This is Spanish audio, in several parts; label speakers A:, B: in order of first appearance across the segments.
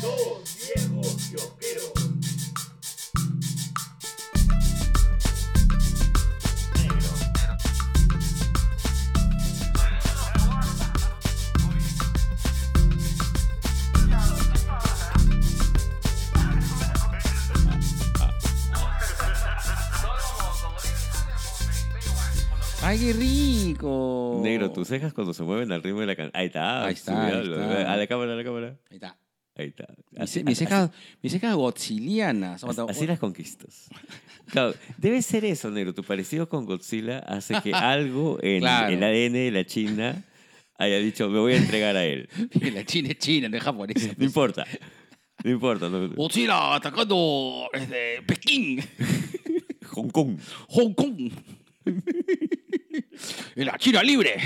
A: Dos viejos kiosqueros. Negro.
B: ¡Ay, qué rico!
C: Negro, tus cejas cuando se mueven al ritmo de la canción. Ahí está.
B: Ahí está, ahí
C: diablo.
B: está.
C: A la cámara, a la cámara.
B: Ahí está.
C: Ahí está.
B: Mis ce- mis cejas, mis cejas godzilianas.
C: así- así las conquistas. Claro, debe ser eso, negro. Tu parecido con Godzilla hace que algo en
B: Claro.
C: el ADN de la China haya dicho, me voy a entregar a él.
B: La china es china, no es japonesa.
C: No importa. No importa. no-
B: Godzilla atacando desde Pekín,
C: Hong Kong.
B: Hong Kong. En la China libre.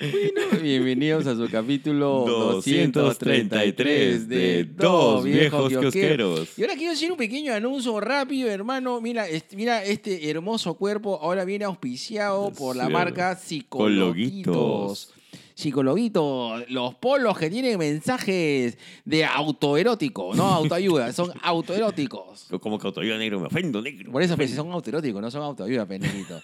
B: Bueno, bienvenidos a su capítulo 233 de Dos Viejos Kiosqueros. Y ahora quiero hacer un pequeño anuncio rápido, hermano. Mira, este, mira este hermoso cuerpo ahora viene auspiciado por la
C: Sí.
B: marca Psicologuitos. Psicologuitos, los polos que tienen mensajes de autoerótico, no autoayuda, son autoeróticos.
C: Como que autoayuda negro, me ofendo negro.
B: Por eso, pues, son autoeróticos, no son autoayuda, pendejo.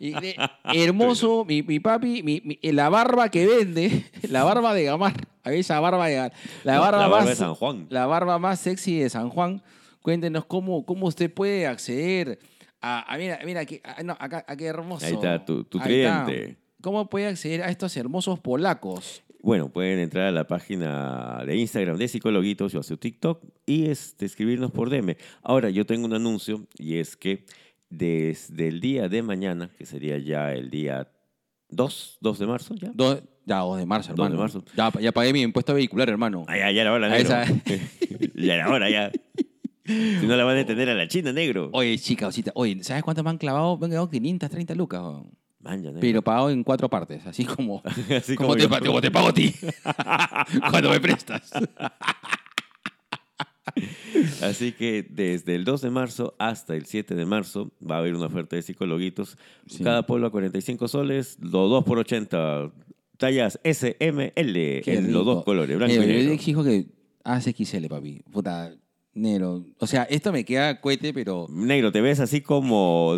B: Y de- hermoso, mi, mi papi, mi- mi- la barba que vende, la barba de Gamar, a ver esa barba de Gamar, la barba,
C: la barba
B: más,
C: de San Juan.
B: la barba más sexy de San Juan. Cuéntenos cómo, cómo usted puede acceder a, a- mira, mira, aquí, a- no, acá, a qué hermoso.
C: Ahí está, tu- tu
B: Ahí está.
C: cliente.
B: ¿Cómo puede acceder a estos hermosos polacos?
C: Bueno, pueden entrar a la página de Instagram de Psicologuitos o a su TikTok y este, escribirnos por DM. Ahora, yo tengo un anuncio y es que desde el día de mañana, que sería ya el día 2, 2 de marzo, ya.
B: Dos, ya, 2 de marzo,
C: Dos de
B: hermano.
C: marzo.
B: Ya, ya pagué mi impuesto vehicular, hermano.
C: Ah, ya, ya era hora,
B: A
C: negro.
B: esa-
C: ya era hora, ya. Si no la van a detener a la China, negro.
B: Oye, chica, osita, oye, ¿sabes cuánto me han clavado? Me han clavado 530 lucas, weón.
C: Man, ya, negro.
B: pero pagado en cuatro partes, así como,
C: Así
B: como, te,
C: yo.
B: pa- como te pago a ti cuando me prestas.
C: Así que desde el 2 de marzo hasta el 7 de marzo va a haber una oferta de psicologuitos.
B: Sí.
C: Cada polo a 45 soles, los 2 por 80. Tallas S, M, L
B: Qué
C: en
B: rico.
C: los dos colores, blanco
B: Eh,
C: y
B: Yo
C: negro.
B: exijo que ah, hace XL, papi. Puta, negro. O sea, esto me queda cohete, pero
C: Negro, te ves así como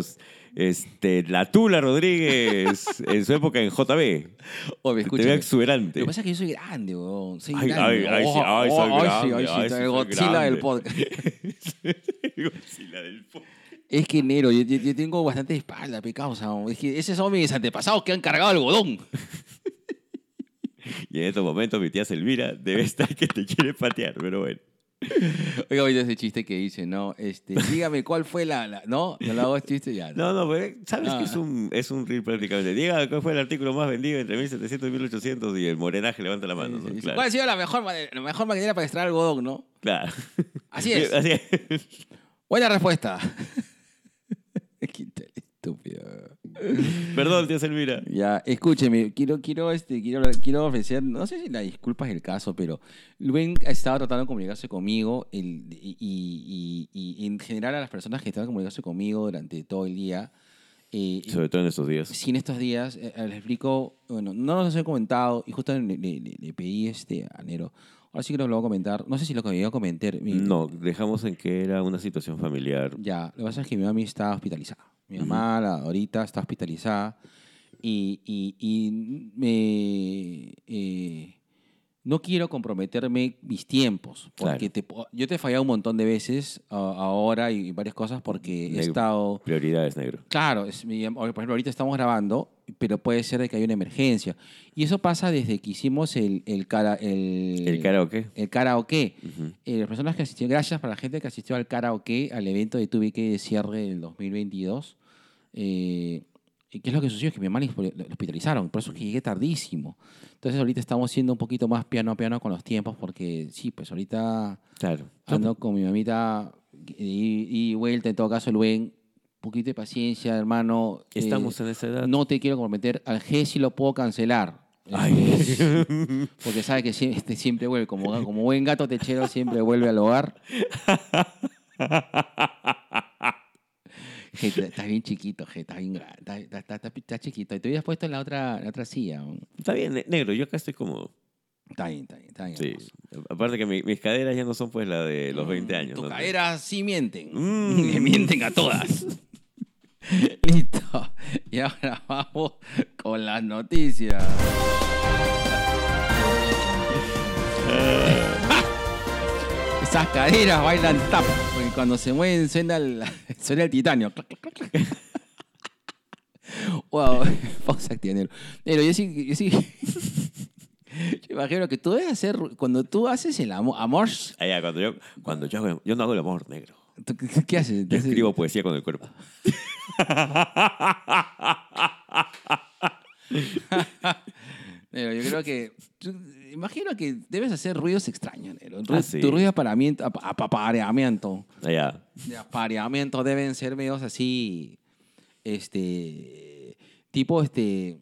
C: este, la Tula Rodríguez en su época en JB.
B: Oye,
C: Te veo
B: escúchame.
C: exuberante.
B: Lo que pasa es que yo soy grande, weón. Soy
C: Ay,
B: grande. Oh,
C: ay, ay, sí, ay, soy grande,
B: sí,
C: ay, sí,
B: soy el
C: soy
B: Godzilla
C: grande.
B: del podcast.
C: Godzilla del po-
B: Es que negro, yo, yo- yo tengo bastante espalda, pecado. es que esos son mis antepasados que han cargado algodón.
C: y en estos momentos mi tía Elvira debe estar que te quiere patear, pero bueno.
B: Oiga, oye, ese chiste que dice, ¿no? Este, dígame cuál fue la, la- No, no lo hago este chiste ya.
C: No, no, pero sabes
B: Ah.
C: que es un, es un reel prácticamente. Diga cuál fue el artículo más vendido entre 1700 y 1800 y el morenaje levanta la mano. ¿no?
B: Sí, sí.
C: Claro.
B: ¿Cuál ha sido la mejor, mane- la mejor manera para extraer algodón, no?
C: claro.
B: Así es.
C: Así es.
B: Buena respuesta. Qué tal estúpido.
C: Perdón, tía Elvira.
B: Ya, escúcheme, quiero, quiero, este, quiero, hablar- quiero ofrecer, no sé si la disculpa es el caso, pero Luen estaba tratando de comunicarse conmigo el- y, y- y- y en general a las personas que estaban comunicándose conmigo durante todo el día. eh,
C: Sobre todo en estos días.
B: Sí, en estos días, eh, les explico, bueno, no los he comentado y justo le, le- le- le pedí este a Nero. Ahora sí que lo voy a comentar. No sé si lo que iba a comentar. mi-
C: No, dejamos en que era una situación familiar.
B: Ya, lo que pasa es que mi mami está hospitalizada. Mi mamá la- ahorita está hospitalizada y, y- y me, eh, no quiero comprometerme mis tiempos. Porque
C: Claro.
B: te po- yo te he fallado un montón de veces a- ahora y varias cosas porque he
C: Negro.
B: estado...
C: Prioridades, negro.
B: Claro, es mi- por ejemplo, ahorita estamos grabando, pero puede ser de que haya una emergencia. Y eso pasa desde que hicimos el, el, cara, el,
C: El karaoke.
B: el karaoke.
C: Ujú.
B: Eh, las personas que asistieron, gracias para la gente que asistió al karaoke, al evento de Tubique de cierre del 2022. Eh, ¿Qué es lo que sucedió? Que mi mamá la hosp- la hospitalizaron, por eso es que llegué tardísimo. Entonces ahorita estamos siendo un poquito más piano a piano con los tiempos, porque sí, pues ahorita
C: Claro.
B: ando con mi mamita y, y vuelta, en todo caso, Luen, poquito de paciencia, hermano. Eh,
C: Estamos en esa edad.
B: No te quiero comprometer, al G si lo puedo cancelar. Eh,
C: Ay.
B: Porque sabe que sie- este siempre vuelve, como, como buen gato techero siempre vuelve al hogar. Hey, tú estás bien chiquito, hey, estás bien gra- estás, estás- estás- estás- estás chiquito. Y te hubieras puesto en la otra, la otra silla. ¿no?
C: Está bien, ne- negro, yo acá estoy cómodo.
B: Está bien, está bien, está bien.
C: Sí.
B: hermoso.
C: Aparte que mi- mis caderas ya no son pues la de los 20
B: Mm,
C: años.
B: Tus
C: ¿no?
B: caderas sí mienten.
C: Mm.
B: Que mienten a todas. Listo. Y ahora vamos con las noticias. Esas caderas bailan tap. Porque cuando se mueven suena el, suena el titanio. wow, pausa activa, negro. Negro, yo sí, yo sí. Yo imagino que tú debes hacer, cuando tú haces el amor, amor
C: Ah, ya, cuando yo, cuando yo, hago- yo no hago el amor negro.
B: ¿Tú qué, qué- qué haces?
C: Yo
B: ¿Te haces-
C: escribo poesía con el cuerpo.
B: Pero yo creo que. tú- imagino que debes hacer ruidos extraños, Nero. Ru-
C: Ah, sí.
B: Tu ruido de apareamiento, ap- ap- apareamiento,
C: Allá.
B: de apareamiento deben ser medios así. Este. Tipo, este.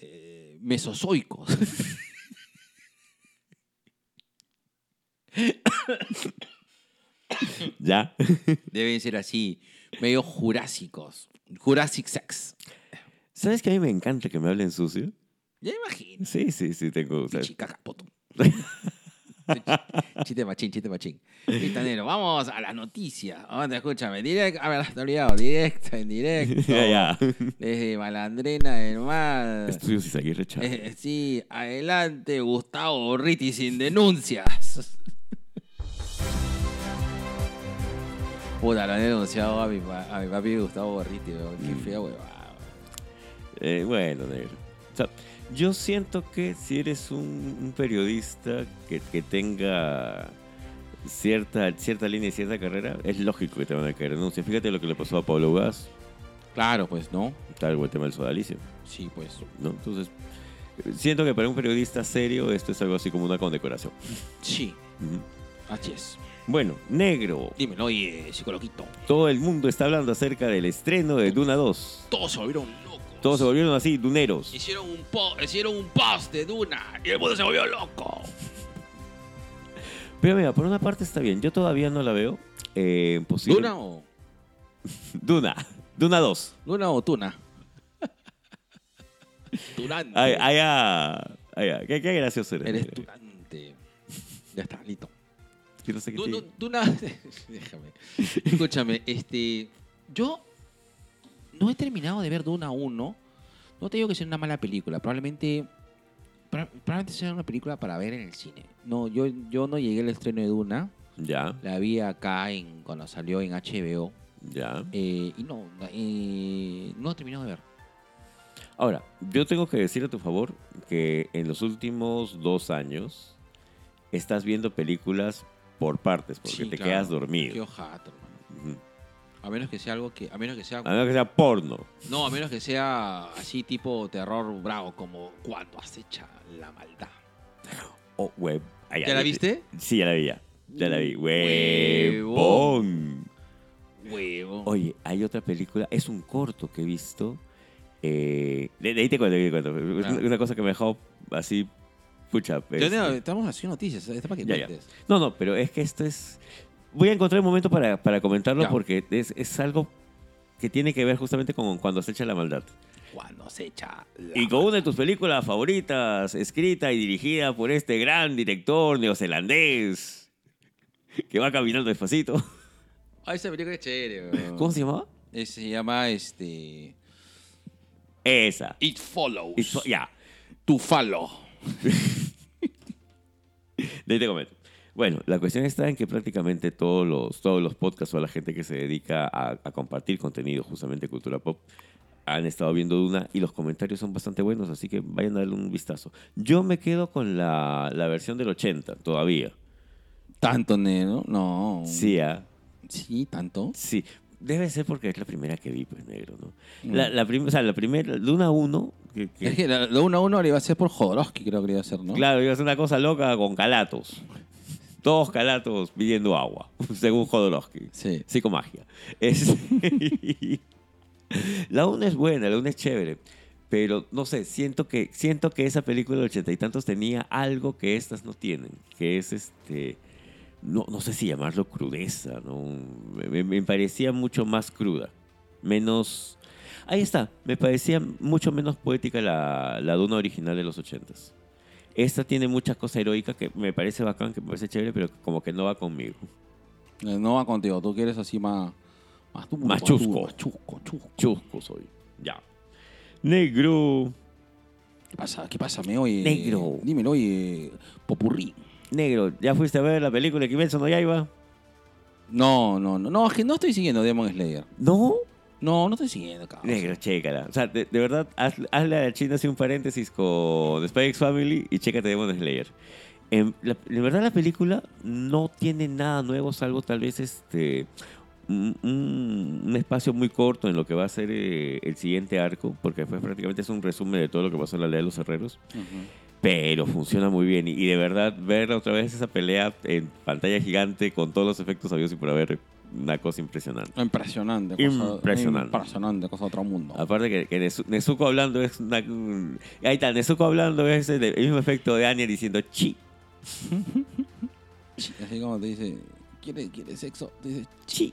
B: eh, mesozoicos.
C: Ya.
B: deben ser así. Medio jurásicos. Jurassic sex.
C: ¿Sabes que a mí me encanta que me hablen sucio?
B: Ya imagino.
C: Sí, sí, sí, tengo. o sea,
B: Pichi, caca, poto. chiste machín, chiste machín. Listo, negro, vamos a las noticias. Vamos, escúchame. Directo, a ver, te he olvidado. Directo, en directo.
C: ya, ya.
B: Desde Malandrena del Mar.
C: Estudios y seguir rechazando.
B: Eh, sí, adelante, Gustavo Riti sin denuncias. Puta, lo han denunciado a mi, pa- a mi papi Gustavo Borriti, weón. Qué fea huevada.
C: Eh, bueno, negro. O sea, yo siento que si eres un, un periodista que, que tenga cierta, cierta línea y cierta carrera, es lógico que te van a caer denuncias. Fíjate lo que le pasó a Pablo Gas,
B: Claro, pues, ¿no?
C: tal o el tema del sodalicio,
B: Sí, pues.
C: ¿no? Entonces, eh, siento que para un periodista serio esto es algo así como una condecoración.
B: Sí,
C: Ujú.
B: así es.
C: Bueno, negro.
B: Dímelo, oye, psicoloquito.
C: Todo el mundo está hablando acerca del estreno de Duna 2.
B: Todos se volvieron locos.
C: Todos se volvieron así, duneros.
B: Hicieron un, po hicieron un post de Duna y el mundo se volvió loco.
C: Pero mira, por una parte está bien. Yo todavía no la veo. Eh, posible-
B: ¿Duna o,
C: Duna. Duna 2.
B: Duna o Tuna? Durante.
C: Ay, ay, ah, ay, ah. Qué, qué gracioso eres.
B: Eres Durante. Ya está, listo.
C: Yo no sé qué
B: Du-
C: te-
B: du- Duna. Déjame. Escúchame, este. Yo no he terminado de ver Duna 1. No te digo que sea una mala película. Probablemente. proba- Probablemente sea una película para ver en el cine. No, yo, yo no llegué al estreno de Duna.
C: Ya,
B: La vi acá en, cuando salió en HBO.
C: ya.
B: eh, y no, eh, no he terminado de ver.
C: Ahora, yo tengo que decir a tu favor que en los últimos dos años estás viendo películas por partes, porque
B: Sí,
C: te
B: claro.
C: quedas
B: Qué
C: dormido.
B: ojato, hermano.
C: Ujú.
B: A menos que sea algo que. A menos que sea.
C: A menos que sea porno.
B: No, a menos que sea así tipo terror bravo, como cuando acecha la maldad.
C: Oh, web. Ay,
B: ¿Ya la viste?
C: Sí, ya la vi, ya. Ya la vi.
B: Huevón.
C: Huevón.
B: Huevo.
C: Oye, hay otra película, es un corto que he visto. Eh, de, de ahí te cuento, de ahí te cuento. Es
B: Ah.
C: Una, una cosa que me dejó así, pucha.
B: Yo
C: este-
B: no, estamos haciendo noticias, está para que
C: Ya, ya.
B: cuentes.
C: No, no, pero es que esto es... Voy a encontrar el momento para, para comentarlo
B: Ya.
C: porque es, es algo que tiene que ver justamente con cuando se echa la maldad.
B: Cuando acecha la
C: Y con una de tus películas favoritas, escrita y dirigida por este gran director neozelandés que va caminando despacito.
B: Ah, esa película es chévere, weón.
C: ¿Cómo se llamaba?
B: Eh, Se llama este.
C: Esa.
B: It follows.
C: Y so- ya.
B: Tu falo.
C: De ahí te comento. Bueno, la cuestión está en que prácticamente todos los, todos los podcasts o la gente que se dedica a, a compartir contenido, justamente cultura pop, han estado viendo Duna y los comentarios son bastante buenos, así que vayan a darle un vistazo. Yo me quedo con la, la versión del 80 todavía.
B: Tanto, negro. No.
C: Sí, ah,
B: Sí, tanto.
C: sí. Debe ser porque es la primera que vi, pues negro, ¿no? La, la prim- o sea, la primera, Duna 1, que- que-
B: Es que la- lo 1 a 1 le iba a hacer por Jodorowsky, creo que le iba a hacer, ¿no?
C: Claro, iba a ser una cosa loca con calatos. Todos calatos pidiendo agua, según Jodorowsky.
B: Sí.
C: Psicomagia. Es- la una es buena, la una es chévere. Pero no sé, siento que, siento que esa película de ochenta y tantos tenía algo que estas no tienen, que es este. No, no sé si llamarlo crudeza, ¿no? Me, me- me parecía mucho más cruda. menos... Ahí está, me parecía mucho menos poética la, la Duna original de los ochentas. Esta tiene muchas cosas heroicas que me parece bacán, que me parece chévere, pero como que no va conmigo.
B: Eh, No va contigo, tú quieres así más. Más tú,
C: Más chusco.
B: Más chusco, chusco.
C: Chusco soy. Ya. Negro.
B: ¿Qué pasa? ¿Qué pasa? Me oye.
C: Negro.
B: Dímelo, oye. Popurrí.
C: Negro, ¿ya fuiste a ver la película de Kimetsu no Yaiba?
B: No, no, no. No, es que no estoy siguiendo Demon Slayer.
C: No.
B: No, no estoy siguiendo, cabrón.
C: Negro, chécala. O sea, de, de verdad, haz- hazle a la China así un paréntesis con Spy X Family y chécate Demon Slayer. En, la, de verdad, la película no tiene nada nuevo, salvo tal vez este un, un- un espacio muy corto en lo que va a ser eh, el siguiente arco, porque después prácticamente es un resumen de todo lo que pasó en la Ley de los Herreros.
B: Ujú.
C: Pero funciona muy bien. Y, y de verdad, ver otra vez esa pelea en pantalla gigante con todos los efectos sabios y por haber, una cosa impresionante.
B: Impresionante. cosa-
C: Impresionante. Ah.
B: Impresionante, cosa de otro mundo.
C: Aparte que, que Nezu- Nezuko hablando es una- un- Ahí está, Nezuko hablando es el, el mismo efecto de Anya diciendo chi,
B: Así como te dice, ¿quiere, quiere sexo? Te dice,
C: chi.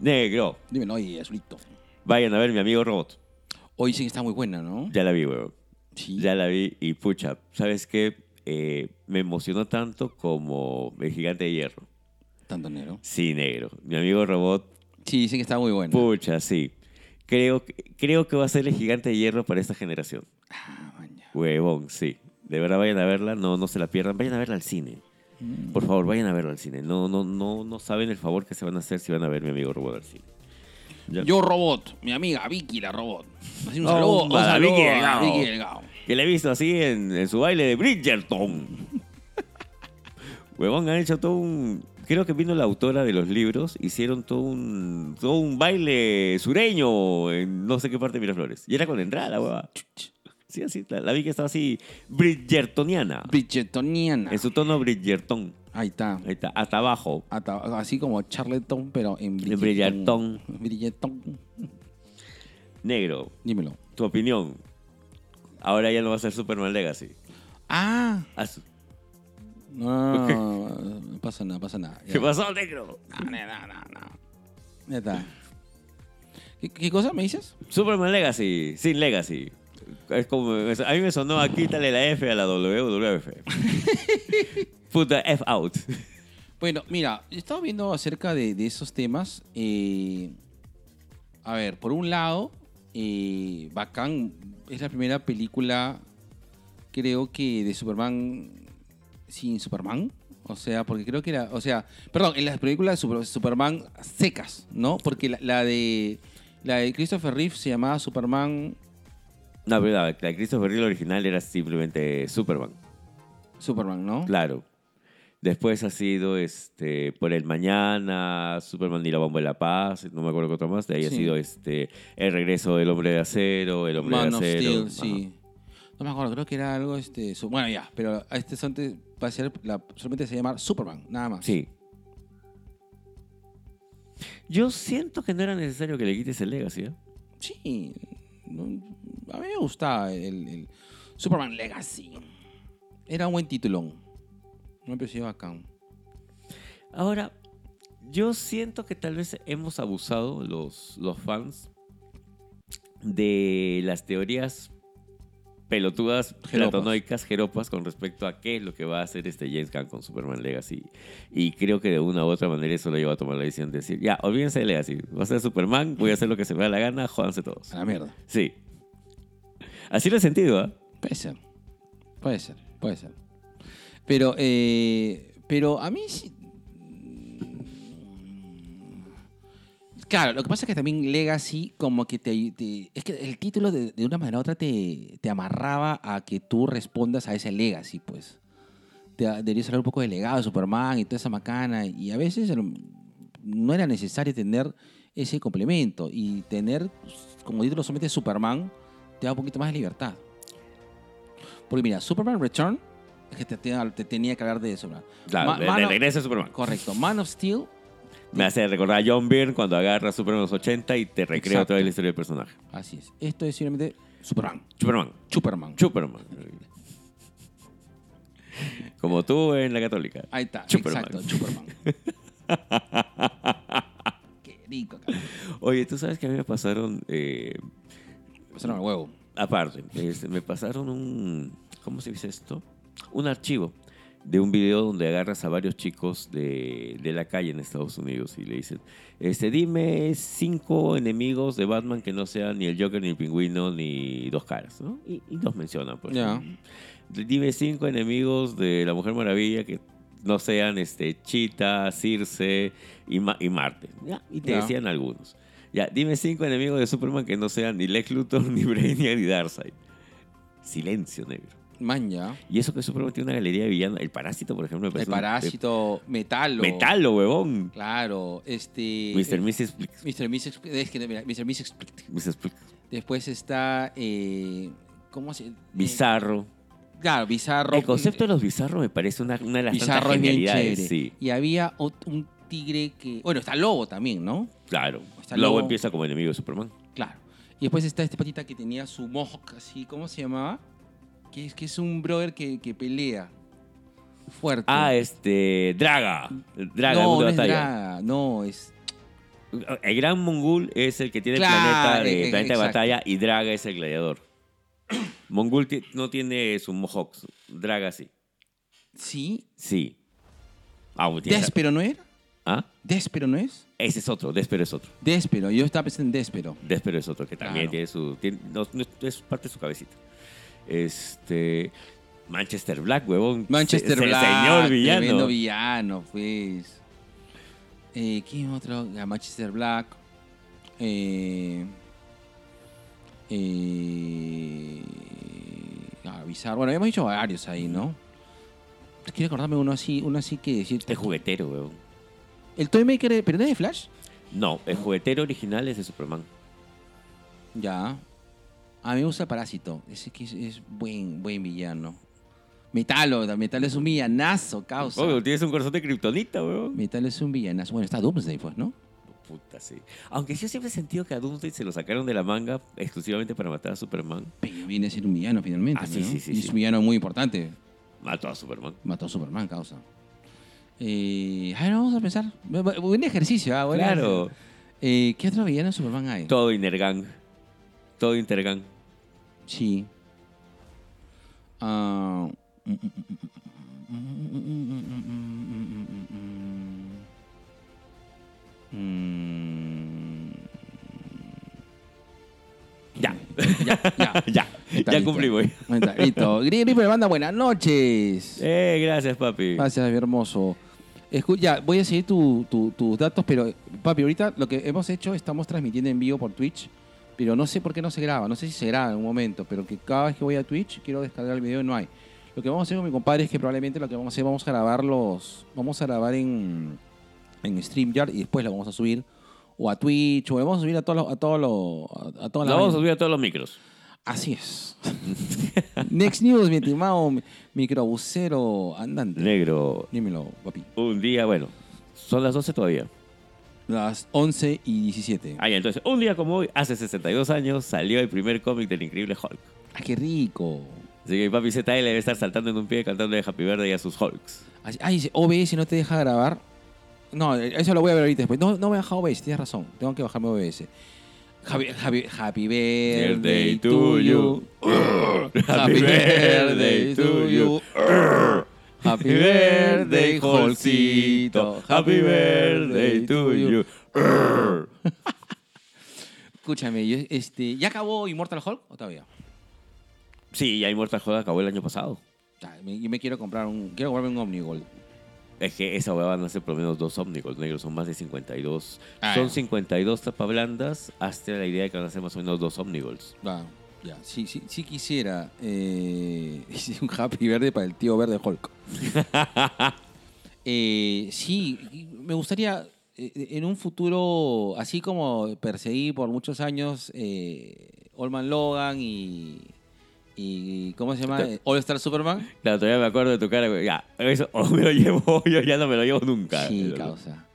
C: Negro,
B: dímelo, oye, azulito.
C: vayan a ver mi amigo Robot.
B: Hoy sí que está muy buena, ¿no?
C: Ya la vi, huevón.
B: Sí.
C: Ya la vi y pucha, ¿sabes qué? Eh, me emocionó tanto como el gigante de hierro.
B: Tanto negro.
C: Sí, negro. Mi amigo Robot
B: Sí, dicen que está muy buena.
C: Pucha, sí. Creo, que- creo que va a ser el gigante de hierro para esta generación.
B: Ah, maña.
C: Huevón, sí. De verdad, vayan a verla, no, no se la pierdan. Vayan a verla al cine. Por favor, vayan a verla al cine. No, no, no, no saben el favor que se van a hacer si van a ver mi amigo Robot al cine. Ya.
B: Yo robot, mi amiga Vicky la robot. Así un
C: Oh,
B: saludo, un
C: para
B: saludo
C: Vicky
B: a
C: Delgado.
B: Vicky Delgado.
C: Que la he visto así en, en su baile de Bridgerton. Huevón, han hecho todo un... Creo que vino la autora de los libros, hicieron todo un, todo un baile sureño en no sé qué parte de Miraflores. Y era con entrada, la hueva. Sí, así, la, la vi que estaba así, Bridgertoniana.
B: Bridgetoniana.
C: En su tono Bridgerton.
B: Ahí está.
C: Ahí está, hasta abajo.
B: Hasta- así como Charleton, pero en
C: En
B: Bridgetón. Bridgetón.
C: Negro,
B: Dímelo.
C: tu opinión. Ahora ya no va a ser Superman Legacy.
B: Ah,
C: Ah, su-
B: no, no, no pasa nada, pasa nada.
C: ¿Qué
B: Ya.
C: pasó, negro?
B: No, no, no, no, no. Ya está. ¿Qué, qué cosa me dices?
C: Superman Legacy, sin Legacy. Es como, es- a mí me sonó a quítale la F a la WWF. Puta F out.
B: Bueno, mira, he estado viendo acerca de, de esos temas. eh, a ver, por un lado, eh, Bacán es la primera película, creo que, de Superman sin Superman. O sea, porque creo que era. O sea, perdón, en las películas de Super- Superman secas, ¿no? Porque la, la de. La de Christopher Reeve se llamaba Superman.
C: No, pero la, la Christopher Reeve original era simplemente Superman.
B: Superman, ¿no?
C: Claro. Después ha sido este Por el Mañana, Superman y la Bomba de la Paz, no me acuerdo qué otro más. De ahí ha
B: Sí.
C: sido este El Regreso del Hombre de Acero, El Hombre
B: Man
C: de
B: of
C: Acero.
B: Steel, sí. No me acuerdo, creo que era algo este. su- bueno, ya, pero este solamente va a ser. La, solamente se llama Superman, nada
C: Ajá.
B: más.
C: Sí. Yo siento que no era necesario que le quites el Legacy, ¿eh?
B: Sí. No, A mí me gustaba el, el Superman Legacy. Era un buen titulón. Me pareció bacán.
C: Ahora, yo siento que tal vez hemos abusado los, los fans de las teorías pelotudas,
B: Jeropas.
C: platanoicas, jeropas con respecto a qué es lo que va a hacer este James Gunn con Superman Legacy. Y creo que de una u otra manera eso lo lleva a tomar la decisión de decir, ya, olvídense de Legacy, va a ser Superman, voy a hacer lo que se me da la gana, jódanse todos.
B: A la mierda.
C: Sí. Así lo he sentido, ¿ah?
B: Puede ser. Puede ser, puede ser. Pero, eh, pero a mí sí. Claro, lo que pasa es que también Legacy como que te... te- es que el título de, de una manera u otra te, te amarraba a que tú respondas a ese Legacy, pues. Te, deberías hablar un poco de legado de Superman y toda esa macana. Y a veces el- no era necesario tener ese complemento. Y tener como título solamente Superman te da un poquito más de libertad. Porque mira, Superman Return es que te, te- te tenía que hablar de Superman.
C: Claro,
B: Ma-
C: de, de
B: Man of-
C: regreso a Superman.
B: Correcto. Man of Steel
C: Me hace recordar a John Byrne cuando agarra a Superman en los 80 y te recrea
B: Exacto.
C: otra vez la historia del personaje.
B: Así es. Esto es simplemente Superman.
C: Superman.
B: Superman.
C: Superman. Como tú en la católica.
B: Ahí está.
C: Superman.
B: Exacto, Superman. Qué rico, cabrón.
C: Oye, tú sabes que a mí me pasaron, eh,
B: Pasaron al huevo.
C: aparte, este, me pasaron un, ¿cómo se dice esto? Un archivo de un video donde agarras a varios chicos de, de la calle en Estados Unidos y le dicen, este, dime cinco enemigos de Batman que no sean ni el Joker, ni el Pingüino, ni dos caras, ¿no? Y, y los mencionan, pues.
B: Ya.
C: Dime cinco enemigos de la Mujer Maravilla que no sean este, Chita, Circe y, Ma- y Marte. ¿ya? Y te
B: Ya.
C: decían algunos. Ya, dime cinco enemigos de Superman que no sean ni Lex Luthor, ni Brainiac, ni Darkseid. Silencio, negro.
B: Man, ya.
C: Y eso que Superman tiene una galería de villanos. El Parásito, por ejemplo. me
B: El
C: parece un-
B: parásito,
C: eh,
B: metalo.
C: Metalo, huevón.
B: Claro, este.
C: Mr. Mrs. Plix-
B: Mr. Miss Expl- es que, mira, Mr. Miss Expl-
C: Mrs. Plix-
B: Después está. eh, ¿Cómo se.? eh,
C: Bizarro.
B: claro, Bizarro.
C: El concepto de los bizarros me parece una, una de las
B: Bizarro
C: tantas
B: es bien
C: genialidades.
B: chévere.
C: Sí,
B: Y había ot- un tigre que. Bueno, está Lobo también, ¿no?
C: claro.
B: Está
C: Luego
B: Lobo.
C: empieza como enemigo de Superman.
B: Claro. Y después está este patita que tenía su mohawk, así, ¿cómo se llamaba? Que es, que es un brother que, que pelea. Fuerte.
C: Ah, este. Draga. Draga,
B: no,
C: el mundo
B: no
C: de
B: es
C: batalla.
B: Draga, no, es.
C: El gran mongol es el que tiene
B: Claro,
C: el planeta, de,
B: eh,
C: planeta de
B: exacto.
C: batalla y Draga es el gladiador. mongol ti- no tiene su mohawk. Draga sí.
B: Sí.
C: Sí. Ah, bueno, tiene-
B: Déspero, ¿no era?
C: ¿Ah?
B: Déspero, ¿no es?
C: Ese es otro. Despero es otro.
B: Déspero, yo estaba pensando en Déspero.
C: Despero es otro que también
B: Claro.
C: tiene su. tiene- no, no, es parte de su cabecita. Este. Manchester Black, huevón.
B: Manchester
C: Se- se-
B: Black,
C: Señor
B: Tremendo
C: villano.
B: villano, pues. Eh, ¿Quién otro? Ah, Manchester Black. Eh, eh, ah, Bizarro. Bueno, habíamos dicho varios ahí, ¿no? Quiero acordarme uno así, uno así que decir.
C: Es juguetero, huevón.
B: El Toymaker, de- ¿pero no es de Flash?
C: No, el juguetero original es de Superman.
B: Ya. A mí me gusta Parásito. Ese que es, es buen, buen villano. Metalo, Metalo es un villanazo, causa.
C: Obvio, tienes un corazón de kriptonita, huevón.
B: Metal es un villanazo. Bueno, está Doomsday, pues, ¿no?
C: Puta, sí. Aunque yo siempre he sentido que a Doomsday se lo sacaron de la manga exclusivamente para matar a Superman.
B: Pero viene a ser un villano finalmente.
C: Ah, sí,
B: ¿no?
C: sí, sí,
B: Y es
C: sí.
B: un villano muy importante.
C: Mató a Superman.
B: Mató a Superman, causa. Eh, a ver, vamos a pensar. Bu- bu- Buen ejercicio, ¿ah? Buen
C: claro.
B: ejercicio. Eh, ¿Qué otro villano de Superman hay?
C: Todo Inergang. Todo Intergang.
B: Sí. Ah, Mm,
C: Ya.
B: ya, ya.
C: ya.
B: Está
C: ya
B: listo.
C: cumplimos.
B: Está Listo. Green Reaper banda, buenas noches.
C: Eh, gracias, papi.
B: Gracias, Ah, Javier hermoso. Escucha, voy a seguir tu- tu- tus datos, pero papi, ahorita lo que hemos hecho, estamos transmitiendo en vivo por Twitch, pero no sé por qué no se graba, no sé si se graba en un momento, pero que cada vez que voy a Twitch quiero descargar el video y no hay. Lo que vamos a hacer con mi compadre es que probablemente lo que vamos a hacer, vamos a grabar los, vamos a grabar en, en StreamYard y después lo vamos a subir o a Twitch, o lo vamos a subir a todos los- a todos los- a, a todas
C: Lo
B: las
C: vamos a subir a todos los micros.
B: Así es. Next News, mi estimado microbusero andante.
C: Negro.
B: Dímelo, papi.
C: Un día, bueno. Son las 12 todavía.
B: Las 11 y 17.
C: Ah, ya, entonces, un día como hoy, hace 62 años, salió el primer cómic del increíble Hulk.
B: Ah, qué rico.
C: Así que mi papi ZL debe estar saltando en un pie cantando de Happy Birthday a sus Hulks.
B: Así- Ay, dice, OBS no te deja grabar. No, eso lo voy a ver ahorita después. No, no me baja OBS, tienes razón. Tengo que bajarme OBS. Happy, happy, happy birthday to you. Happy birthday to you. Happy birthday, Holcito. Happy birthday to you. Escúchame, yo, este, ¿ya acabó Immortal Hulk o todavía?
C: Sí, ya Immortal Hulk acabó el año pasado.
B: Ah, me- Yo me quiero comprar un. Quiero comprarme un Omnigol.
C: Es que esa huevada no hace por lo menos dos ómnicos negros, son más de 52.
B: Ah,
C: son
B: ya.
C: 52 tapablandas hasta la idea de que van a ser más o menos dos ómnigols.
B: Ah, ya, sí, sí, sí quisiera eh, un happy verde para el tío verde Hulk. Eh, sí, me gustaría eh, en un futuro, así como perseguí por muchos años eh, Old Man Logan y, y ¿cómo se llama?
C: Te-
B: All Star Superman.
C: Claro, todavía me acuerdo de tu cara. güey. Ya, eso o me lo llevo hoy o ya no me lo llevo nunca.
B: Sí, causa.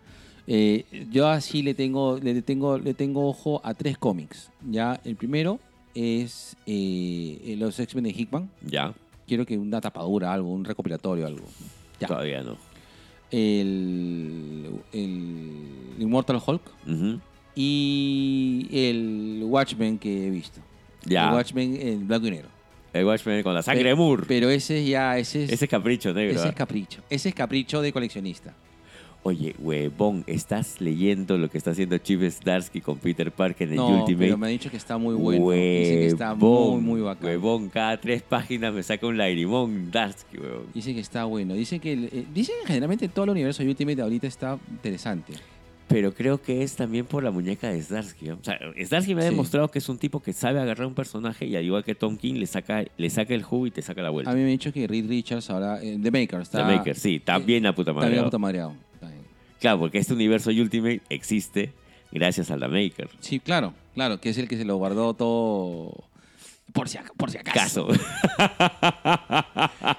B: Eh, yo así le tengo, le tengo, le tengo ojo a tres cómics. Ya, el primero es eh, los X-Men de Hickman.
C: Ya,
B: Quiero que una tapadura, algo, un recopilatorio, algo. Ya.
C: todavía no.
B: el, el Immortal Hulk
C: Ujú.
B: y el Watchmen que he visto.
C: Ya.
B: El Watchmen en blanco y negro.
C: El Watchmen con la sangre de
B: Pe-
C: Moore.
B: Pero ese ya, ese es,
C: Ese es capricho negro.
B: ese
C: ¿ah?
B: es capricho. Ese es capricho de coleccionista.
C: Oye, huevón, ¿estás leyendo lo que está haciendo Chip Starsky con Peter Parker en el
B: No,
C: Ultimate?
B: pero me han dicho que está muy bueno. Dicen que está muy,
C: Huevón,
B: muy bacán.
C: Huevón, cada tres páginas me saca un lagrimón Darsky, huevón.
B: Dicen que está bueno. Dicen que, el- eh, dicen que generalmente todo el universo de Ultimate ahorita está interesante.
C: Pero creo que es también por la muñeca de Starsky. ¿no? O sea, Starsky me
B: Sí.
C: ha demostrado que es un tipo que sabe agarrar un personaje y al igual que Tom King le saca, le saca el jugo y te saca la
B: A
C: vuelta.
B: mí me han dicho que Reed Richards ahora, eh, The Maker, está
C: Pues The Maker, sí, también a puta madre.
B: también puta madreado. Está bien.
C: Claro, porque este universo Ultimate existe gracias a The Maker.
B: Sí, claro, claro, que es el que se lo guardó todo por si, ac- por si acaso.
C: Caso.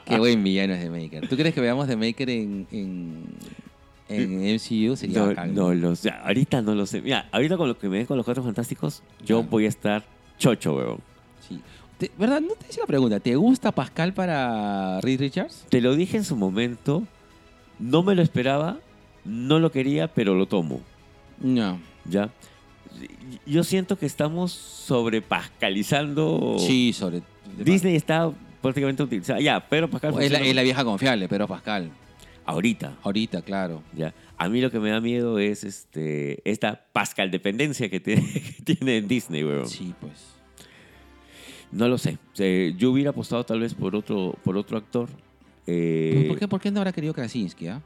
B: Qué buen villano es The Maker. ¿Tú crees que veamos The Maker en, en, en MCU? Sería
C: No,
B: bacán.
C: no lo sé. Ahorita no lo sé. Mira, ahorita con lo que me den con los cuatro fantásticos, yo
B: Claro.
C: voy a estar chocho, weón.
B: Sí. Te- ¿Verdad? No te hice la pregunta. ¿Te gusta Pascal para Reed Richards?
C: Te lo dije en su momento. No me lo esperaba. No lo quería, pero lo tomo.
B: No.
C: ¿Ya? Yo siento que estamos sobrepascalizando.
B: Sí, sobre.
C: Disney está prácticamente utilizada. Ya, pero Pascal.
B: Es la,
C: funciona
B: es la vieja confiable, pero Pascal.
C: Ahorita.
B: Ahorita, claro.
C: Ya. A mí lo que me da miedo es este, esta Pascal dependencia que, tiene- que tiene en Disney, weón.
B: Sí, pues.
C: No lo sé. Se- yo hubiera apostado tal vez por otro, por otro actor. Eh,
B: ¿Por, qué, ¿Por qué no habrá querido Krasinski? ah?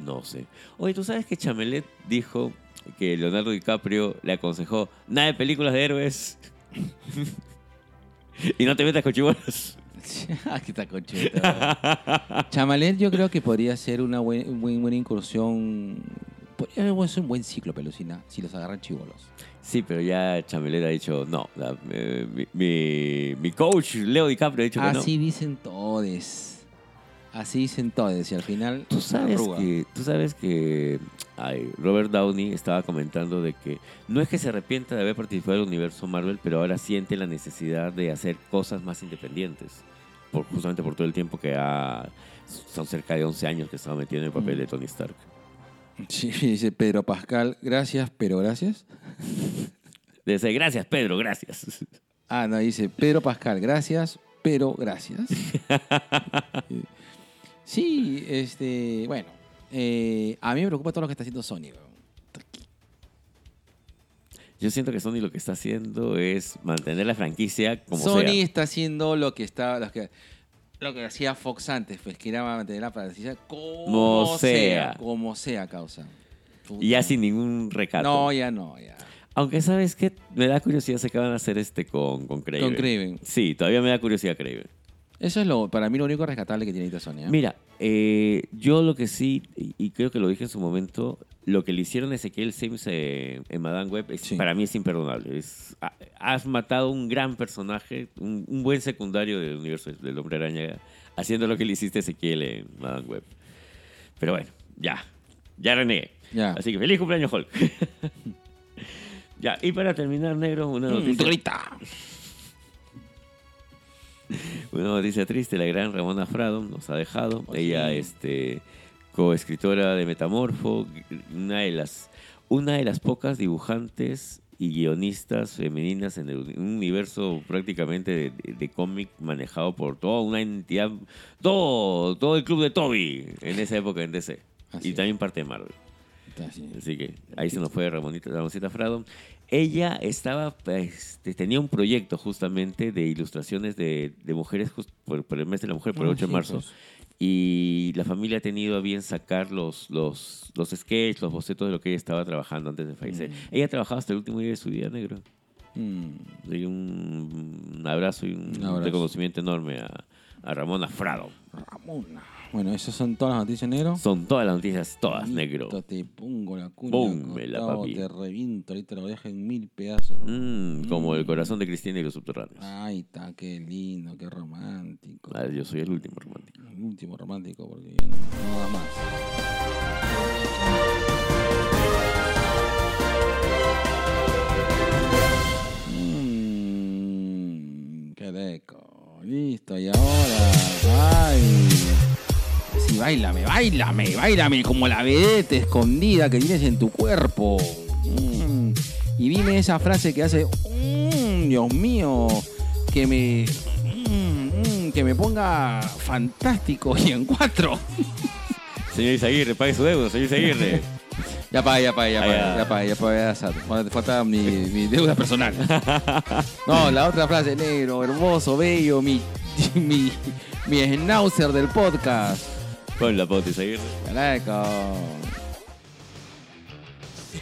C: No sé. Oye, ¿tú sabes que Chamelet dijo que Leonardo DiCaprio le aconsejó nada de películas de héroes? y no te metas con chibolas.
B: Ah, qué taconcheta. Chamalet yo creo que podría ser una buen- un buen- buena incursión. Podría ser un buen ciclo, Pelucina, si los agarran chivolos.
C: Sí, pero ya Chamelet ha dicho no. La- eh, mi, mi- mi coach, Leo DiCaprio, ha dicho que no.
B: Así dicen todes. Así dicen todes. Y al final,
C: Tú sabes
B: arruga.
C: que, tú sabes que ay, Robert Downey estaba comentando de que no es que se arrepienta de haber participado en el universo Marvel, pero ahora siente la necesidad de hacer cosas más independientes. Por, justamente por todo el tiempo que ha... Son cerca de 11 años que estaba metido en el papel de
B: Mm.
C: Tony Stark.
B: Sí, dice Pedro Pascal, gracias, pero gracias.
C: Dice, gracias Pedro, gracias.
B: Ah, no, dice Pedro Pascal, gracias, pero gracias. sí, este, bueno. eh, a mí me preocupa todo lo que está haciendo Sony. weón.
C: Yo siento que Sony lo que está haciendo es mantener la franquicia como
B: Sony
C: sea.
B: está haciendo lo que estaba, lo que, lo que hacía Fox antes, pues que era mantener la franquicia como
C: Como
B: sea,
C: sea.
B: como sea causa. Puta.
C: Y ya sin ningún recato.
B: No, ya no, ya.
C: Aunque sabes que me da curiosidad se acaban de hacer este con, con Craven.
B: Con Craven.
C: Sí, todavía me da curiosidad Craven.
B: Eso es lo, para mí lo único rescatable que tiene ahorita Sony. ¿eh?
C: Mira, eh, yo lo que sí, y y creo que lo dije en su momento, lo que le hicieron a Ezequiel Sims eh, en Madame Web es-
B: Sí.
C: para mí es imperdonable. Es- ha- has matado un gran personaje, un, un buen secundario del universo del Hombre Araña, haciendo lo que le hiciste a Ezequiel en Madame Web. Pero bueno, ya, ya renegué.
B: Ya.
C: Así que feliz cumpleaños, Hulk. ya, y para terminar, negro, una
B: Mm,
C: noticia.
B: grita.
C: Una noticia triste, la gran Ramona Frado nos ha dejado.
B: Oh,
C: Ella,
B: sí.
C: este, coescritora de Metamorfo, una de las, una de las pocas dibujantes y guionistas femeninas en el uni- un universo prácticamente de, de- de cómic manejado por toda una entidad, todo, todo el club de Toby en esa época en DC.
B: Así
C: y
B: es.
C: también parte de Marvel.
B: Está así.
C: Así que ahí se nos fue Ramonita, Ramoncita Frado. Ella estaba, pues, este, tenía un proyecto justamente de ilustraciones de, de mujeres jus- por, por el mes de la mujer, por el
B: Ah,
C: 8 de
B: sí,
C: marzo.
B: pues.
C: Y la familia ha tenido a bien sacar los, los, los sketches, los bocetos de lo que ella estaba trabajando antes de fallecer.
B: Mm.
C: Ella trabajaba hasta el último día de su vida, negro.
B: Mm,
C: Doy un, un abrazo y un
B: Un abrazo.
C: reconocimiento enorme a, a Ramona Frado.
B: Ramona. Bueno, esas son todas las noticias, negro.
C: Son todas las noticias,
B: Mm,
C: todas, negro.
B: Ahorita Te pongo la cuña.
C: Pum, me la
B: costado,
C: papi.
B: Te reviento, ahorita lo dejo en mil pedazos.
C: Mm, como el corazón de Cristina y los subterráneos.
B: Ay, está, qué lindo, qué romántico.
C: Ah, yo soy el último romántico.
B: El último romántico, porque ya no, no da más. Mm, Mmm, qué rico. Listo, y ahora. ¡Ay! Sí, bailame, bailame, bailame, como la vedette escondida que tienes en tu cuerpo. Mm. Y dime esa frase que hace, "Mm, Dios mío, que me, mm, mm, que me ponga fantástico y en cuatro.
C: Señor Isaguirre, pague su deuda, señor Isaguirre.
B: Ya pagué, ya pagué, ya
C: Ah,
B: pagué,
C: ya.
B: ya pagué, ya pagué, ya sabe. Bueno, te falta mi, mi deuda personal. No, la otra frase, negro, hermoso, bello, mi, mi, mi schnauzer del podcast.
C: Pon la pauta, Isaguirre.
B: Caraca.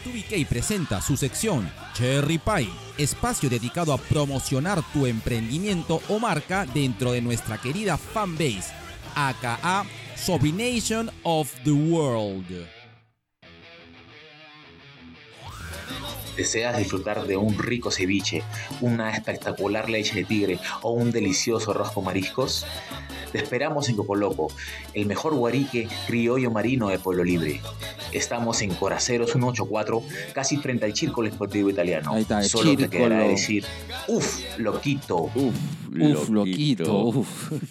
D: B2B presenta su sección Cherry Pie, espacio dedicado a promocionar tu emprendimiento o marca dentro de nuestra querida fanbase, aka Sobination of the World.
E: ¿Deseas disfrutar de un rico ceviche, una espectacular leche de tigre o un delicioso arroz con mariscos? Te esperamos en Cocoloco, el mejor guarique criollo marino de Pueblo Libre. Estamos en Coraceros 184, casi frente al Círculo Esportivo Italiano.
B: Ahí está, el
E: Solo te quedará
B: Círculo.
E: decir, uff, loquito.
C: Uf,
B: Uf, loquito, uf.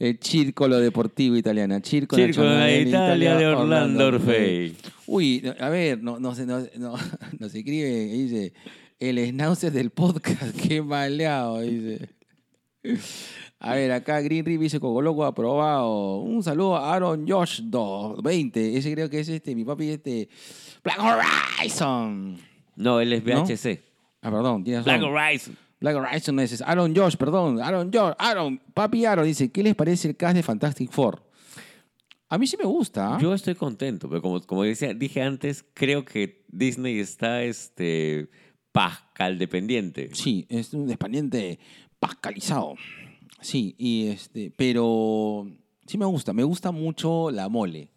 B: El Círculo Deportivo Italiano. Círculo
C: Circo de la
B: Nacional
C: Italia de Orlando
B: Orfei.
C: Orfei.
B: Uy, no, a ver, no, no, se- no, no- nos escribe, dice, el schnauzer del podcast, qué maleado, dice. A ver, acá Green Rip dice Cocoloco aprobado. Un saludo a Aaron Josh 220. Ese creo que es este, mi papi, este. Black Horizon.
C: No, él es BHC.
B: Ah, perdón, tienes razón.
C: Black Horizon.
B: Black Horizon no es Aaron Josh, perdón. Aaron Josh, Aaron, papi Aaron dice, ¿qué les parece el cast de Fantastic Four? A mí sí me gusta. ¿ah?
C: Yo estoy contento, pero como, como decía, dije antes, creo que Disney está este Pascal dependiente.
B: Sí, es un dependiente pascalizado. Sí, y este, pero sí me gusta, me gusta mucho la mole.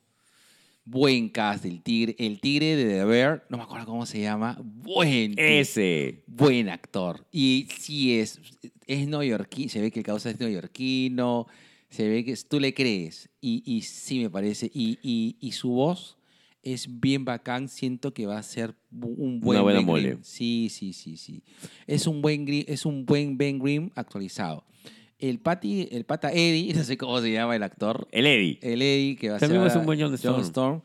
B: Buen cast, el tigre, el tigre de The Bear, no me acuerdo cómo se llama, buen tigre.
C: Ese.
B: Buen actor. Y sí es, es neoyorquino, se ve que el causa es neoyorquino, se ve que es- tú le crees. Y, y sí me parece. Y, y- y su voz es bien bacán, siento que va a ser bu- un buen
C: buena
B: Ben
C: mole.
B: Grimm. Sí, sí, sí, sí. Es un buen, Gri- es un buen Ben Grimm actualizado. El, pati, el pata Eddie, no sé cómo se llama el actor,
C: El Eddie.
B: el Eddie que va a
C: También
B: ser
C: es un buen John Storm.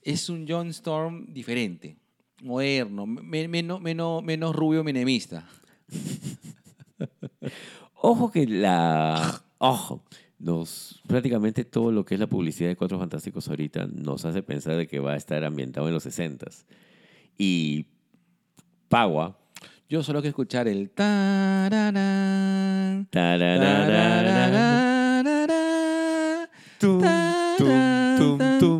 B: Es un John Storm diferente, moderno, me- menos, menos, menos rubio menemista.
C: Ojo que la. Ojo. Nos, prácticamente todo lo que es la publicidad de Cuatro Fantásticos ahorita nos hace pensar de que va a estar ambientado en los 60 Y Pagua.
B: Yo solo que escuchar el tararán,
C: tararararara,
B: tararararará,
C: tum, tum, tum, tum, tum,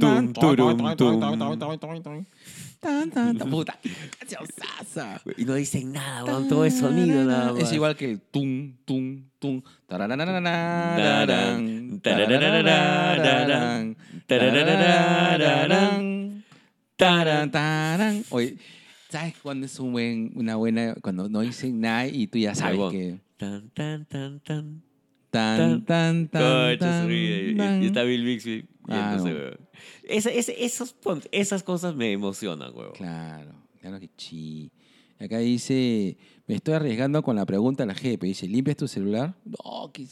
C: tum, turum, tum.
B: tan, tan, tan. puta. Canción sasa.
C: Y no dicen nada, weón, todo es sonido nada más.
B: Es igual que el tum, tum, tum. tararararararán,
C: Tararán, tararararararán, tararararararán.
B: Tarán, tarán. Oye, ¿sabes cuándo es un buen, una buena? Cuando no dicen nada y tú ya sabes
C: Huevón.
B: que.
C: Tan, tan, tan, tan.
B: Tan, tan, tan.
C: Concha, su vida. Y-
B: tan.
C: Y está Bill Bixby.
B: Ah,
C: yéndose,
B: no.
C: weón. Esa- esa- esos pon- esas cosas me emocionan, weón.
B: Claro, claro que chi. Acá dice, me estoy arriesgando con la pregunta a la jefe. Dice, ¿limpias tu celular? No, que-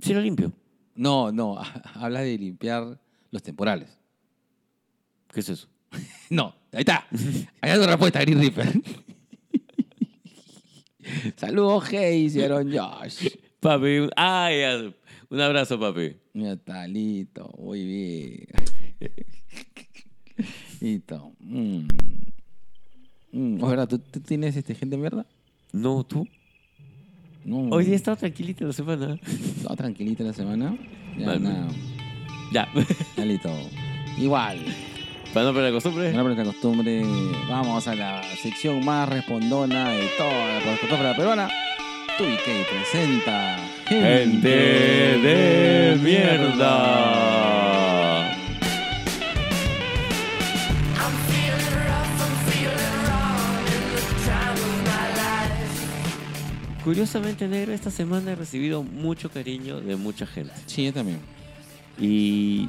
C: Sí lo limpio.
B: no, no, habla de limpiar los temporales.
C: ¿Qué es eso?
B: No, ahí está. Ahí está tu respuesta, Green Reaper. Saludos, hey, hicieron Josh.
C: Papi, un- ah, ya. un abrazo, papi.
B: Ya está, listo, muy bien. listo. Mm. Mm, Ahora, ¿tú, tú tienes este, gente de mierda?
C: No, tú.
B: No.
C: Hoy día he estado tranquilita la semana.
B: Todo tranquilita la semana. Ya,
C: Vale.
B: nada,
C: Ya.
B: ya listo. Igual,
C: Para no perder la costumbre.
B: como nuestra costumbre, vamos a la sección más respondona de toda la costumbre peruana. Tubique presenta
C: Gente de mierda. Curiosamente, negro, esta semana he recibido mucho cariño de mucha gente.
B: Sí, yo también.
C: Y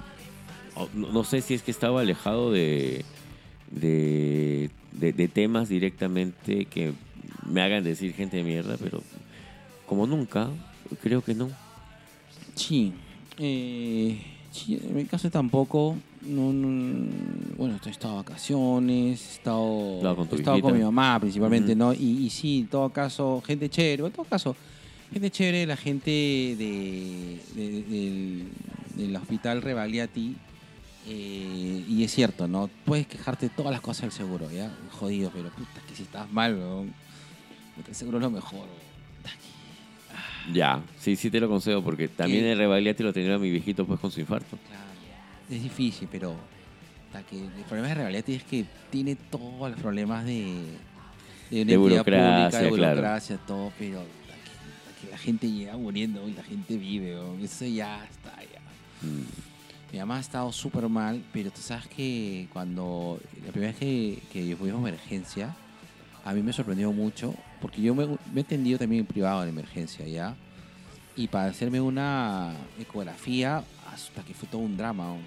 C: oh, no, no sé si es que estaba alejado de, de, de- de temas directamente que me hagan decir gente de mierda, pero como nunca, creo que no.
B: Sí. Eh, sí, en mi caso tampoco. No, no- bueno, he estado de vacaciones, he estado,
C: Estaba con tu
B: he estado
C: hijita.
B: con mi mamá principalmente,
C: Ujú.
B: ¿no? Y, y sí, en todo caso, gente chévere, en todo caso, gente chévere, la gente de, de- del, del hospital Revaliati. eh, y es cierto, ¿no? Puedes quejarte de todas las cosas del seguro, ¿ya? Jodido, pero puta, que si estás mal, weón, puta, el seguro es lo mejor, weón.
C: Ya, sí, sí te lo concedo porque también
B: ¿Qué?
C: el Rebagliati lo tenía mi viejito pues con su infarto.
B: Claro. Es difícil, pero hasta que el problema de realidad es que tiene todos los problemas de, de una
C: De
B: entidad
C: burocracia,
B: pública, de
C: claro.
B: burocracia, todo, pero hasta que, hasta que la gente llega muriendo y la gente vive, ¿no? eso ya está, ya.
C: Mm.
B: Mi mamá ha estado súper mal, pero tú sabes que cuando la primera vez que, que fuimos a emergencia, a mí me sorprendió mucho, porque yo me, me he atendido también en privado en emergencia, ¿ya? Y para hacerme una ecografía, hasta que fue todo un drama. ¿no?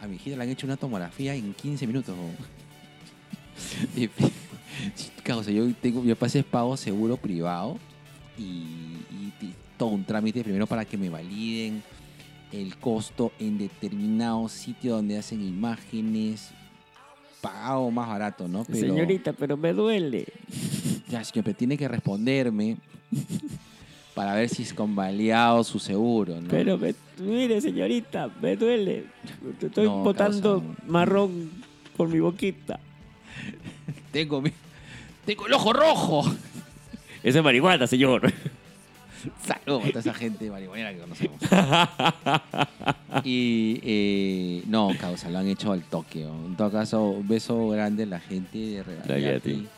B: A mi hijita le han hecho una tomografía en 15 minutos. ¿no? Y, sí, causa, yo, tengo, yo pasé pago seguro privado y, y ti- todo un trámite primero para que me validen el costo en determinado sitio donde hacen imágenes pagado más barato, ¿no? Pero-
C: pero me duele.
B: ya, siempre tiene que responderme para ver si es convaliado su seguro, ¿no?
C: me, mire señorita, me duele.
B: Estoy No, botando causa.
C: marrón por mi boquita.
B: Tengo, mi- tengo el ojo rojo.
C: Esa es marihuana, señor.
B: Saludos a toda esa gente marihuanera que conocemos. Y eh, no, causa, lo han hecho al toque. ¿no? En todo caso, un beso grande a la gente de Rebagliati.
C: Rebagliati.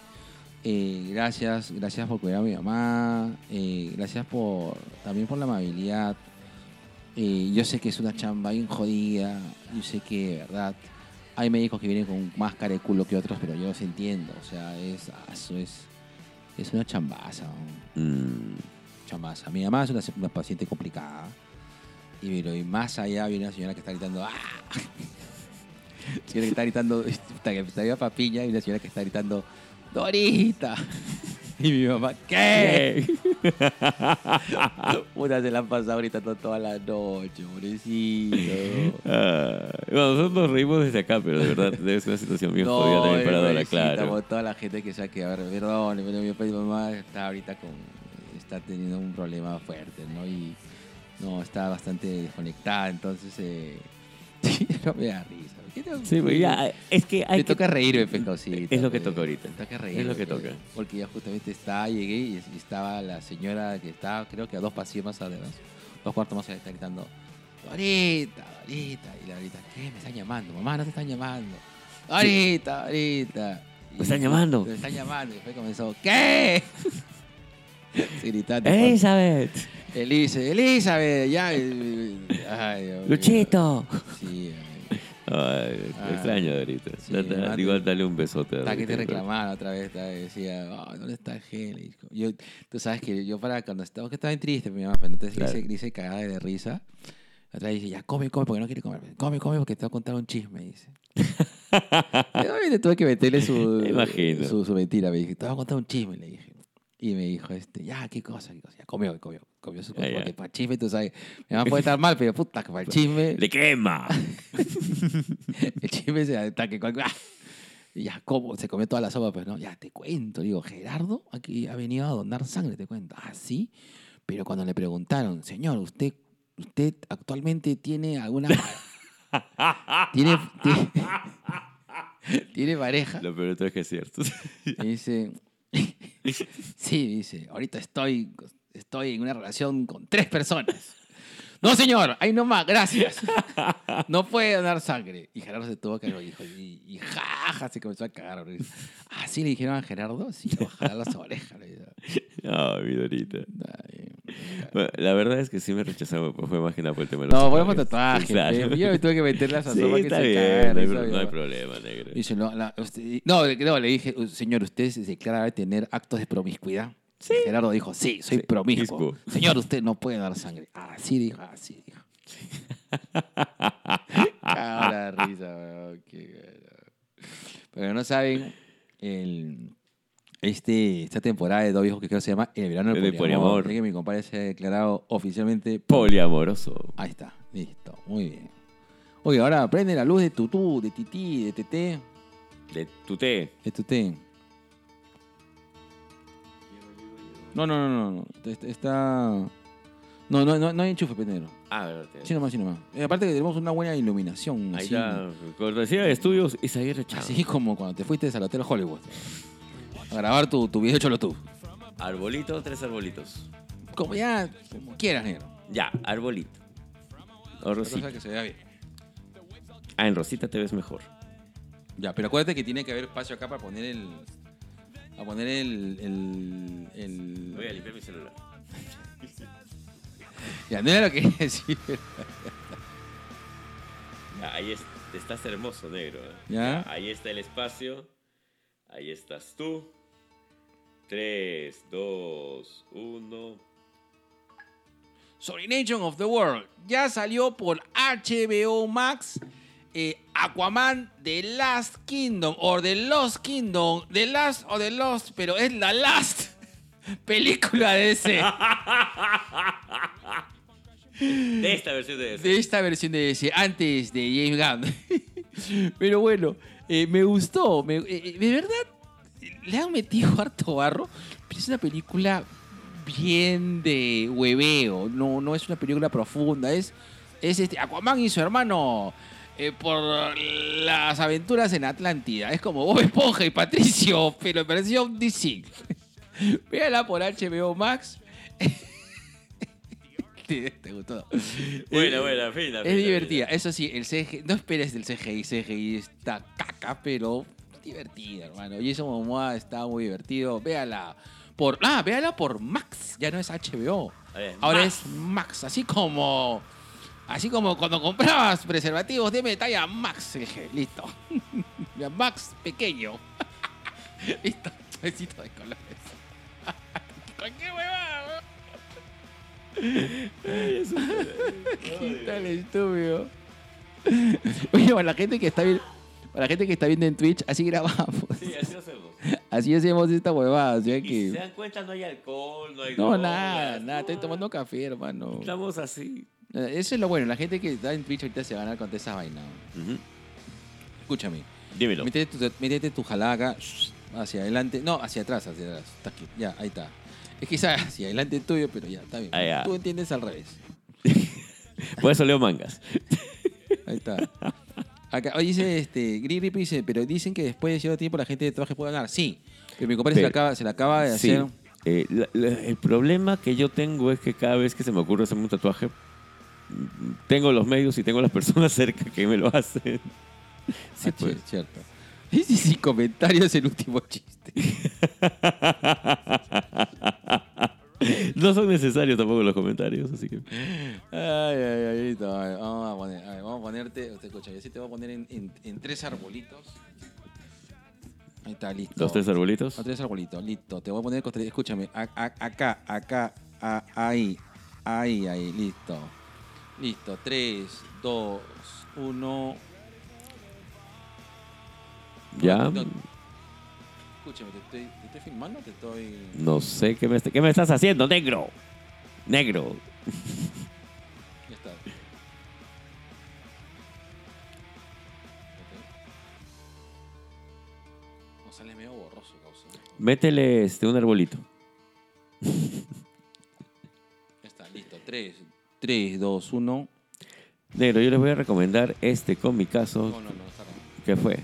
B: Eh, gracias, gracias por cuidar a mi mamá. eh, gracias por también por la amabilidad. Eh, yo sé que es una chamba bien jodida. Yo sé que, de verdad, hay médicos que vienen con más cara de culo que otros, pero yo los entiendo. O sea, es, ah, eso es, es una chambaza. ¿no?
C: Mm,
B: chamasa. Mi mamá es una, una paciente complicada. Y, pero, y más allá viene una señora que está gritando ¡Ah! Señora que está gritando, puta, que está viva papilla y una señora que está gritando ¡Dorita! Y mi mamá, ¿qué? Puta, se la han pasado gritando toda la noche, pobrecito.
C: ah, bueno, nosotros nos reímos desde acá, pero de verdad debe ser una situación bien jodida también para Dora,
B: eh, pobrecita,
C: claro.
B: por Toda la gente que se ha quedado, perdón, pero mi papá y mi mamá está ahorita con, está teniendo un problema fuerte, ¿no? Y no, está bastante desconectada, entonces, eh, no me da risa. ¿Qué te-
C: Sí, pues ya, es que
B: Me
C: hay que...
B: toca reírme, pues, cosita,
C: Es lo que
B: pues.
C: toca ahorita.
B: Me toca reírme.
C: Es lo que
B: pues.
C: toca.
B: Porque ya justamente estaba, llegué y y estaba la señora que estaba, creo que a dos pasillos más atrás, dos cuartos más allá, está gritando, Dorita, Dorita. Y la Dorita, ¿qué? Me están llamando, mamá, no te están llamando. Dorita, Dorita.
C: Me están llamando.
B: Me están llamando. Y después comenzó, ¿qué? Sí,
C: Eh,
B: gritando.
C: Elizabeth,
B: Elise, Elizabeth, ya. eh, ay, Dios mío.
C: Luchito.
B: Sí, ay.
C: Ay,
B: Ah.
C: extraño Dorita.
B: Sí,
C: Da- da-
B: mate.
C: igual dale un besote. a
B: Hasta que
C: Dorita,
B: te
C: pero-
B: reclamaban otra vez, ta, decía, "Ah, ¿dónde está Helen? Yo, tú sabes que yo para cuando estaba, que estaba bien triste, mi mamá, pues, entonces le
C: Claro.
B: hice- le hice cagada de risa. Otra vez dice, ya come, come, porque no quiere comer. Come, come, porque te va a contar un chisme, dice. Yo obviamente tuve que meterle
C: Me
B: su,
C: imagino.
B: su, su mentira, me dije, te va a contar un chisme, le dije. Y me dijo, este, ya, qué cosa, qué cosa. Ya comió, comió, comió su
C: Ah, ya.
B: porque para el chisme, tú sabes, mi mamá puede estar mal, pero puta, que para el chisme.
C: ¡Le quema!
B: El chisme se ataque. cual- ¡Ah! Y ya, ¿cómo? Se comió toda la sopa, pues, ¿no? Ya, te cuento. Digo, Gerardo aquí ha venido a donar sangre, te cuento. Ah, sí. Pero cuando le preguntaron, señor, ¿usted, usted actualmente tiene alguna... pa- ¿Tiene, tiene, tiene pareja?
C: Lo peor de todo es que es cierto.
B: Y dice... sí, dice, ahorita estoy, estoy en una relación con tres personas. No, señor, ahí nomás, gracias. No puede donar sangre. Y Gerardo se tuvo que lo dijo. Y, y jaja, se comenzó a cagar. bro. Así le dijeron a Gerardo, sí, le va a jalar las orejas. le dijo.
C: No, mi Dorita.
B: Ay,
C: Bueno, la verdad es que sí me rechazaron, pues fue más que nada por el tema de los
B: No, bueno, por
C: tatuajes.
B: tatuaje.
C: Sí, claro.
B: Yo me tuve que meter las
C: Sí,
B: asomas que
C: está
B: se
C: bien,
B: cagaron,
C: no hay,
B: eso,
C: pro-
B: mi
C: no hay
B: mamá.
C: problema, negro.
B: Dice, no, la- usted- no, le- no, le dije, "Uh, señor, usted se declara de tener actos de promiscuidad. Y Gerardo dijo, sí, soy
C: Sí,
B: promiscuo.
C: promiscuo.
B: Señor, usted no puede dar sangre. Así dijo, así dijo. Cara de risa, weón, qué bueno. Pero no saben, el, este, esta temporada de Dos Viejos que creo se llama El Verano del
C: El del
B: Poliamor.
C: poliamor.
B: Así que mi compadre se ha declarado oficialmente
C: Poliamoroso.
B: Ahí está. Listo, muy bien. Oye, ahora prende la luz de tutú, de tití, de teté,
C: De tu té.
B: de tuté. No, no, no, no, no. Est- Está. No, no, no, no hay enchufe, pendejo.
C: Ah, verdad, te-
B: Sí, nomás, sí, nomás. Eh, aparte que tenemos una buena iluminación.
C: Ahí
B: así,
C: está. Cortesía de estudios
B: Ah,
C: Isaguirre Chávez.
B: Así como cuando te fuiste al Hotel Hollywood a grabar tu, tu video cholo tú.
C: Arbolito, tres arbolitos.
B: Como ya, como quieras, negro.
C: Ya, arbolito. O
B: La cosa
C: Rosita.
B: es que se vea bien.
C: Ah, en Rosita te ves mejor.
B: Ya, pero acuérdate que tiene que haber espacio acá para poner el. A poner el. el, el-
C: Voy a limpiar mi celular.
B: Ya, no era lo que quería decir. pero-
C: Ya, ahí es- estás hermoso, negro. eh.
B: Ya.
C: Ahí está el espacio. Ahí estás tú. 3, 2, 1.
B: Sorination of the World. Ya salió por HBO Max eh, Aquaman The Last Kingdom o The Lost Kingdom. The Last o The Lost, pero es la Last película de ese.
C: De esta versión de
B: de esta versión de ese, antes de James Gunn. Pero bueno, eh, me gustó. me- eh, de verdad, eh, le han metido harto barro. Pero es una película bien de hueveo. No, no es una película profunda. Es, es este Aquaman y su hermano. eh, por las aventuras en Atlántida. Es como Bob Esponja y Patricio, pero en versión DC. Véala por HBO Max. Te te gustó.
C: Buena,
B: Eh,
C: buena, fina.
B: es divertida, eso sí, el CGI, no esperes del CGI, CGI está caca, pero divertida, hermano. Y eso Momoa está muy divertido. Véala por ah, véala por Max, ya no es HBO. Ahora es Max, así como así como cuando comprabas preservativos de talla Max, dije, listo. Ya, Max pequeño. listo, besito de colores. ¿Con qué huevada? ¿Qué tal estúpido? Oye, para la gente que está bien, para la gente que está viendo en Twitch, así grabamos.
C: Sí, así lo hacemos.
B: Así hacemos esta huevada, o sea
C: Y si se
B: que
C: dan cuenta, no hay alcohol, no hay.
B: no,
C: drogas,
B: nada, nada,
C: no,
B: estoy tomando café, hermano.
C: Estamos así.
B: Eh, Eso es lo bueno. La gente que está en Twitch ahorita se va a ganar con esa vaina. Escúchame.
C: Dímelo.
B: Métete tu, métete tu jalada acá, shh, hacia adelante. No, hacia atrás, hacia atrás. Está aquí, Ya, ahí está. Es quizás hacia adelante tuyo, pero ya, está bien.
C: Ah, ya.
B: Tú entiendes al revés.
C: Por eso leo mangas.
B: Ahí está. Acá, oye, dice este, Green Reaper dice, pero dicen que después de cierto tiempo la gente de traje puede ganar. Sí, pero mi compadre se, la
C: Pero-
B: acaba, se la acaba de
C: Sí.
B: hacer.
C: Eh, la- la- el problema que yo tengo es que cada vez que se me ocurre hacerme un tatuaje, mm, tengo los medios y tengo las personas cerca que me lo hacen. Sí,
B: Ah,
C: pues.
B: ch- cierto. Y si sin comentarios el último chiste. pues.
C: No son necesarios tampoco los comentarios, así que.
B: Ay, ay, ay, listo, a ver, vamos a poner, a ver, vamos a ponerte, usted escucha, yo sí te voy a poner en, en- en tres arbolitos. Ahí está, listo.
C: Los tres arbolitos.
B: Los tres arbolitos, listo. Te voy a poner con tres- escúchame, a- a- acá, acá, a- ahí, ahí, ahí, listo. Listo, tres, dos, uno.
C: Ya.
B: No, Escúchame, ¿te estoy, te estoy filmando o te estoy...?
C: No sé qué me, est- qué me estás haciendo, negro. Negro.
B: Ya está. Ok. No sale medio borroso, causa.
C: Métele este, un arbolito.
B: Ya está, listo. 3, 3, 2, 1.
C: Negro, yo les voy a recomendar este
B: No,
C: comicazo
B: no, no, está bien.
C: que fue.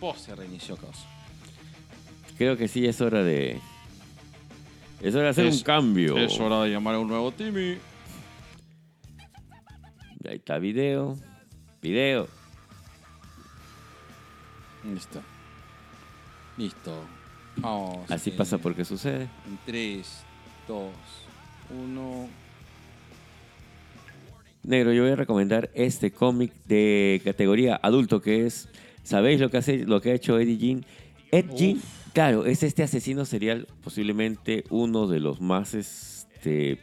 B: Pos se reinició, causa.
C: Creo que sí es hora de. Es hora de hacer
B: Es-
C: un cambio.
B: hora de llamar a un nuevo Timmy.
C: Ahí está video. Video.
B: Listo. Listo. Vamos. eh,
C: Así pasa porque sucede.
B: 3, 2, 1.
C: Negro, yo voy a recomendar este cómic de categoría adulto que es. ¿Sabéis lo que hace, lo que ha hecho Eddie Jean? Ed Gein, claro, es este asesino serial, posiblemente uno de los más este,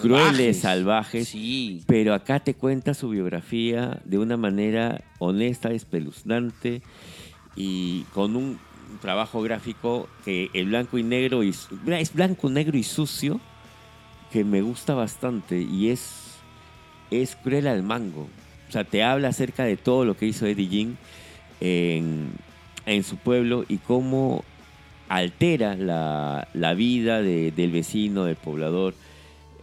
C: crueles, salvajes.
B: Sí.
C: Pero acá te cuenta su biografía de una manera honesta, espeluznante y con un trabajo gráfico que el blanco y negro y, es blanco, negro y sucio que me gusta bastante y es es cruel al mango. O sea, te habla acerca de todo lo que hizo Eddie Jean en, en su pueblo y cómo altera la, la vida de- del vecino, del poblador.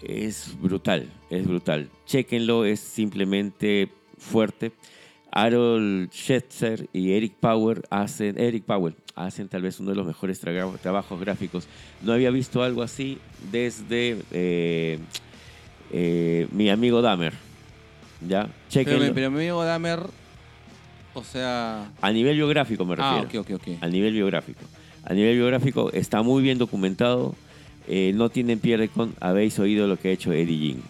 C: Es brutal, es brutal. Chequenlo, es simplemente fuerte. Harold Schetzer y Eric Power hacen, Eric Powell hacen tal vez uno de los mejores traga- trabajos gráficos. No había visto algo así desde eh, eh, mi amigo Dahmer. ¿Ya?
B: Pero,
C: Chequenlo.
B: me- pero mi amigo Dahmer, o sea...
C: A nivel biográfico me refiero.
B: Ah, ok, ok, ok.
C: A nivel biográfico. A nivel biográfico está muy bien documentado. eh, no tienen pierde con habéis oído lo que ha hecho Eddie Jean.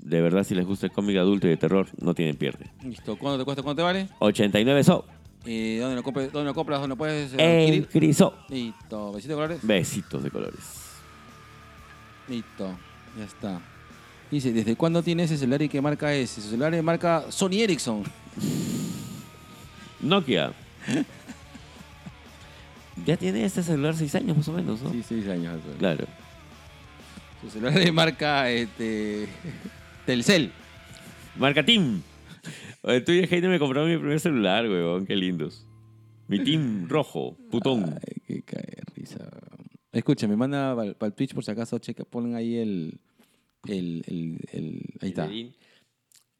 C: De verdad, si les gusta el cómic adulto y de terror, no tienen pierde.
B: Listo, ¿cuánto te cuesta? ¿Cuánto te vale?
C: 89 so.
B: Eh, ¿dónde, lo compras, ¿Dónde lo compras? ¿Dónde lo puedes eh,
C: En
B: adquirir?
C: Criso.
B: Listo, besito de colores.
C: Besitos de colores.
B: Listo, ya está. Dice, ¿desde cuándo tiene ese celular y qué marca es? Su celular es marca Sony Ericsson.
C: Nokia. ya tiene este celular 6 años más o menos, ¿no?
B: Sí, seis años. Claro.
C: Claro.
B: Su celular es marca este, Telcel.
C: Marca Tim. Oye, Tú y el Heine me compraron mi primer celular, weón. Qué lindos. Mi Tim rojo, putón.
B: Ay, qué cae de risa. Escúchame, manda para el Twitch por si acaso, checa, ponen ahí el... el, el, el- ahí está.
C: Medellín,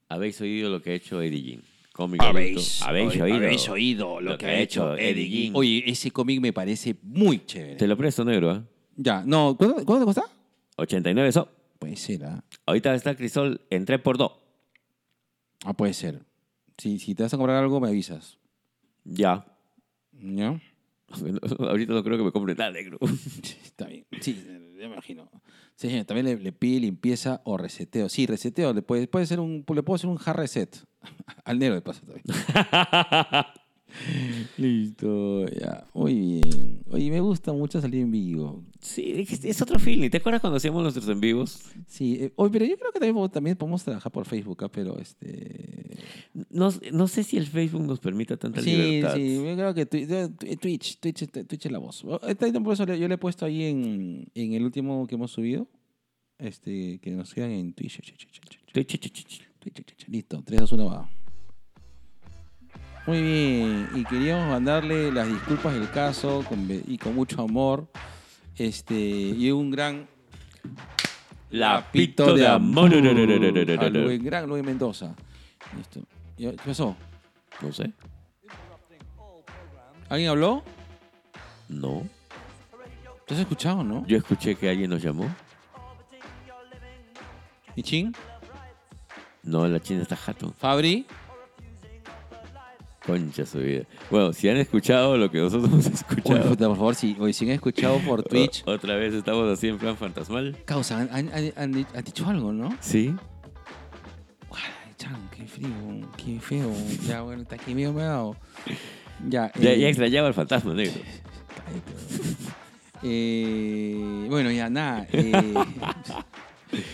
C: Habéis oído lo que ha hecho Eddie Jean. Cómic
B: Habéis,
C: adulto. Habéis oído.
B: oído
C: lo que ha hecho Eddie Ging.
B: Oye, ese cómic me parece muy chévere.
C: Te lo presto, negro, ¿ah?
B: Ya, no, ¿cuánto, cuánto te cuesta?
C: 89 so.
B: Puede ser, ¿ah?
C: Ahorita está Crisol en 3x2.
B: Ah, puede ser. Si, si te vas a comprar algo, me avisas.
C: Ya.
B: ¿Ya?
C: Ahorita no creo que me compre nada, negro.
B: Está bien. Sí, ya me imagino. Sí, señor, también le, le pide limpieza o reseteo. Sí, reseteo. Le puede, puede ser un, le puedo hacer un hard reset. Al negro le pasa también. Listo, ya. Muy bien. Oye, me gusta mucho salir en vivo.
C: sí, es, es otro feeling. ¿Te acuerdas cuando hacíamos nuestros en vivos?
B: Sí, eh, oye, pero yo creo que también, po- también podemos trabajar por Facebook, ¿ah? pero este...
C: No, no sé si el Facebook nos permita tanta
B: Sí,
C: libertad.
B: sí, yo creo que Twi- eh, Twi- Twitch, Twitch, Twitch es la voz. Está ahí, Por eso le- yo le he puesto ahí en, en el último que hemos subido, este, que nos sigan en Twitch. Twitch, Twitch, Twitch, Twitch,
C: Ch- ch- ch- ch- ch.
B: Twitch, Twitch. Listo, 3, 2, 1, va. Muy bien, y queríamos mandarle las disculpas del caso con be- y con mucho amor. Este, y un gran
C: Lapito de amor.
B: al buen gran Luis Mendoza. Listo. ¿Y- ¿Qué pasó?
C: No sé.
B: ¿Alguien habló?
C: No.
B: ¿Te has escuchado, no?
C: Yo escuché que alguien nos llamó.
B: ¿Y Chin?
C: No, la china está jato.
B: ¿Fabri?
C: Concha su vida. Bueno, si han escuchado lo que nosotros hemos
B: Oye,
C: escuchado.
B: puta, por favor, si, oye, si han escuchado por Twitch,
C: O- otra vez estamos así en plan fantasmal.
B: causa, han, han- han- han di- han dicho algo, ¿no?
C: Sí.
B: Ay, chan, qué frío, qué feo. Ya, bueno, está aquí medio me ha dado. Ya,
C: Ya,
B: eh,
C: ya extrañaba al fantasma negro.
B: cállate, weón. Eh, bueno, ya, nada. eh, vamos,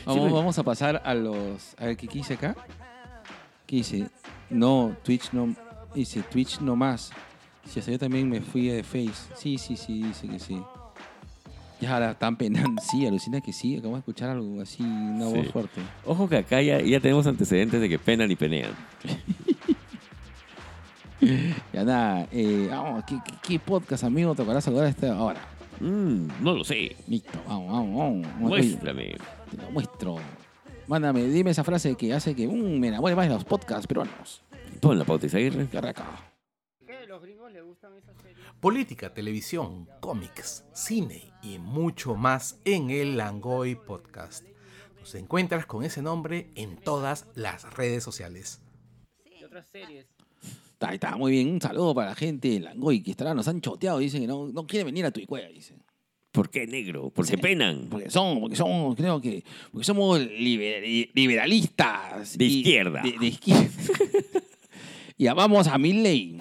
C: pero-
B: vamos a pasar a los. A ver, ¿qué, qué dice acá? ¿Qué dice? No, Twitch no. Dice Twitch no más. Si hasta yo también me fui de Face. Sí, sí, sí, dice que sí. Ya la están penando. Sí, alucina que sí. Acabamos de escuchar algo así, una
C: Sí.
B: voz fuerte.
C: Ojo que acá ya, ya tenemos antecedentes de que penan y penean.
B: Ya nada. Eh, vamos, ¿qué, qué, qué podcast, amigo, tocará saludar a esta hora?
C: Mm, no lo sé.
B: Listo, vamos, vamos, vamos. Oye,
C: Muéstrame.
B: Te lo muestro. Mándame, dime esa frase que hace que mm, me enamore más de los podcasts peruanos.
C: Pon la pauta, Isaguirre.
B: Qué acá.
F: Política, televisión, cómics, cine y mucho más en el Langoy Podcast. Nos encuentras con ese nombre en todas las redes sociales.
B: Está, está, muy bien. Un saludo para la gente de Langoy que estará, nos han choteado. Dicen que no, no quieren venir a Tuicuea, dicen.
C: ¿Por qué negro? Porque
B: Sí.
C: penan.
B: Porque somos, porque somos, creo que, porque somos liber- liberalistas.
C: De
B: y-
C: izquierda.
B: De, de izquierda. y amamos a Milley.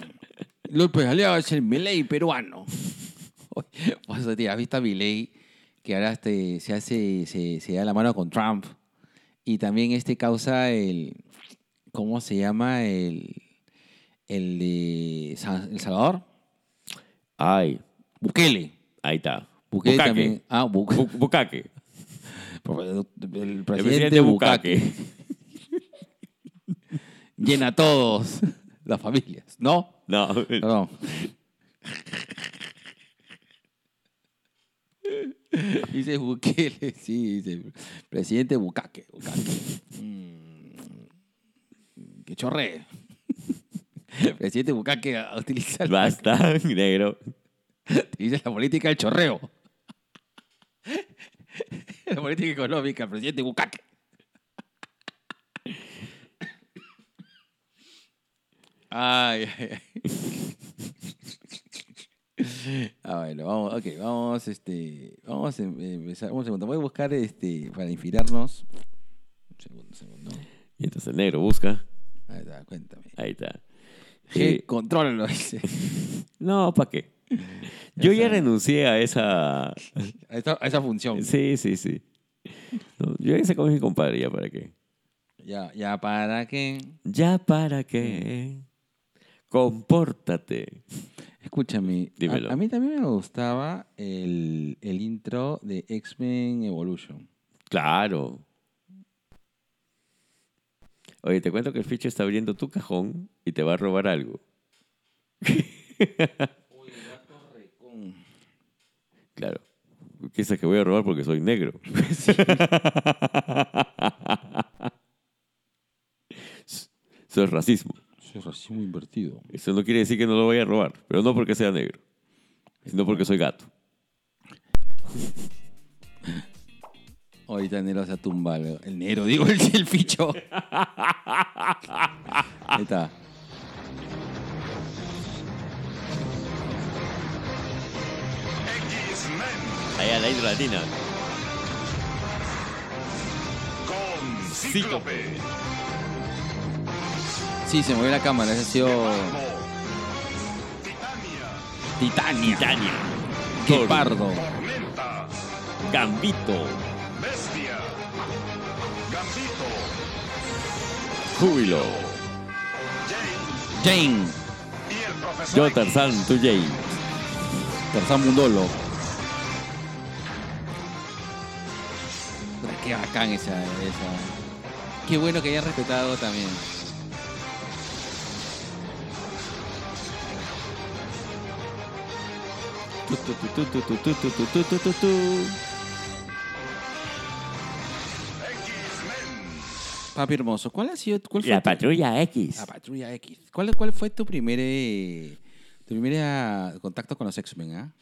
B: López Aliaga es el Milley peruano. Vos te has visto a Milley que ahora este, se hace, se, se da la mano con Trump. Y también este causa el, ¿cómo se llama? El, el de San- El Salvador.
C: Ay,
B: Bukele.
C: Ahí está.
B: Bukele
C: Bukake.
B: también. Ah, Bukele.
C: Bu- Bukake.
B: El presidente,
C: El presidente
B: Bukake.
C: Bukake.
B: Llena a todos las familias, ¿no?
C: No.
B: Perdón. Dice Bukele, sí, dice presidente Bukake. Bukake. Mm, que chorre. presidente Bukake ah, utiliza,
C: Basta, negro.
B: utiliza la política del chorreo. la política económica, presidente Bukake. Ay, ay, ay. Ah, bueno, vamos, ok, vamos, este, vamos a em- empezar, un segundo, voy a buscar, este, para inspirarnos, un segundo, un segundo,
C: Y entonces el negro busca.
B: ahí está, cuéntame,
C: Ahí está.
B: G,
C: Eh,
B: contrólalo, dice,
C: no, ¿para qué? Yo ya renuncié a esa.
B: a esa, a esa función,
C: Sí, sí, sí. No, yo ya se con mi compadre, ¿ya para qué?
B: ya, ya, para que,
C: ¿Ya para qué? Compórtate.
B: escúchame, a-
C: Dímelo.
B: A, mí también me gustaba el, el intro de X-Men Evolution,
C: Claro. Oye, te cuento que el ficho está abriendo tu cajón y te va a robar algo. Claro. Piensas que voy a robar porque soy negro. Eso es racismo.
B: eso es racismo invertido,
C: Eso no quiere decir que no lo vaya a robar, pero no porque sea negro, sino porque soy gato.
B: ahorita Nero se ha tumbado, el Nero, digo, el, el ficho, ahí está,
C: Allá la isla latina.
G: Con Cíclope.
B: sí, se movió la cámara, ese ha sido...
G: Titania.
B: Titania.
C: Titania.
B: Qué pardo.
G: Tormenta.
C: Gambito.
G: Bestia. Gambito.
C: Júbilo.
G: Jane.
B: Jane.
G: Y el profesor.
C: Yo,
G: X.
C: Tarzán, tú, Jay.
B: Tarzán Mundolo. Puta, Qué bacán esa, esa. Qué bueno que hayan respetado también.
C: Tu, tu, tu, tu, tu, tu, tu, tu, tu, tu, tu, tu.
G: X-Men.
B: Papi hermoso, ¿cuál ha sido? Cuál fue
C: La
B: tu-
C: patrulla X.
B: La patrulla X. ¿Cuál, cuál fue tu primer eh, tu primer ah, contacto con los X-Men? ah?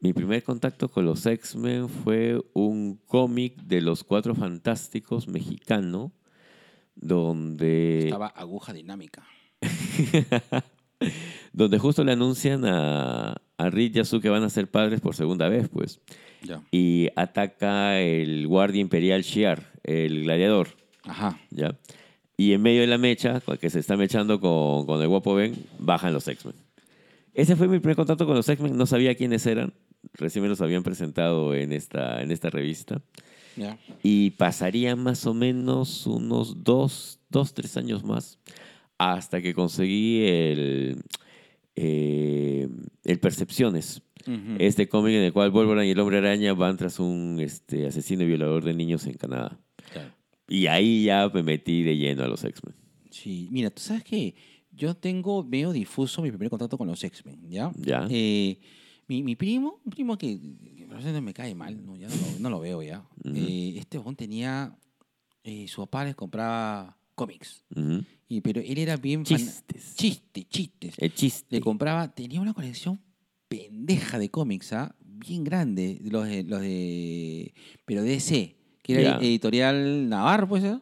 C: Mi primer contacto con los X-Men fue un cómic de los Cuatro Fantásticos mexicano, donde...
B: Estaba aguja dinámica.
C: donde justo le anuncian a, a Reed y a Sue que van a ser padres por segunda vez, pues.
B: Ya.
C: Y ataca el guardia imperial Shiar, el gladiador,
B: Ajá.
C: ¿ya? Y en medio de la mecha, con- que se está mechando con, con el guapo Ben, bajan los X-Men. Ese fue mi primer contacto con los X-Men, no sabía quiénes eran, recién me los habían presentado en esta, en esta revista.
B: Ya.
C: Y pasaría más o menos unos dos, dos tres años más hasta que conseguí el, eh, el Percepciones.
B: Ujú.
C: Este cómic en el cual Wolverine y el Hombre Araña van tras un este, asesino y violador de niños en Canadá.
B: Claro.
C: Y ahí ya me metí de lleno a los X-Men.
B: Sí, mira, tú sabes que yo tengo medio difuso mi primer contacto con los X-Men, ¿ya?
C: Ya.
B: Eh, mi, mi primo, un primo que, que por eso no me cae mal, no, ya no, lo, no lo veo ya.
C: Ujú.
B: Eh, este bojón tenía, eh, su papá les compraba cómics,
C: Ujú.
B: y, pero él era bien... fan-
C: Chistes.
B: Chistes, chistes.
C: El chiste.
B: Le compraba, tenía una colección pendeja de cómics, ¿ah? Bien grande, de los de, los de, pero DC, que era
C: Ya.
B: editorial Navarro, pues, ¿eh?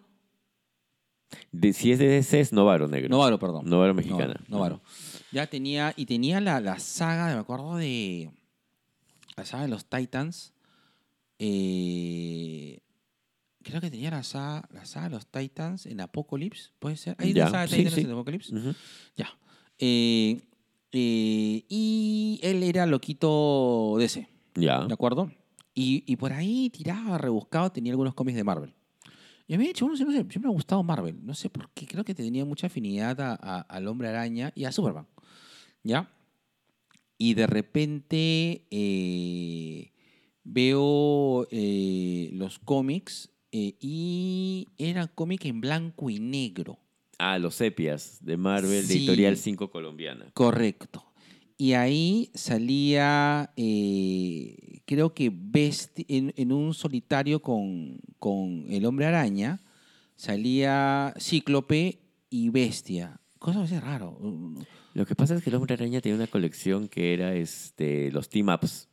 C: De- si es de DC, es Novaro Negro.
B: Novaro, perdón.
C: Novaro mexicana.
B: No, Novaro. Ya tenía, y tenía la, la saga, me acuerdo de. La saga de los Titans. Eh, creo que tenía la saga, la saga de los Titans en Apocalypse, ¿puede ser? ¿Hay
C: Ya,
B: una saga de
C: sí,
B: Titans
C: sí.
B: en Apocalypse?
C: Ujú.
B: Ya. Eh, eh, y él era loquito DC,
C: Ya.
B: ¿de acuerdo? Y, y por ahí tiraba, rebuscado, tenía algunos cómics de Marvel. Y a mí, de hecho, no sé, no sé, siempre me ha gustado Marvel. No sé por qué. Creo que tenía mucha afinidad a- a- al Hombre Araña y a Superman. ¿Ya? y de repente eh, veo eh, los cómics eh, y eran cómics en blanco y negro.
C: Ah, los sepias de Marvel, de
B: Sí.
C: Editorial 5 colombiana.
B: Correcto. Y ahí salía, eh, creo que Besti- en, en un solitario con, con el hombre araña, salía Cíclope y Bestia. Cosa así raro.
C: Lo que pasa es que el Hombre Araña tenía una colección que era este, los team-ups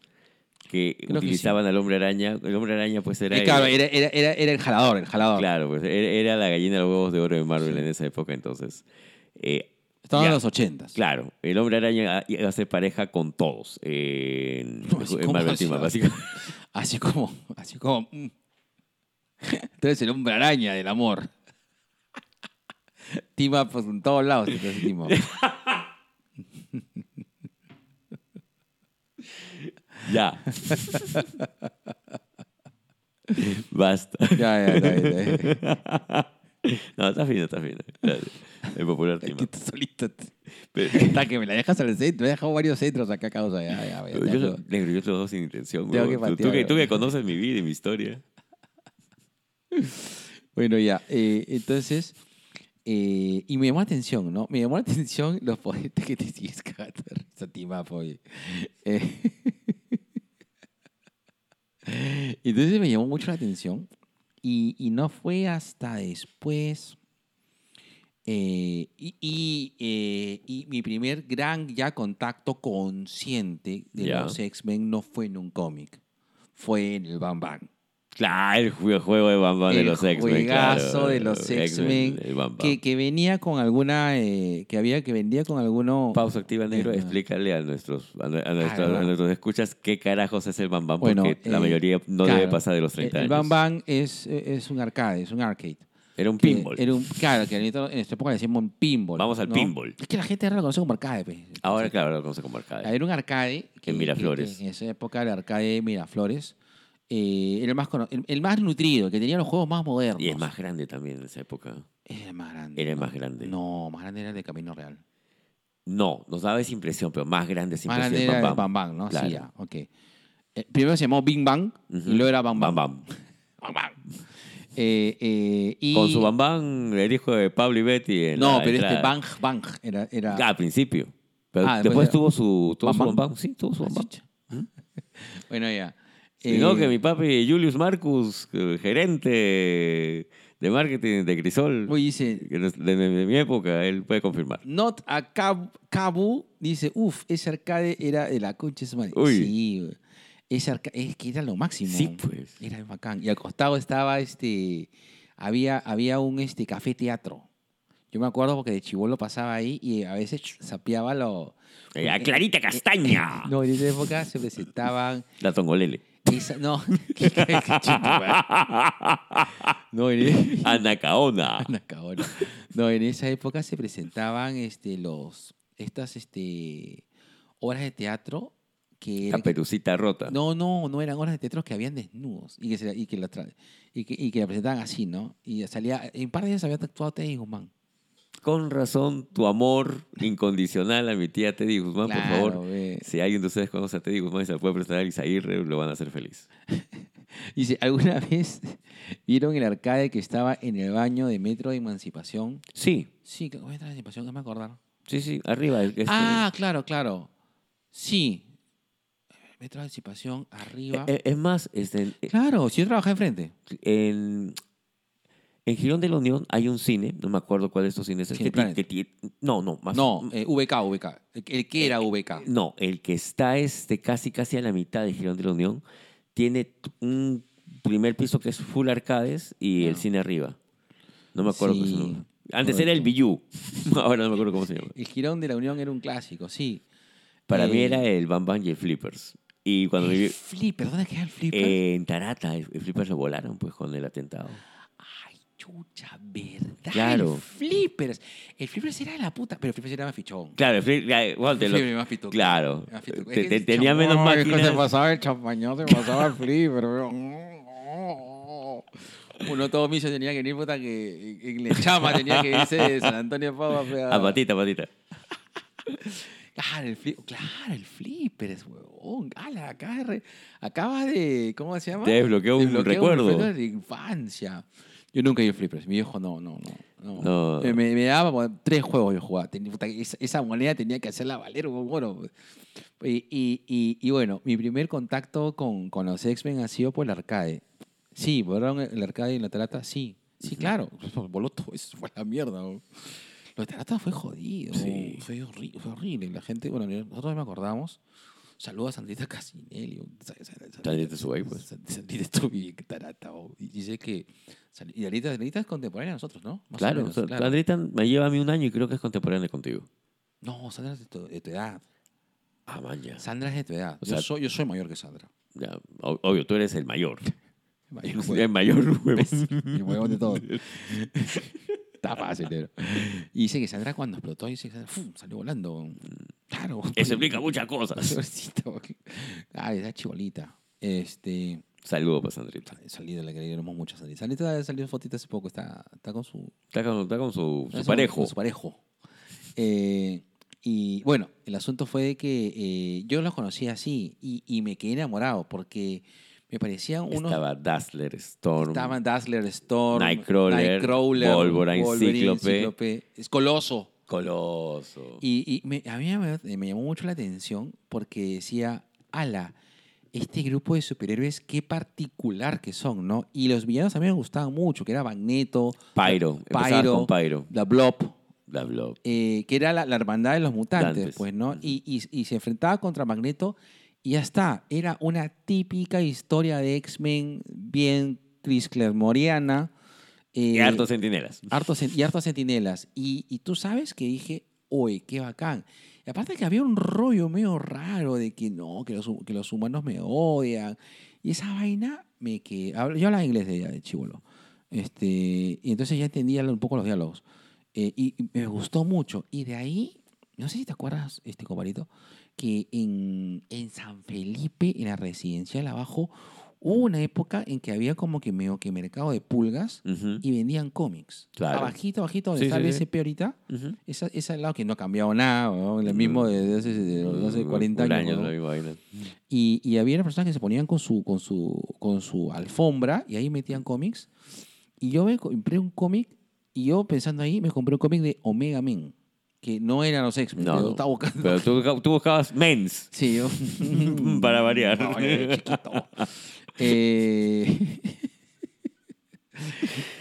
C: que
B: Creo que
C: utilizaban al Hombre Araña. El Hombre Araña pues era...
B: Eh, claro, era, era, era- era el jalador, el jalador.
C: Claro, pues era, era la gallina de los huevos de oro de Marvel
B: Sí.
C: en esa época, entonces. Eh,
B: Estaban
C: ya,
B: en los ochentas.
C: Claro, el hombre araña ha- hace pareja con todos eh, en,
B: No, así
C: en
B: como
C: Marvel
B: así.
C: Team Up, así que-
B: Así como, así como. mm. Tú eres el hombre araña del amor. Tima pues en todos lados te hace team up.
C: ya. Basta.
B: Ya, ya, ya, ya, ya.
C: No, está fino, está fino. El popular Team
B: Aquí
C: Up.
B: tú solito. te-
C: Pero-
B: Está que me la dejas al centro. Me he dejado varios centros acá, causa. Ya, ya, ya,
C: Yo,
B: ya,
C: yo-
B: ya.
C: negro, yo te lo doy sin intención.
B: Tengo
C: huevón.
B: que
C: Tú- tú,
B: patear,
C: que, tú
B: huevón.
C: que conoces mi vida y mi historia.
B: Bueno, ya. eh, entonces. eh, y me llamó la atención, ¿no? Me llamó la atención los poderes que te sigues cagando de risa, Team Up, oye. Eh, entonces me llamó mucho la atención. Y, y no fue hasta después. eh, y, y, eh, y mi primer gran ya contacto consciente de
C: Ya.
B: los X-Men no fue en un cómic. Fue en el Bam Bam.
C: Claro, el jue- juego de Bamba de
B: El
C: los X-Men.
B: juegazo
C: claro.
B: de los
C: el Bam Bam.
B: que, que venía con alguna eh, que había que vendía con alguno
C: Pausa activa, negro.
B: Ajá.
C: Explícale a nuestros, a, nue- a nuestros,
B: ¿verdad?
C: a nuestros escuchas qué carajos es el Bam Bam,
B: Bueno,
C: porque la
B: eh,
C: mayoría no
B: claro, eh,
C: debe pasar de los 30
B: el
C: años.
B: Bang Bang es, eh, es un arcade es un arcade
C: Era un
B: Que
C: pinball.
B: era un claro que ahorita en esta época le decíamos un pinball
C: Vamos al
B: ¿no?
C: pinball.
B: es que la gente ahora lo conoce como arcade pues.
C: Ahora, claro, lo conoce como arcade.
B: era un arcade que,
C: En Miraflores.
B: que- que en esa época el arcade de Miraflores eh, era el más cono- el, el más nutrido el que tenía los juegos más modernos
C: Y es más grande también en esa época.
B: era el más grande
C: Era el
B: ¿no?
C: más grande.
B: no más grande era el de Camino Real
C: No, nos daba esa impresión, pero más grande esa
B: Más
C: impresión.
B: grande Ah, era
C: Bam
B: el Bam
C: Bam.
B: Bang, ¿no?
C: Claro.
B: Sí, ya, ok. Eh, primero se llamó Bing Bang
C: Ujú.
B: y luego era Bam Bam.
C: Bam Bam.
B: Bam Bam. Eh, eh, y-
C: Con su Bam Bam, el hijo de Pablo y Betty. en
B: No,
C: la
B: pero
C: entrada.
B: este Bang Bang era. era...
C: Ah, al principio. Pero
B: Ah,
C: después
B: después-
C: tuvo su, tuvo
B: Bam
C: su
B: Bam.
C: Bam Bam. Sí, tuvo su Bam Bam.
B: Bueno, ya.
C: Y
B: Eh,
C: no, que mi papi Julius Marcus, eh, gerente de marketing de Crisol,
B: Uy, dice.
C: que nos- de, de- de mi época, él puede confirmar.
B: Not a cab- Cabu dice, uff, ese arcade era de la concha de su madre.
C: Uy.
B: Sí, güey. ese arca- es que era lo máximo.
C: Sí, pues.
B: Era el bacán. Y al costado estaba este. Había, había un este, café teatro. Yo me acuerdo porque de chivolo pasaba ahí y a veces ch- sapeaba lo.
C: Eh, a Clarita Castaña.
B: eh, No, en esa época se presentaban.
C: La Tongolele.
B: esa- no, qué- qué- qué chingo, güey. no, en, e-,
C: Anacaona.
B: Ana Caona. No, en esa época se presentaban este, los, estas este, obras de teatro que
C: La
B: eran...
C: perucita rota.
B: No, no, no eran obras de teatro que habían desnudos y que, se la- y que, la, tra- y que, y que la presentaban así, ¿no? Y salía, en par de ellas había actuado Teddy Guzmán.
C: Con razón, tu amor incondicional a mi tía Teddy Guzmán, por favor. Si alguien de ustedes conoce a Teddy Guzmán y se la puede presentar a Isaguirre, lo van a hacer feliz.
B: Dice, ¿alguna vez vieron el arcade que estaba en el baño de Metro de Emancipación?
C: Sí,
B: Sí, que- Metro de Emancipación, no me acordar.
C: sí, sí, arriba. este-
B: Ah, claro, claro. Sí. Metro de Emancipación,
C: Eh,
B: arriba.
C: eh, es más, este, eh,
B: Claro, si yo trabajaba enfrente.
C: en, en Girón de la Unión hay un cine, no me acuerdo cuál de estos cines es.
B: Cine
C: que ti-
B: Planet.
C: que ti- no, no, más.
B: No, eh, VK, VK. El, que- el que era VK.
C: no, el que está este, casi casi a la mitad de Girón de la Unión tiene t- un primer piso que es full arcades y el
B: Ah.
C: cine arriba. No me acuerdo. cuál es el
B: Sí,
C: nombre. Antes era el Billú, ahora no me acuerdo cómo se llama.
B: El Girón de la Unión era un clásico, sí.
C: Para mí
B: Eh,
C: era el Bam Bam y el Flippers. Y cuando Eh,
B: el
C: viví
B: Flipper, ¿dónde queda el Flipper?
C: en Tarata, el el Flippers lo volaron pues con el atentado.
B: Ay, chucha, ¿verdad?
C: Claro.
B: El Flippers. El Flippers era de la puta, pero el Flippers era más fichón.
C: Claro, el Flip- ya, bueno, te
B: El
C: lo-
B: Flippers más pituco.
C: Claro.
B: Más pituco.
C: Te-
B: Es que
C: te-
B: el
C: tenía
B: chamorro,
C: menos
B: es que
C: máquinas.
B: Se pasaba el champañón, se pasaba el Flipper. weón. Uno todo millo tenía que venir puta que
C: Ah,
B: en en Lechama tenía que irse de San Antonio Pau a-
C: A patita, patita.
B: Claro, el, fli- claro, el flipper es huevón. Ala, acaba de, re- acaba de. ¿Cómo se llama?
C: Te desbloqueó un recuerdo.
B: de infancia. Yo nunca vi flippers. Mi viejo no, no, no. no.
C: No.
B: Me, me daba bueno, tres juegos yo jugaba. Tenía- puta, esa, esa moneda tenía que hacerla valer. Bueno, y, y, y, y bueno, mi primer contacto con, con los X-Men ha sido por el arcade. Sí, ¿volaron el arcade en la trata? Sí, sí, claro. Voló todo eso, fue la mierda. weón. Lo de Tarata fue jodido,
C: Sí.
B: fue, horri- fue horrible. La gente, bueno, nosotros me acordamos. Saludos a Sandrita Casinelli.
C: Sandrita Subay, pues.
B: San- Sandrita Estubi, qué tarata. oh. Y dice que. Sal- Y Sandrita, Sandrita es contemporánea a nosotros, ¿no? Más o
C: Claro,
B: menos,
C: o sea, Andrita me lleva a mí un año y creo que es contemporánea contigo.
B: No, Sandra es de tu, de tu edad.
C: Ah, man, ya.
B: Sandra es de tu edad.
C: O
B: yo,
C: sea-
B: soy, yo soy mayor que Sandra.
C: Ya, o- Obvio, tú eres el mayor.
B: Mayor,
C: el mayor, huevón.
B: Y huevón de todo. Está fácil, negro. Y dice que Sandra cuando explotó, dice que Sandra, ¡fum! salió volando. Claro.
C: Eso explica muchas cosas.
B: Pobrecito. Ay, esa chibolita. Este,
C: Saludos para Sandrita.
B: salida la queremos mucho a Sandrita. Sandrita salió fotita hace poco, está, está con su,
C: Está con, está con su, su
B: con
C: parejo.
B: con su parejo. Eh, y bueno, el asunto fue de que eh, yo los conocí así y, y me quedé enamorado porque me parecían unos...
C: Estaba Dazzler, Storm.
B: Estaban Dazzler, Storm,
C: Nightcrawler,
B: Nightcrawler,
C: Wolverine, Cíclope.
B: Es coloso.
C: Coloso.
B: Y, y me- a mí me, me llamó mucho la atención porque decía, ala, este grupo de superhéroes, qué particular que son, ¿no? Y los villanos a mí me gustaban mucho, que era Magneto,
C: Pyro. Empezabas
B: Pyro,
C: con Pyro.
B: la Blob,
C: La Blob.
B: eh, que era la, la hermandad de los mutantes,
C: Mutantes.
B: pues, ¿no? Y, y- y se enfrentaba contra Magneto y ya está. Era una típica historia de X-Men, bien Chris Claremoriana.
C: Y
B: eh,
C: hartos centinelas.
B: harto sen- y hartos sentinelas. Y, y tú sabes que dije, oye, qué bacán. Y aparte que había un rollo medio raro de que no, que los, hu- que los humanos me odian. Y esa vaina me que Yo hablaba inglés de ella, de chivolo. Este, y entonces ya entendía un poco los diálogos. Eh, y, y me gustó mucho. Y de ahí, no sé si te acuerdas, este compadrito, que en, en San Felipe, en la residencia del abajo, hubo una época en que había como que medio que mercado de pulgas
C: Ujú,
B: y vendían cómics.
C: Claro.
B: Abajito, abajito, donde
C: Sí,
B: está
C: sí,
B: el
C: sí.
B: BCP ahorita.
C: ujú.
B: Esa, ese lado que no ha cambiado nada, ¿no? el mismo desde hace, de los hace 40
C: Mm. Un
B: años.
C: año,
B: ¿no?
C: la misma vaina.
B: y, y había personas que se ponían con su, con su, con su alfombra y ahí metían cómics. Y yo me compré un cómic y yo pensando ahí me compré un cómic de Omega Men, que no eran los X-Men,
C: No,
B: pero
C: no.
B: estaba buscando.
C: Pero tú, busca- tú buscabas mens.
B: Sí, yo.
C: Para variar.
B: Oye, chiquito. Eh,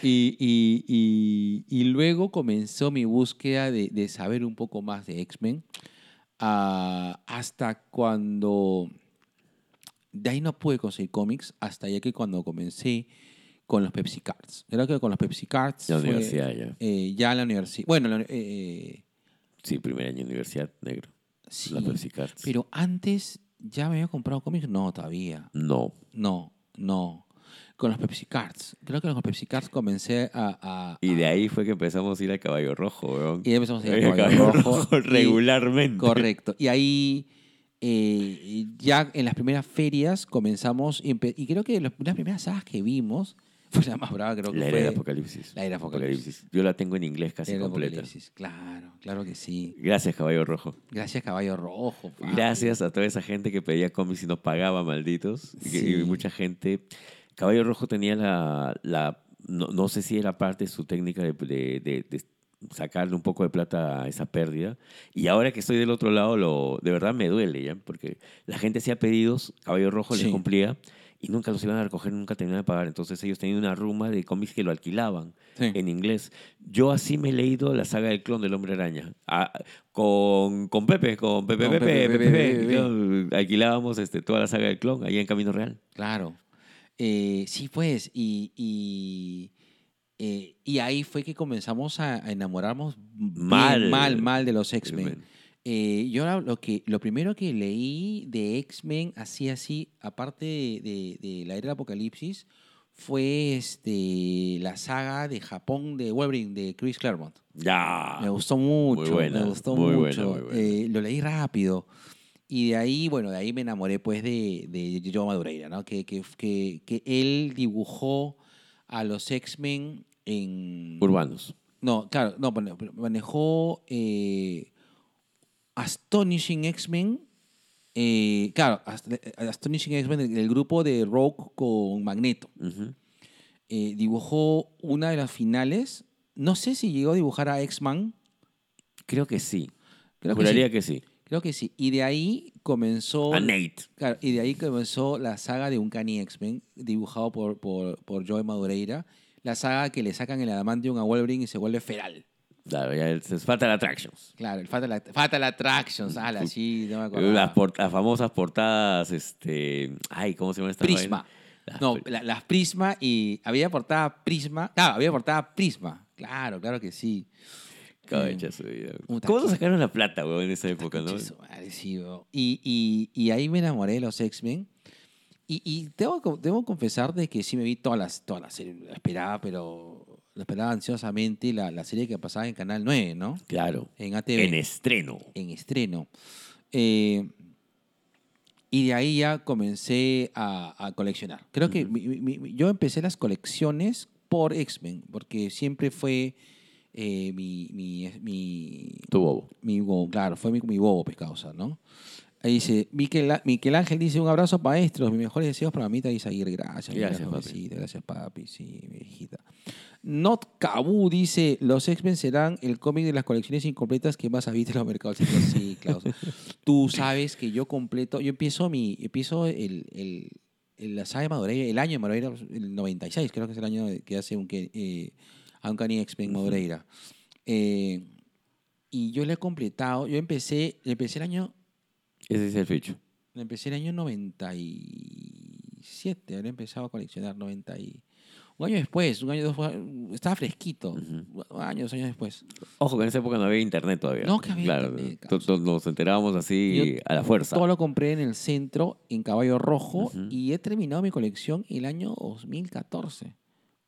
B: y, y- y- y luego comenzó mi búsqueda de, de saber un poco más de X-Men. ah, hasta cuando. De ahí no pude conseguir cómics, hasta ya que cuando comencé con los Pepsi Cards. Creo que con los Pepsi Cards.
C: La
B: fue,
C: universidad ya.
B: eh, ya la universidad. Bueno, la- eh,
C: Sí, primer año de universidad, negro.
B: sí.
C: La Pepsi Cards.
B: Pero antes ya me había comprado cómics. No, todavía.
C: No.
B: No, no. Con los Pepsi Cards. Creo que con los Pepsi Cards comencé a. a-
C: Y de ahí fue que empezamos a ir a Caballo Rojo, weón.
B: y empezamos a ir
C: Oye,
B: a Caballo Rojo. y-
C: regularmente.
B: correcto. Y ahí. eh, y ya en las primeras ferias comenzamos. Y, empe- y creo que los- las primeras sagas que vimos. Fue la más brava, creo que
C: La
B: fue.
C: era del apocalipsis.
B: La era apocalipsis.
C: Yo la tengo en inglés casi
B: Era
C: completa.
B: Apocalipsis. Claro, claro que sí.
C: Gracias, Caballo Rojo.
B: Gracias, Caballo Rojo. papi.
C: Gracias a toda esa gente que pedía cómics y no pagaba, malditos. Y que-
B: Sí.
C: Y mucha gente. Caballo Rojo tenía la. la- no, no sé si era parte de su técnica de, de- de- de sacarle un poco de plata a esa pérdida. Y ahora que estoy del otro lado, lo, de verdad me duele, ¿ya? Porque la gente hacía pedidos, Caballo Rojo
B: Sí.
C: les cumplía. Y nunca los iban a recoger, nunca terminaban de pagar. Entonces ellos tenían una ruma de cómics que lo alquilaban
B: Sí.
C: en inglés. Yo así me he leído la saga del clon del hombre araña. Ah, con, con Pepe, con Pepe,
B: Con
C: Pepe,
B: Pepe,
C: Pepe,
B: Pepe,
C: Pepe.
B: Pepe.
C: Yo, Alquilábamos este, toda la saga del clon ahí en Camino Real.
B: Claro. Eh, sí, pues, y, y, eh, y ahí fue que comenzamos a, a enamorarnos bien
C: Mal.
B: mal, mal de los X-Men.
C: X-Men.
B: Eh, yo ahora lo, que, lo primero que leí de X-Men, así, así, aparte de, de- de la era del apocalipsis, fue este, la saga de Japón de Wolverine, de Chris Claremont.
C: Ya.
B: Me gustó mucho,
C: buena,
B: me gustó
C: muy buena,
B: mucho.
C: muy buena.
B: Eh, lo leí rápido. Y de ahí, bueno, de ahí me enamoré pues de, de Joe Madureira, ¿no? Que, que, que, que él dibujó a los X-Men en...
C: Urbanos.
B: No, claro, no, mane- manejó eh, Astonishing X-Men. eh, claro, Ast- Astonishing X-Men, el, el grupo de Rogue con Magneto.
C: Ujú.
B: eh, dibujó una de las finales. No sé si llegó a dibujar a X-Man.
C: Creo que sí.
B: Creo que
C: Juraría
B: sí.
C: que sí.
B: Creo que sí. Y de ahí comenzó.
C: A Nate.
B: Claro, y de ahí comenzó la saga de Uncanny X-Men, dibujado por, por, por Joe Madureira. La saga que le sacan el adamantium a Wolverine y se vuelve feral.
C: Claro, ya es es Fatal Attractions.
B: Claro, el Fatal, At- Fatal Attractions. ala, sí, no me acuerdo.
C: Las, por- las famosas portadas, este... Ay, ¿cómo se llama esta
B: Prisma.
C: vaina? Las
B: No,
C: pri-
B: la- las Prisma y había portada Prisma. Claro, había portada Prisma. Claro, claro que sí. eh,
C: Concha Ah, su vida.
B: puta,
C: ¿Cómo no
B: qué-
C: sacaron la plata, weón, en esa época, no?
B: Conche su madre, sí, weón. y, y- y ahí me enamoré de los X-Men. Y, y tengo, que- tengo que confesar de que sí me vi todas las, todas las series. La esperaba, pero la esperaba ansiosamente la, la serie que pasaba en Canal 9, ¿no?
C: Claro.
B: En ATV.
C: En estreno.
B: en estreno. Eh, y de ahí ya comencé a, a coleccionar. Creo que mi- mi- mi- yo empecé las colecciones por X-Men, porque siempre fue eh, mi, mi, mi,
C: Tu bobo.
B: mi bobo, claro, fue mi, mi bobo, pues causa, ¿no? Ahí dice, Miquel, Miquel Ángel dice, un abrazo maestros, mis mejores deseos para mamita Isaguirre. Gracias, mi
C: Gracias,
B: gran
C: papi.
B: jovencita, Gracias, papi, sí, mi hijita. Not Kabu dice, los X-Men serán el cómic de las colecciones incompletas que más habita en los mercados. secretos". Sí, Klaus. Tú sabes que yo completo, yo empiezo mi, empiezo el, el, el- la saga de Madureira, el año de Madureira, el 96, creo que es el año que hace un, que- eh, Uncanny X-Men Madureira. Eh, y yo lo he completado. Yo empecé, empecé el año,
C: Ese es el ficho.
B: empecé el año 97. Había empezado a coleccionar 90 y- un año después, un año después, estaba fresquito. Años, años después.
C: Ojo, que en esa época no había internet todavía.
B: No, que había
C: Claro,
B: internet,
C: to- to- nos enterábamos así
B: Yo
C: a la fuerza.
B: Todo lo compré en el centro, en Caballo Rojo,
C: Ujú.
B: y he terminado mi colección el año 2014,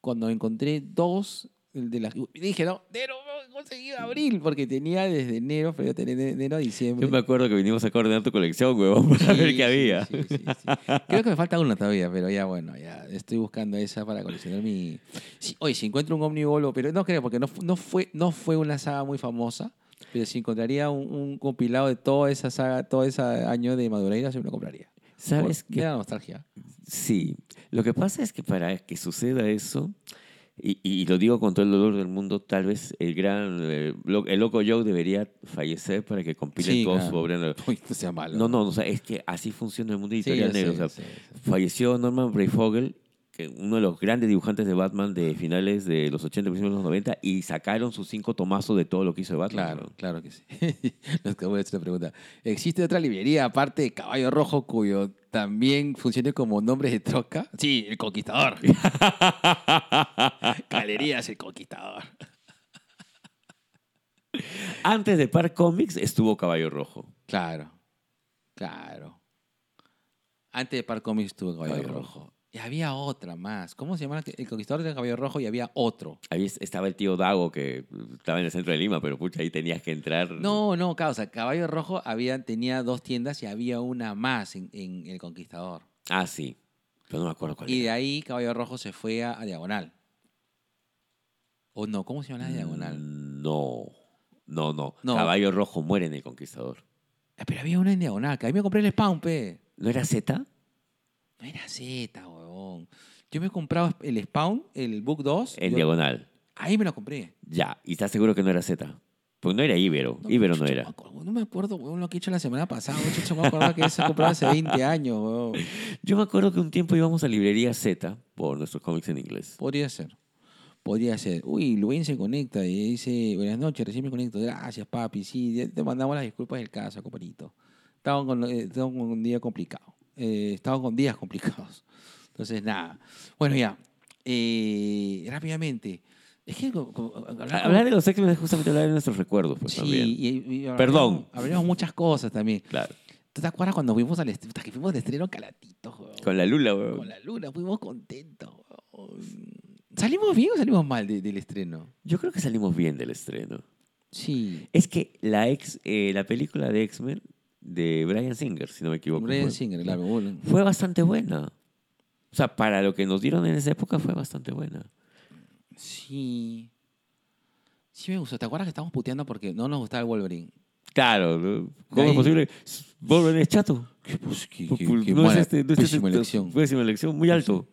B: cuando encontré dos de las... y Dije, no, enero, no, he conseguido abril, porque tenía desde enero, pero tenía de enero a diciembre.
C: Yo me acuerdo que vinimos a coordinar tu colección, huevón, para
B: Sí,
C: ver qué
B: sí,
C: había.
B: sí, sí, sí. Creo que me falta una todavía, pero ya bueno, ya estoy buscando esa para coleccionar mi. Sí, oye, si encuentro un omnibolo, pero no creo, porque no, fu- no, fue, no fue una saga muy famosa, pero si encontraría un, un compilado de toda esa saga, todo ese año de Madureira, sí me lo compraría.
C: ¿Sabes
B: Por- de
C: qué?
B: la nostalgia.
C: Sí. Lo que pasa es que para que suceda eso, y, y lo digo con todo el dolor del mundo, tal vez el gran, eh, lo- el, loco Joe debería fallecer para que compilen
B: Sí,
C: todo
B: claro.
C: su obra. en la-
B: Uy, no sea malo.
C: No, no, o sea, es que así funciona el mundo
B: Sí,
C: editorial
B: yo sé,
C: negro. o sea,
B: sé, sé.
C: Falleció Norman Breyfogle, que uno de los grandes dibujantes de Batman de finales de los 80 principios de los 90, y sacaron sus cinco tomazos de todo lo que hizo de Batman.
B: Ah, Claro,
C: ¿no?
B: claro que sí. Nos acabo de hacer una pregunta. ¿Existe otra librería aparte de Caballo Rojo cuyo también funcione como nombre de troca? Sí, el Conquistador. Galerías el Conquistador.
C: Antes de Park Comics estuvo Caballo Rojo.
B: Claro, claro. Antes de Park Comics estuvo Caballo,
C: Caballo
B: Rojo. Y había otra más. ¿Cómo se llamaba? El Conquistador del Caballo Rojo y había otro.
C: Ahí es- estaba el tío Dago que estaba en el centro de Lima, pero pucha, ahí tenías que entrar.
B: No, no, causa. Caballo Rojo había, tenía dos tiendas y había una más en- en El Conquistador.
C: Ah, sí. Pero no me acuerdo cuál
B: Y de
C: era.
B: ahí Caballo Rojo se fue a, a Diagonal. O no, ¿cómo se llama la de
C: Mm.
B: Diagonal?
C: No. No, no.
B: No.
C: Caballo Rojo muere en El Conquistador.
B: Ah, Pero había una en Diagonal, que a mí me compré el Spawn, pe.
C: ¿No era Z?
B: No era Z, huevón. Yo me he comprado el Spawn, el Book 2.
C: En
B: yo-
C: diagonal.
B: Ahí me lo compré.
C: Ya. ¿Y estás seguro que no era Z? Pues no era Ibero.
B: No,
C: Ibero no
B: chucha, me
C: era.
B: acuerdo, No me acuerdo, huevón, lo que he hecho la semana pasada. Chucho, me acuerdo que eso he comprado hace 20 años, huevón.
C: Yo me acuerdo que un tiempo íbamos a librería Z por nuestros cómics en inglés.
B: Podría ser. Podría ser. Uy, Luis se conecta y dice, buenas noches, recién me conecto. Gracias, papi. Sí, ya te mandamos las disculpas del caso, compadrito. Estaba con, eh, estaba con un día complicado. Eh, estaba con días complicados. Entonces, nada. Bueno, ya. Eh, rápidamente. Es que... co- co- hablar con-
C: Hablar de los x es justamente hablar de nuestros recuerdos, pues
B: Sí,
C: también.
B: y- y hablaríamos-
C: Perdón.
B: Hablaríamos muchas cosas también.
C: Claro.
B: ¿Tú te acuerdas cuando fuimos al estreno? Que fuimos al estreno calatito, weón?
C: Con la Lula, weón.
B: Con la luna, fuimos contentos. ¿Salimos bien o salimos mal de- del estreno?
C: Yo creo que salimos bien del estreno.
B: Sí.
C: Es que la, ex, eh, la película de X-Men de Brian Singer, si no me equivoco.
B: Brian
C: fue-
B: Singer, claro. bueno.
C: Fue bastante buena. O sea, para lo que nos dieron en esa época fue bastante buena.
B: Sí. Sí me gustó. ¿Te acuerdas que estábamos puteando porque no nos gustaba el Wolverine?
C: Claro, ¿no? ¿cómo
B: Ahí.
C: es posible? Volver es chato.
B: Qué, pues, qué-
C: Pu-
B: qué-
C: pu-
B: qué
C: no
B: mala,
C: es este, no es
B: pésima
C: este-
B: elección.
C: Pésima elección, muy alto.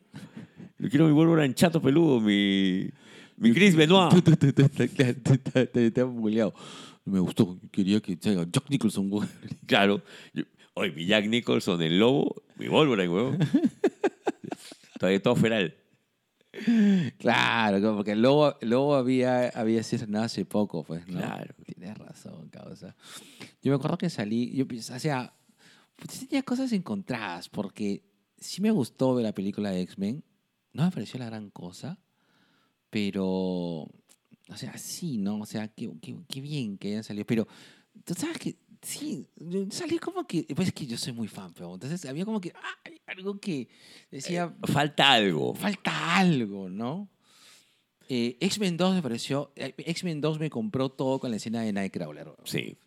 C: Yo quiero mi Wolverine chato peludo, mi, mi Chris Benoit.
B: Te- te- te- te- te- te- te- te- te han buleado. Me gustó. Quería que salga Jack Nicholson. güey.
C: Claro. Yo- Oye, mi Jack Nicholson, el lobo, mi Wolverine, huevón. Todavía todo feral.
B: Claro, como porque el lobo, el lobo había, había sido estrenado hace poco, pues, ¿no?
C: Claro.
B: Tienes razón, causa. Yo me acuerdo que salí, yo pens- o sea, pues, tenía cosas encontradas, porque sí me gustó ver la película de X-Men, no me pareció la gran cosa, pero, o sea, sí, ¿no? O sea, qué, qué- qué bien que hayan salido, pero, tú sabes que, sí, yo salí como que, pues es que yo soy muy fan, pero entonces había como que, ah, hay algo que decía
C: Falta algo.
B: falta algo, ¿no? Eh, X-Men 2 me pareció. eh, X-Men 2 me compró todo con la escena de Nightcrawler.
C: Sí.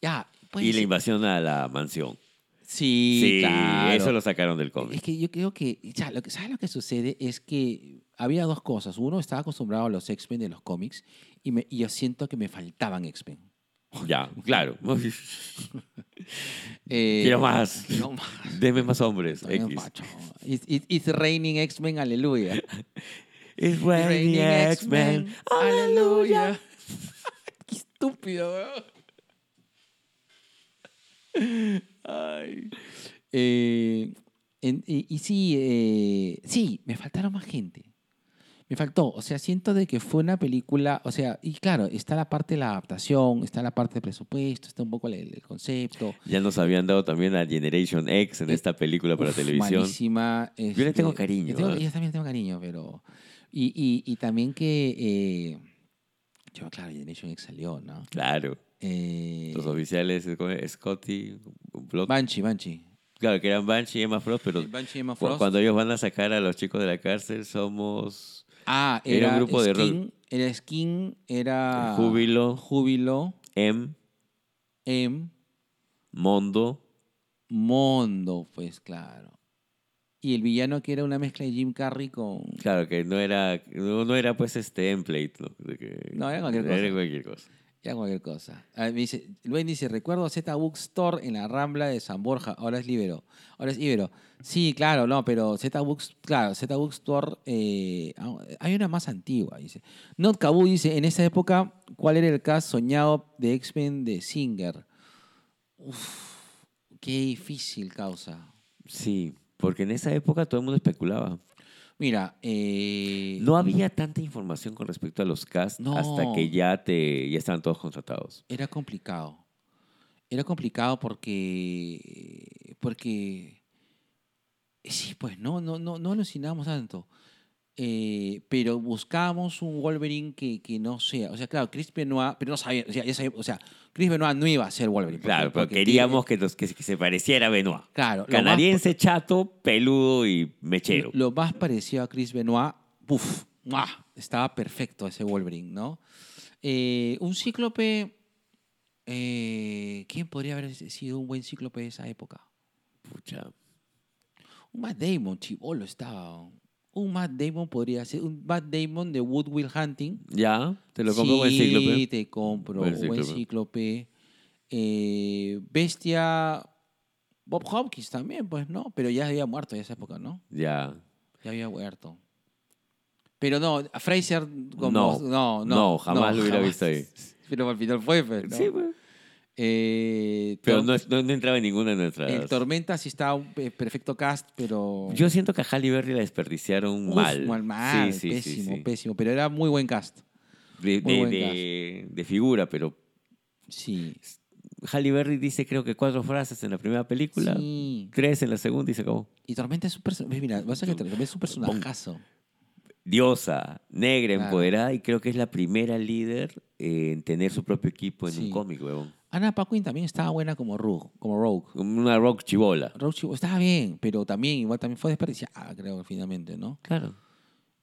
B: Ya, pues.
C: Y la invasión a la mansión.
B: Sí,
C: Sí,
B: claro.
C: eso lo sacaron del
B: Es
C: cómic.
B: que yo creo que. ya, lo que- ¿Sabes lo que sucede? Es que había dos cosas. Uno, estaba acostumbrado a los X-Men de los cómics y, me- y yo siento que me faltaban X-Men.
C: Ya, claro.
B: Eh,
C: Quiero más.
B: Quiero más.
C: Deme más hombres.
B: Estoy en
C: X.
B: facho. It's, it's- it's raining X-Men, aleluya.
C: It's raining X-Men.
B: Aleluya. Qué estúpido, weón. Ay. Eh, en- y, y sí, eh, sí, me faltaron más gente. Me faltó, o sea, siento de que fue una película, o sea, y claro, está la parte de la adaptación, está la parte de presupuesto, está un poco el, el concepto.
C: Ya nos habían dado también a Generation X en
B: Eh,
C: esta película para
B: Uf,
C: televisión.
B: Malísima.
C: le tengo
B: este,
C: cariño,
B: Yo, tengo-
C: ¿ah?
B: yo también tengo cariño, pero. Y, y, y también que. eh, yo, claro, Generation X salió, ¿no?
C: Claro.
B: Eh,
C: Los oficiales, ¿cómo es? Scotty, Blood.
B: Banshee, Banshee.
C: Claro, que eran Banshee y Emma Frost, pero
B: El Banshee y Emma
C: cu-
B: Frost.
C: cuando ellos van a sacar a los chicos de la cárcel somos
B: ah, era,
C: era un grupo de rock.
B: Skin, Era Skin, era.
C: Júbilo.
B: Júbilo,
C: M,
B: M,
C: Mondo,
B: Mondo, pues claro. Y el villano que era una mezcla de Jim Carrey con.
C: Claro, que no era, no, no era pues este template. ¿no? De que-
B: No, era cualquier cosa.
C: Era cualquier cosa.
B: Ya cualquier cosa. Ah, me dice, Luis dice, recuerdo Z Bookstore en la Rambla de San Borja, ahora es Libero. Ahora es Ibero. Sí, claro, no, pero Z Books, claro, Z Bookstore, eh, ah, hay una más antigua, dice. Not Kabu dice, en esa época, ¿cuál era el cast soñado de X-Men de Singer? Uf, qué difícil causa.
C: Sí, porque en esa época todo el mundo especulaba.
B: Mira, eh,
C: No había tanta información con respecto a los cast
B: No.
C: hasta que ya te ya estaban todos contratados.
B: Era complicado. Era complicado porque. Porque. Sí, pues no, no, no, no alucinábamos tanto. Eh, pero buscábamos un Wolverine que, que no sea. O sea, claro, Chris Benoit. Pero no sabía. O sea, ya sabía- o sea, Chris Benoit no iba a ser Wolverine. porque-
C: Claro, pero
B: porque tiene-
C: queríamos que, los- que, se- que se pareciera a Benoit.
B: Claro, lo más-
C: Canadiense, chato, peludo y mechero.
B: Lo más parecido a Chris Benoit, ¡puf! ¡mua! Estaba perfecto ese Wolverine, ¿no? Eh, un cíclope. eh, ¿Quién podría haber sido un buen cíclope de esa época?
C: Pucha.
B: Un Matt Damon, chivolo estaba. Un Matt Damon podría ser. Un Matt Damon de Woodwill Hunting.
C: Ya, te lo compro con el
B: Sí,
C: cíclope.
B: te compro.
C: Buen
B: Un buen
C: cíclope.
B: cíclope. Eh, bestia. Bob Hopkins también, pues, ¿no? Pero ya había muerto en esa época, ¿no?
C: Ya.
B: Ya había muerto. Pero no, a Fraser como
C: No,
B: no, no,
C: no, jamás lo hubiera visto ahí.
B: Pero al final fue, pues, ¿no?
C: Sí, pues.
B: Eh,
C: Pero
B: Tor-
C: no, es- no- no entraba en ninguna de nuestras.
B: el Tormenta sí está un pe- perfecto cast, pero
C: Yo siento que a Halle Berry la desperdiciaron
B: Uf,
C: mal.
B: mal, mal,
C: Sí, sí, sí,
B: pésimo,
C: sí.
B: pésimo, pero era muy buen cast.
C: de,
B: Muy
C: de-
B: buen
C: de- de figura, pero
B: Sí.
C: Halle Berry dice creo que cuatro frases en la primera película,
B: Sí.
C: tres en la segunda y se acabó.
B: Y Tormenta es un personaje, mira, vas a que Tormenta es un personajazo.
C: Diosa, negra,
B: Claro.
C: empoderada y creo que es la primera líder eh, en tener su propio equipo en
B: Sí.
C: un cómic, huevón.
B: Ana Paquin también estaba buena como Rogue, como Rogue.
C: Una rock chibola.
B: Rogue sí, estaba bien, pero también igual también fue desperdiciada, creo, finalmente, ¿no?
C: Claro.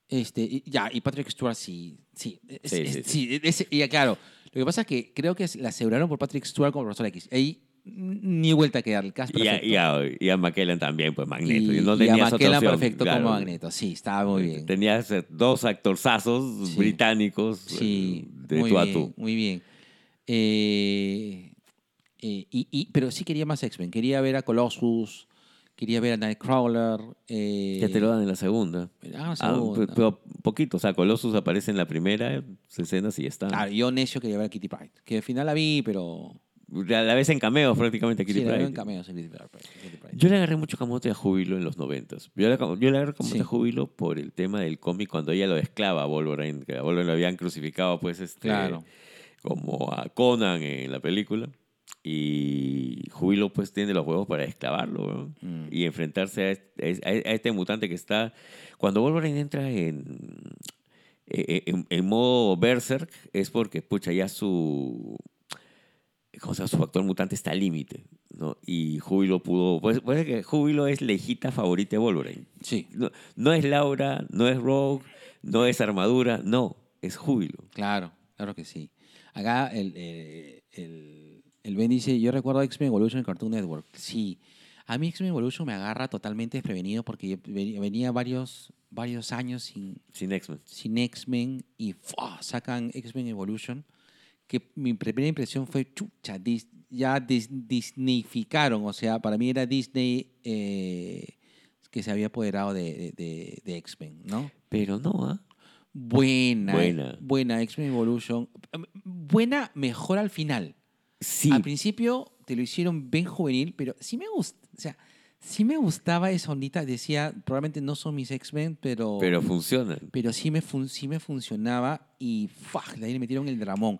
B: Este, y- ya, y Patrick Stewart sí. Sí, es-
C: Sí,
B: es-
C: sí, sí.
B: sí, es- y ya, claro. Lo que pasa es que creo que la aseguraron por Patrick Stewart como profesor X. Ahí ni vuelta que dar el cast
C: Y a,
B: perfecto.
C: y, a, y a McKellen también, pues Magneto.
B: Y-
C: no
B: y a
C: tenías otra
B: McKellar
C: opción,
B: perfecto
C: claro.
B: como Magneto. Sí, estaba muy bien.
C: Tenías eh, dos actorzazos
B: Sí.
C: británicos eh,
B: Sí,
C: de
B: muy
C: tú a
B: bien,
C: tú.
B: Muy bien. Eh, Eh, y, y- pero sí quería más X-Men. Quería ver a Colossus, quería ver a Nightcrawler. eh,
C: Ya te lo dan en la segunda.
B: Ah,
C: Ah,
B: segunda.
C: pe- pero poquito, o sea, Colossus aparece en la primera, escenas y ya está.
B: Claro, Ah, yo necio quería ver a Kitty Pride. Que al final la vi, pero.
C: La, la ves en cameos prácticamente a Kitty
B: sí, la vi
C: Pryde.
B: en cameos en Kitty Pryde, Kitty Pryde.
C: Yo le agarré mucho camote a Júbilo en los noventas. Yo le, yo le agarré camote
B: Sí.
C: a Júbilo por el tema del cómic cuando ella lo esclava a Wolverine. Que a Wolverine lo habían crucificado, pues, este,
B: Claro.
C: como a Conan en la película. Y Júbilo, pues, tiene los huevos para esclavarlo weón. y enfrentarse a este, a este mutante que está. Cuando Wolverine entra en, eh, en, en modo Berserk es porque, pucha, ya su. ¿Cómo se llama? Su factor mutante está al límite, ¿no? Y Júbilo pudo. Pues, pues que Júbilo es la hijita favorita de Wolverine.
B: Sí,
C: No, no es Laura, no es Rogue, no es Armadura, no, es Júbilo.
B: claro, claro que sí. Acá el, eh, el, el Ben dice: Yo recuerdo X-Men Evolution en Cartoon Network. Sí, a mí X-Men Evolution me agarra totalmente desprevenido porque venía venía varios, varios años sin,
C: Sin X-Men.
B: sin X-Men y ¡fua! sacan X-Men Evolution, que mi primera impresión fue, chucha, dis- ya dis- disneyficaron, o sea, para mí era Disney eh, que se había apoderado de, de- de- de X-Men, ¿no?
C: Pero no, ¿ah?
B: Buena, eh,
C: Buena.
B: buena, X-Men Evolution, Em, buena mejor al final.
C: Sí.
B: Al principio te lo hicieron bien juvenil, pero sí me gusta, o sea, sí me gustaba esa ondita, decía, probablemente no son mis X-Men,
C: Pero funciona.
B: pero sí me, fun- sí me funcionaba y ¡fua! de ahí le metieron el dramón.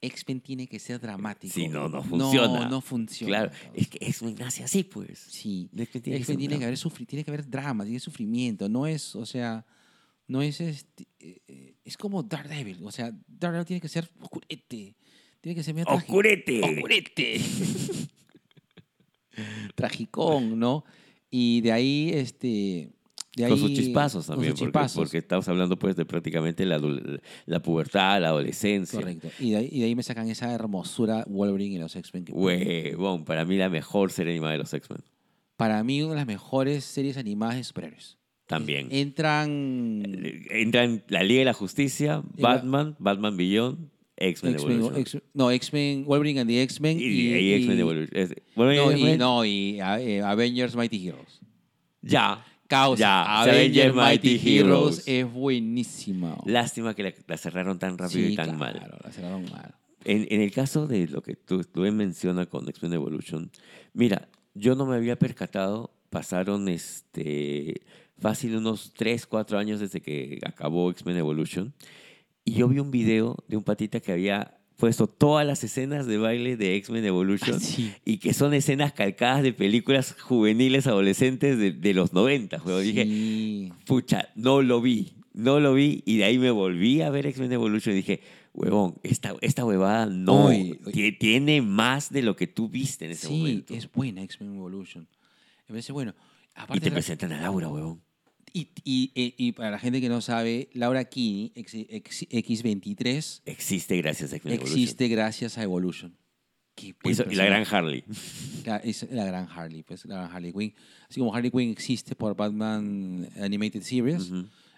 B: X-Men tiene que ser dramático.
C: Si no, no funciona.
B: No, no funciona.
C: Claro, es que X-Men nace así, pues.
B: Sí.
C: X-Men
B: X-Men
C: tiene
B: tiene,
C: que ser
B: que
C: drama.
B: haber sufri- tiene que haber drama, tiene sufrimiento. No es, o sea, no es este, eh, eh, es como Daredevil. O sea, Daredevil tiene que ser oscurete. Tiene que ser medio trágico.
C: ¡Oscurete!
B: ¡Oscurete! Tragicón, ¿no? Y de ahí, este. De
C: con
B: ahí-
C: sus chispazos
B: con
C: también,
B: sus
C: porque,
B: chispazos.
C: porque estamos hablando pues de prácticamente la, adol- la pubertad, la adolescencia.
B: Correcto. Y de, ahí, y de ahí me sacan esa hermosura Wolverine y los X-Men. que-
C: Huevón, para mí la mejor serie animada de los X-Men.
B: Para mí, una de las mejores series animadas de superhéroes.
C: También.
B: Eh, Entran
C: Entran la Liga de la Justicia,
B: Y la-
C: Batman, Batman Beyond, X-Men
B: X-Men,
C: Evolution.
B: X- no, X-Men, Wolverine and the X-Men.
C: y, y X-Men
B: y-
C: Evolution. Es- bueno,
B: No, y,
C: X-Men-
B: no, y a- eh, Avengers Mighty Heroes.
C: Ya.
B: Causa.
C: Ya,
B: Avengers
C: Avengers Mighty
B: Mighty Heroes.
C: Heroes.
B: es buenísima.
C: Lástima que la, la cerraron tan rápido
B: Sí,
C: y tan
B: claro,
C: mal.
B: La cerraron mal.
C: En, en el caso de lo que tú, tú mencionas con X-Men Evolution, mira, yo no me había percatado, pasaron este, fácil unos 3, 4 años desde que acabó X-Men Evolution, y yo vi un video de un patita que había puesto todas las escenas de baile de X-Men Evolution
B: Sí.
C: y que son escenas calcadas de películas juveniles, adolescentes de, de los 90. juego. Dije,
B: Sí.
C: pucha, no lo vi, no lo vi, y de ahí me volví a ver X-Men Evolution y dije, huevón, esta, esta huevada no,
B: Oye, oye.
C: ti- tiene más de lo que tú viste en ese
B: Sí,
C: momento.
B: es buena X-Men Evolution. Me parece bueno. Aparte
C: Y te
B: de-
C: presentan a Laura, huevón.
B: Y, y- eh, y para la gente que no sabe, Laura Kinney, X, X, 23
C: Existe gracias a X-Men Evolution.
B: existe gracias a Evolution. Qué
C: Y,
B: buen
C: so- y la gran
B: personaje.
C: Harley.
B: Claro, es la gran Harley, pues, la gran Harley Quinn. Así como Harley Quinn existe por Batman Animated Series,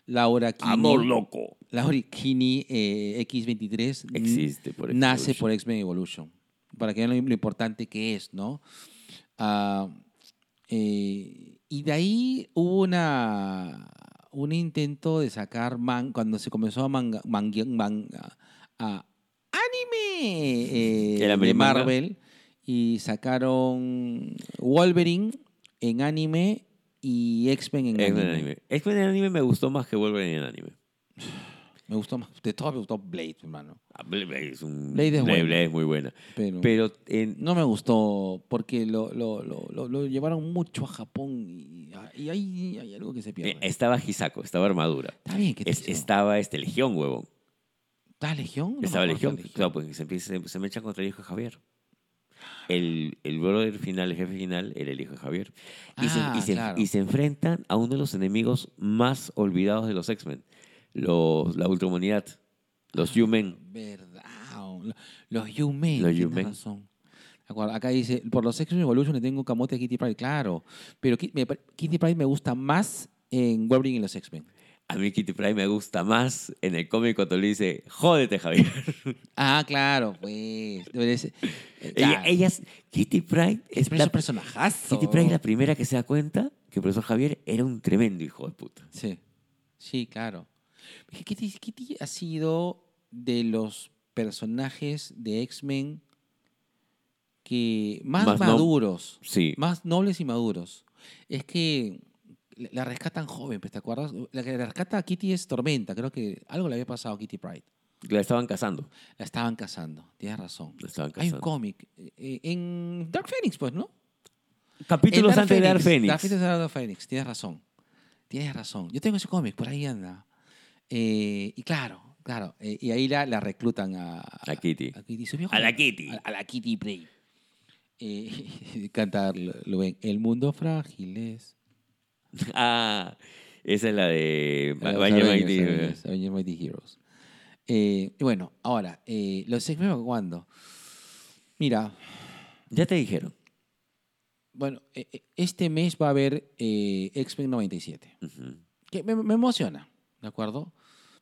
B: Laura Kinney,
C: Amor Ah, loco.
B: Laura Kinney eh, X23 n-
C: Existe por X-Men
B: nace
C: Evolution.
B: por X-Men Evolution. Para que vean lo, lo importante que es, ¿no? Ah, eh, y de ahí hubo una, un intento de sacar man, cuando se comenzó a manga, mangue- man- a, a anime eh,
C: Era
B: de
C: anime manga.
B: Marvel y sacaron Wolverine en anime y X-Men en
C: X-Men en
B: anime.
C: anime. X-Men en anime me gustó más que Wolverine en anime.
B: Me gustó más, de todo me gustó Blade, hermano.
C: Ah, Blade- Blade es, un-
B: Blade es
C: Blade-
B: buena.
C: Blade es muy buena.
B: Pero,
C: Pero en,
B: no me gustó porque lo, lo, lo, lo- lo llevaron mucho a Japón y, y hay, hay algo que se pierde.
C: eh, estaba Hisako, estaba Armadura.
B: Está bien que te
C: Es-
B: hicieron.
C: estaba este Legión, huevón.
B: ¿Está Legión? No me
C: Estaba
B: acuerdo,
C: Legión.
B: ¿está
C: Claro, pues se, empieza, se- se me echa contra el hijo de Javier. El, el brother final, el jefe final, era el hijo de Javier. Y, se-
B: Ah,
C: y se, y, se,
B: claro.
C: enfrentan a uno de los enemigos más olvidados de los X-Men. Los, la ultrahumanidad. Los
B: Ah.
C: Human.
B: Verdad. oh, Lo- Los Yumen.
C: Los
B: Los
C: Yumen.
B: razón. De acuerdo. Acá dice, por los X-Men Evolution le tengo camote a Kitty Pryde, claro. Pero Ki- me pare- Kitty Pryde me gusta más en Wolverine y los X-Men.
H: A mí Kitty Pryde me gusta más. En el cómico te dice, jódete, Javier.
B: Ah, claro, pues. Debe ser- eh,
H: Ella,
B: claro.
H: ella es- Kitty Pryde es
B: es
H: la,
B: un personajazo.
H: Kitty Pryde es la primera que se da cuenta que el profesor Javier era un tremendo hijo de puta.
B: Sí, sí, claro. Es que Kitty, Kitty ha sido de los personajes de X-Men que más,
H: Más no-
B: maduros,
H: Sí.
B: más nobles y maduros. Es que la la rescatan joven, pues, ¿te acuerdas? La que la rescata a Kitty es Tormenta, creo que algo le había pasado a Kitty Pride.
H: La estaban casando.
B: La estaban cazando, tienes razón.
H: La estaban
B: Hay un
H: cazando.
B: cómic eh, eh, en Dark Phoenix, pues, ¿no?
H: Capítulos
B: El
H: antes de Dark Phoenix.
B: Dark Phoenix, Dark Phoenix, tienes razón. Tienes razón. Yo tengo ese cómic, por ahí anda. Eh, y claro, claro. eh, y ahí la, la reclutan a,
H: A Kitty.
B: A, Kitty, su viejo-
H: A la Kitty.
B: A, a la Kitty Play. Eh, cantar, lo, lo ven. El mundo frágil es.
H: Ah, esa es la de
B: a los
H: Baño
B: Avengers, Avengers, Avengers Mighty Heroes. Eh, y bueno, ahora, eh, los x cuando. Mira,
H: Ya te dijeron.
B: bueno, eh, eh, este mes va a haber eh, X-Men 97.
H: Ujú.
B: que me, me emociona, ¿de acuerdo?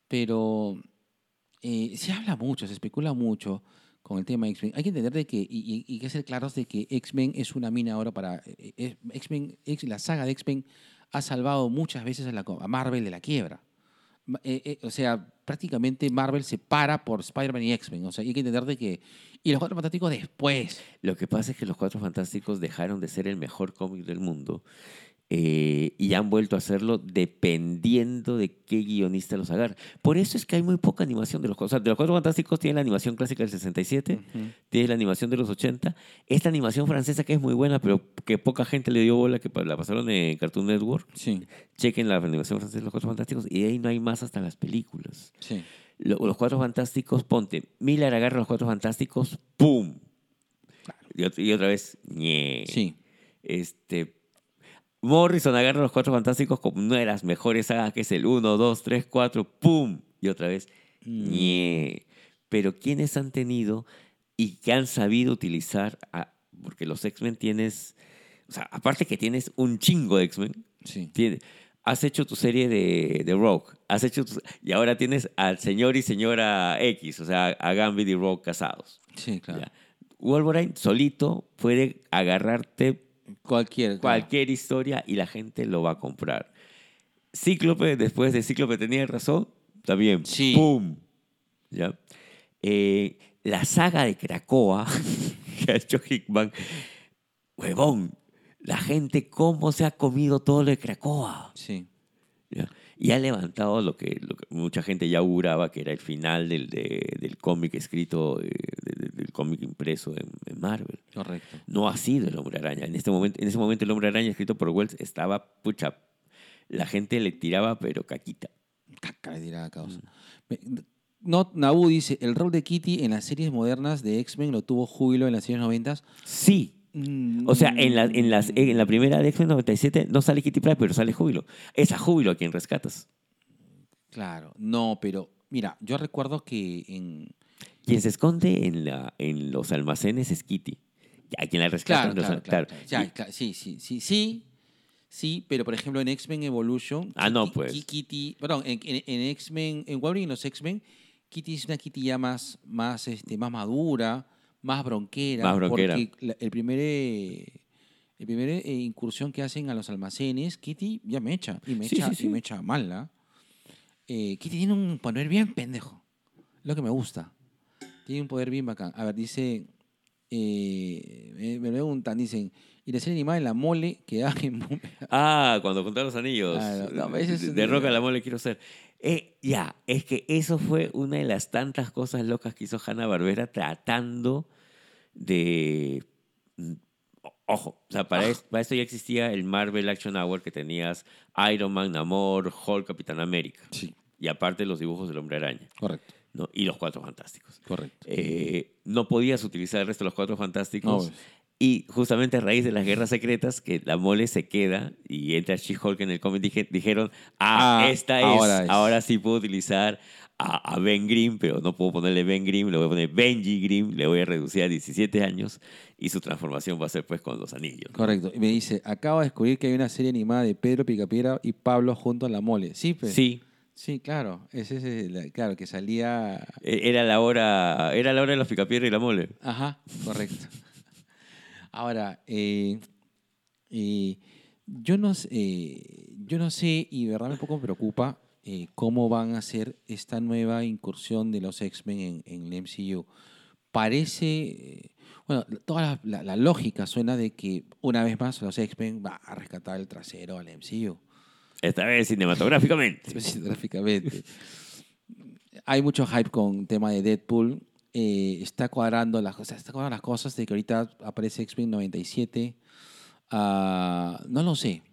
B: Pero eh, se habla mucho, se especula mucho con el tema de X-Men. Hay que entender de que, y, y- y que ser claros de que X-Men es una mina ahora para... eh, eh, X-Men, X- la saga de X-Men ha salvado muchas veces a, la co- a Marvel de la quiebra. Ma- eh, eh, o sea, prácticamente Marvel se para por Spider-Man y X-Men. O sea, hay que entender de que... Y los Cuatro Fantásticos después.
H: Lo que pasa es que los Cuatro Fantásticos dejaron de ser el mejor cómic del mundo eh, y han vuelto a hacerlo dependiendo de qué guionista los agarre. Por eso es que hay muy poca animación de los, o sea, de los Cuatro Fantásticos. Tienen la animación clásica del 67, tienes la animación de los 80, esta animación francesa que es muy buena, pero que poca gente le dio bola, que pa- la pasaron en Cartoon Network.
B: Sí,
H: Chequen la animación francesa de los Cuatro Fantásticos y de ahí no hay más hasta las películas.
B: sí.
H: Lo- los cuatro fantásticos, ponte. Miller agarra los cuatro fantásticos, ¡pum! Y, ot- y otra vez, ¡ñe!
B: Sí.
H: Este, Morrison agarra los cuatro fantásticos como una de las mejores sagas, que es el 1, 2, 3, 4, ¡pum! Y otra vez,
B: Mm.
H: ¡ñe! Pero quienes han tenido y que han sabido utilizar, a- porque los X-Men tienes, o sea, aparte que tienes un chingo de X-Men,
B: Sí.
H: tiene- has hecho tu serie de, de Rogue, has hecho tu- y ahora tienes al señor y señora X, o sea, a Gambit y Rogue casados.
B: Sí, claro.
H: ya. Wolverine solito puede agarrarte
B: Cualquier. claro.
H: cualquier historia y la gente lo va a comprar. Cíclope, después de Cíclope tenía razón, también.
B: Sí.
H: ¡Pum! ¿Ya? Eh, la saga de Cracoa que ha hecho Hickman, huevón, la gente cómo se ha comido todo lo de Cracoa.
B: Sí.
H: ¿ya? Y ha levantado lo que, lo que mucha gente ya auguraba que era el final del, de- del cómic escrito, eh, de- de- del cómic impreso en- en Marvel
B: Correcto.
H: no ha sido el hombre araña. En, este momento, en ese momento el hombre araña escrito por Wells estaba, pucha, la gente le tiraba pero caquita.
B: Caca, le dirá a
H: Mm.
B: causa. Me- No, Nabu dice, el rol de Kitty en las series modernas de X-Men lo tuvo Júbilo en las series noventas.
H: Sí.
B: Mm,
H: O sea, en la, en las, en la primera de X-Men 97 no sale Kitty Pryde, pero sale Júbilo. Es a Júbilo a quien rescatas.
B: Claro, no, pero mira, yo recuerdo que en...
H: Quien se esconde en, la, en los almacenes es Kitty. A quien la rescatan
B: Claro,
H: los
B: claro,
H: al-
B: claro.
H: claro.
B: Ya,
H: Y-
B: cla- sí, sí, sí, sí, sí, pero por ejemplo en X-Men Evolution...
H: Ah, no,
B: Kitty-
H: pues.
B: Ki- Kitty, perdón, en, en- en X-Men, en Wolverine y en los X-Men, Kitty es una Kitty ya más, más, este, más madura, más bronquera.
H: Más bronquera.
B: Porque la- el primer... eh, El primer eh, incursión que hacen a los almacenes, Kitty ya me echa. Y me
H: Sí,
B: echa,
H: sí, sí.
B: Y me echa mal, ¿ah? Eh, Kitty tiene un poder bien pendejo. Lo que me gusta. Tiene un poder bien bacán. A ver, dice. eh, me, me preguntan, dicen. Y la serie animada en la mole que da en Boom-
H: Ah, cuando contaron los anillos.
B: Claro, no,
H: de,
B: ese es un-
H: de roca a la mole quiero ser. Eh, ya, es que eso fue una de las tantas cosas locas que hizo Hanna Barbera tratando de. mm, Ojo, o sea, para, es- para esto ya existía el Marvel Action Hour que tenías Iron Man, Namor, Hulk, Capitán América.
B: Sí,
H: Y aparte los dibujos del Hombre Araña,
B: correcto,
H: ¿no? Y los Cuatro Fantásticos.
B: correcto.
H: Eh, no podías utilizar el resto de los Cuatro
B: No,
H: Fantásticos.
B: pues,
H: Y justamente a raíz de las guerras secretas, que la mole se queda y entra She-Hulk en el cómic, dije- dijeron, ah,
B: Ah,
H: esta es ahora,
B: ahora es".
H: sí puedo utilizar a, a Ben Grimm, pero no puedo ponerle Ben Grimm, le voy a poner Benji Grimm, le voy a reducir a 17 años y su transformación va a ser pues con los anillos.
B: correcto. Y me dice, acabo de descubrir que hay una serie animada de Pedro Picapiedra y Pablo junto a la mole. Sí, pe?
H: Sí,
B: Sí, claro. Ese es el- claro, que salía.
C: E- Era la hora, era la hora de los picapierros y la mole.
B: Ajá, correcto. Ahora, eh, eh, yo, no, s- eh, yo no sé, y de verdad me un poco me preocupa, eh, cómo van a hacer esta nueva incursión de los X-Men en, en el MCU. Parece, eh, bueno, toda la, la- la lógica suena de que una vez más los X-Men va a rescatar el trasero al MCU.
C: Esta vez cinematográficamente.
B: específicamente. Hay mucho hype con tema de Deadpool. eh, está cuadrando las cosas, está cuadrando las cosas de que ahorita aparece X-Men 97. Ah, no lo sé.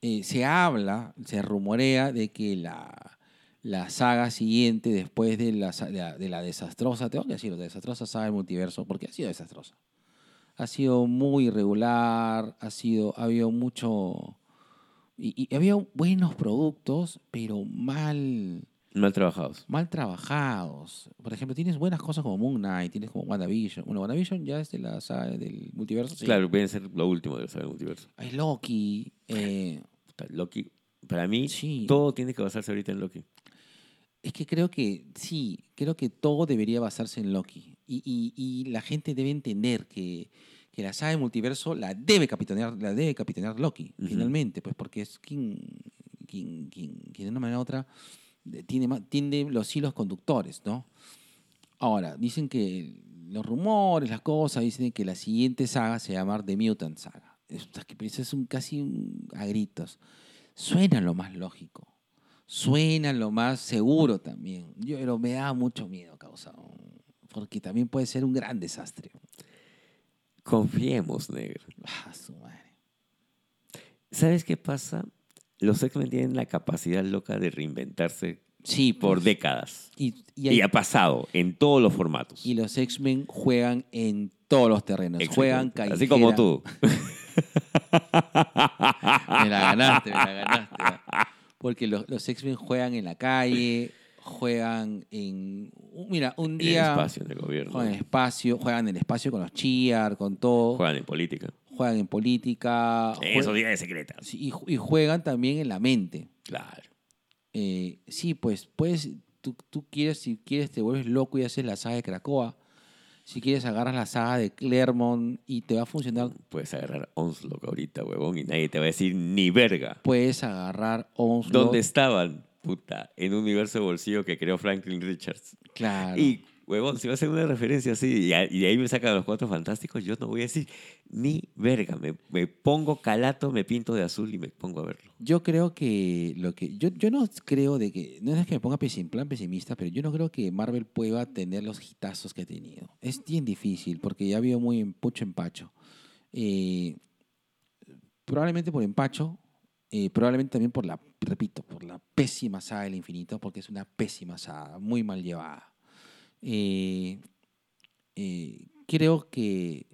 B: Eh, se habla, se rumorea de que la, la saga siguiente, después de la, sa- de la, de la desastrosa, tengo que decirlo, desastrosa saga del multiverso, porque ha sido desastrosa. Ha sido muy irregular, ha sido, ha habido mucho, y, y había buenos productos, pero mal,
C: Mal trabajados.
B: mal trabajados. Por ejemplo, tienes buenas cosas como Moon Knight, tienes como WandaVision. Bueno, WandaVision ya es de la saga del multiverso. sí.
C: Claro, pueden ser lo último de la saga del multiverso.
B: Hay Loki. eh,
C: Puta, Loki, para mí,
B: Sí.
C: todo tiene que basarse ahorita en Loki.
B: es que creo que sí, creo que todo debería basarse en Loki. Y, y- y la gente debe entender que, que la saga del multiverso la debe capitanear, la debe capitanear Loki,
C: Ujú.
B: finalmente, pues porque es quien, quien, quien, quien de una manera u otra de- tiene, ma- tiende los hilos conductores, ¿no? Ahora, dicen que los rumores, las cosas, dicen que la siguiente saga se llama The Mutant Saga. Es, es un, casi un, a gritos. Suena lo más lógico. Suena lo más seguro también. Yo, pero me da mucho miedo, causa. Porque también puede ser un gran desastre.
C: Confiemos, negro.
B: Ah, su madre.
C: ¿Sabes qué pasa? Los X-Men tienen la capacidad loca de reinventarse
B: Sí,
C: por
B: pues.
C: décadas.
B: Y, y
C: Y,
B: hay-
C: ha pasado en todos los formatos.
B: y los X-Men juegan en todos los terrenos. Juegan
C: Exactamente.
B: callejera.
C: Así como tú.
B: Me la ganaste, me la ganaste. ¿verdad? Porque los, los X-Men juegan en la calle, juegan en. Mira, un
C: En el
B: día.
C: espacio del gobierno.
B: Juegan en el espacio, juegan en el espacio con los Cheer, con todo. Juegan,
C: Juegan en política.
B: en política.
C: En esos
B: jue-
C: días de secretas.
B: sí, y, ju- y juegan también en la mente.
C: Claro.
B: Eh, sí, pues, puedes, tú, tú quieres, si quieres, te vuelves loco y haces la saga de Cracoa. Si quieres, agarras la saga de Clermont y te va a funcionar
C: Puedes agarrar Onslaught ahorita, huevón, y nadie te va a decir ni verga.
B: puedes agarrar Onslaught.
C: ¿Dónde estaban? Puta, en un universo de bolsillo que creó Franklin Richards.
B: Claro.
C: Y, huevón, si va a hacer una referencia así y, a- y de ahí me sacan los cuatro fantásticos, yo no voy a decir ni verga. Me, me pongo calato, me pinto de azul y me pongo a verlo.
B: Yo creo que lo que yo, yo no creo de que no es que me ponga pesi- en plan pesimista, pero yo no creo que Marvel pueda tener los hitazos que ha tenido. Es bien difícil porque ya vio muy empucho empacho. Eh, probablemente por empacho, eh, probablemente también por la, repito, por la pésima saga del infinito, porque es una pésima saga, muy mal llevada. Eh, eh, creo que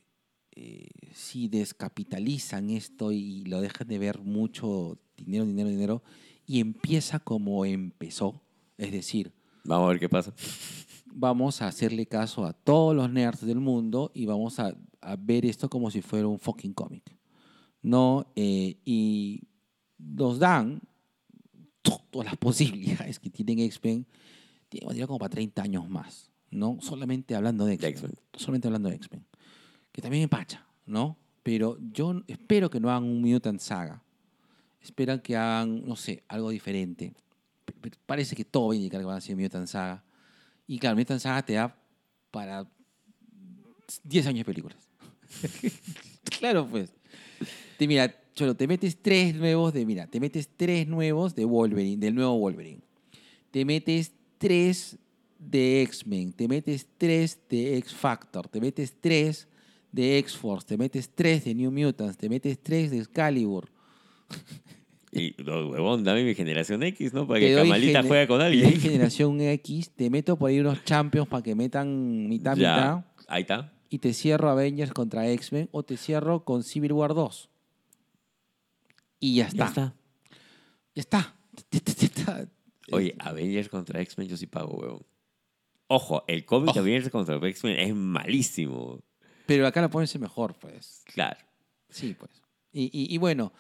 B: eh, si descapitalizan esto y lo dejan de ver mucho dinero, dinero, dinero, y empieza como empezó, es decir,
C: Vamos a ver qué pasa.
B: vamos a hacerle caso a todos los nerds del mundo y vamos a, a ver esto como si fuera un fucking cómic. ¿No? Eh, y nos dan todas las posibilidades que tienen X-Men. Tiene material como para 30 años más, ¿no? Solamente hablando de X-Men.
C: X-Men.
B: Solamente hablando de X-Men. Que también empacha, ¿no? Pero yo n- espero que no hagan un Mutant Saga. Esperan que hagan, no sé, algo diferente. P- p- Parece que todo va a indicar que van a ser Mutant Saga. Y claro, Mutant Saga te da para 10 años de películas. claro, pues. Te, mira, Cholo, te metes tres nuevos de, mira, te metes tres nuevos de Wolverine, del nuevo Wolverine. Te metes tres de X-Men, te metes tres de X-Factor, te metes tres de X-Force, te metes tres de New Mutants, te metes tres de Excalibur.
C: Y, no, huevón, dame mi generación X, ¿no? Para
B: Te
C: que
B: doy
C: Camalita
B: gene-
C: juegue con
B: te doy
C: alguien.
B: generación X, te meto por ahí unos Champions para que metan mitad, mitad.
C: Ya, ahí está.
B: y te cierro Avengers contra X-Men o te cierro con Civil War 2. Y ya está.
C: Ya está.
B: Ya está.
C: Oye, Avengers contra X-Men yo sí pago, huevón. Ojo, el cómic de Avengers contra X-Men es malísimo.
B: Pero acá la pones mejor, pues.
C: Claro.
B: Sí, pues. Y, y- y bueno,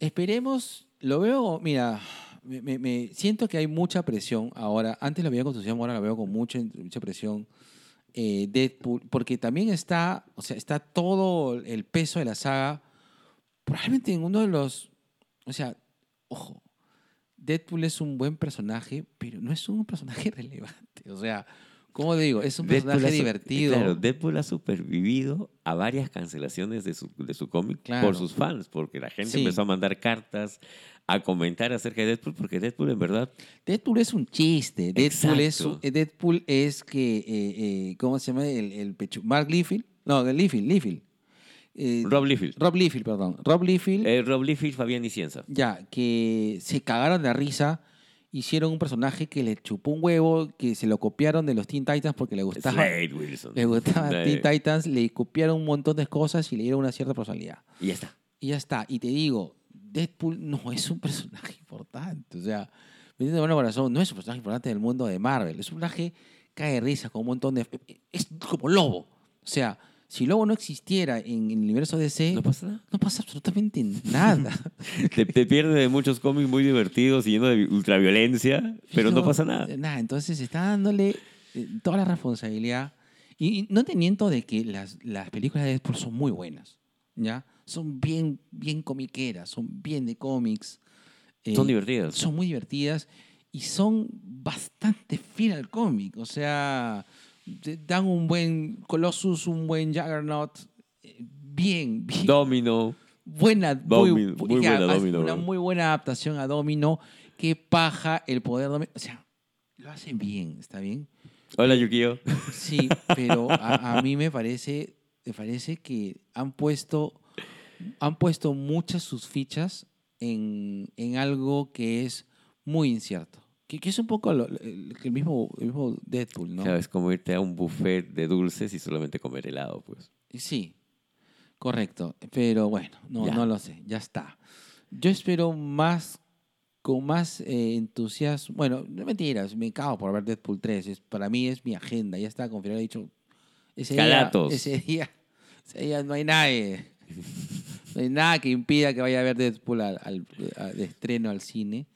B: esperemos. Lo veo, mira, me, me- me- siento que hay mucha presión ahora. Antes la veía con entusiasmo, ahora la veo con mucha, mucha presión. Eh, Deadpool, porque también está, o sea, está todo el peso de la saga. Probablemente en uno de los, o sea, ojo, Deadpool es un buen personaje, pero no es un personaje relevante. O sea, ¿cómo digo? Es un personaje
C: ha su-
B: divertido.
C: Claro, Deadpool ha supervivido a varias cancelaciones de su, de su cómic
B: Claro.
C: por sus fans, porque la gente
B: Sí.
C: empezó a mandar cartas, a comentar acerca de Deadpool, porque Deadpool en verdad
B: Deadpool es un chiste. Deadpool es,
C: Exacto.
B: eh, Deadpool es que, eh, eh, ¿cómo se llama? El, el pechu- Mark Liefeld. No, el Liefeld, Liefeld. Eh,
C: Rob Liefeld.
B: Rob Liefeld, perdón. Rob Liefeld,
C: Eh, Rob Liefeld, Fabián y Cienza.
B: ya, que se cagaron de risa. Hicieron un personaje que le chupó un huevo, que se lo copiaron de los Teen Titans porque le gustaba.
C: Slade Wilson.
B: Le gustaba
C: Eh,
B: Teen Titans, le copiaron un montón de cosas y le dieron una cierta personalidad.
C: Y ya está.
B: Y ya está. Y te digo, Deadpool no es un personaje importante. O sea, metiendo mano al corazón, no es un personaje importante del mundo de Marvel. Es un personaje que cae de risa con un montón de. Es como Lobo. O sea, si Lobo no existiera en el universo DC,
C: No pasa nada.
B: no pasa absolutamente nada.
C: Te, te pierdes de muchos cómics muy divertidos y llenos de ultraviolencia, pero no pasa nada.
B: Nada, entonces está dándole eh, toda la responsabilidad. Y, y no te miento de que las, las películas de Deadpool son muy buenas, ¿ya? Son bien, bien comiqueras, son bien de cómics. eh,
C: Son divertidas.
B: Son muy divertidas y son bastante fiel al cómic. O sea, te dan un buen Colossus, un buen Juggernaut. eh, Bien, bien.
C: Domino.
B: Buena,
C: Domino,
B: bu-
C: muy
B: ya,
C: buena
B: haz-
C: Domino,
B: Una
C: bro.
B: muy buena adaptación a Domino. Qué paja el poder Domino. O sea, lo hacen bien, ¿está bien?
C: Hola, Yukio.
B: Sí, pero a, a mí me parece, me parece que han puesto, han puesto muchas sus fichas en, en algo que es muy incierto. Que, que es un poco lo- lo- el, el mismo, el mismo Deadpool, ¿no?
C: Sabes, como irte a un buffet de dulces y solamente comer helado, pues.
B: Sí, correcto. Pero bueno, no,
C: Ya.
B: no lo sé, ya está. Yo espero más, con más eh, entusiasmo. Bueno, no mentiras, me cago por ver Deadpool 3. Es, para mí es mi agenda, ya está confirmado. He dicho, ese día,
C: Calatos.
B: ese día, ese día no hay nadie. No hay nada que impida que vaya a ver Deadpool al, al- a- de estreno al cine.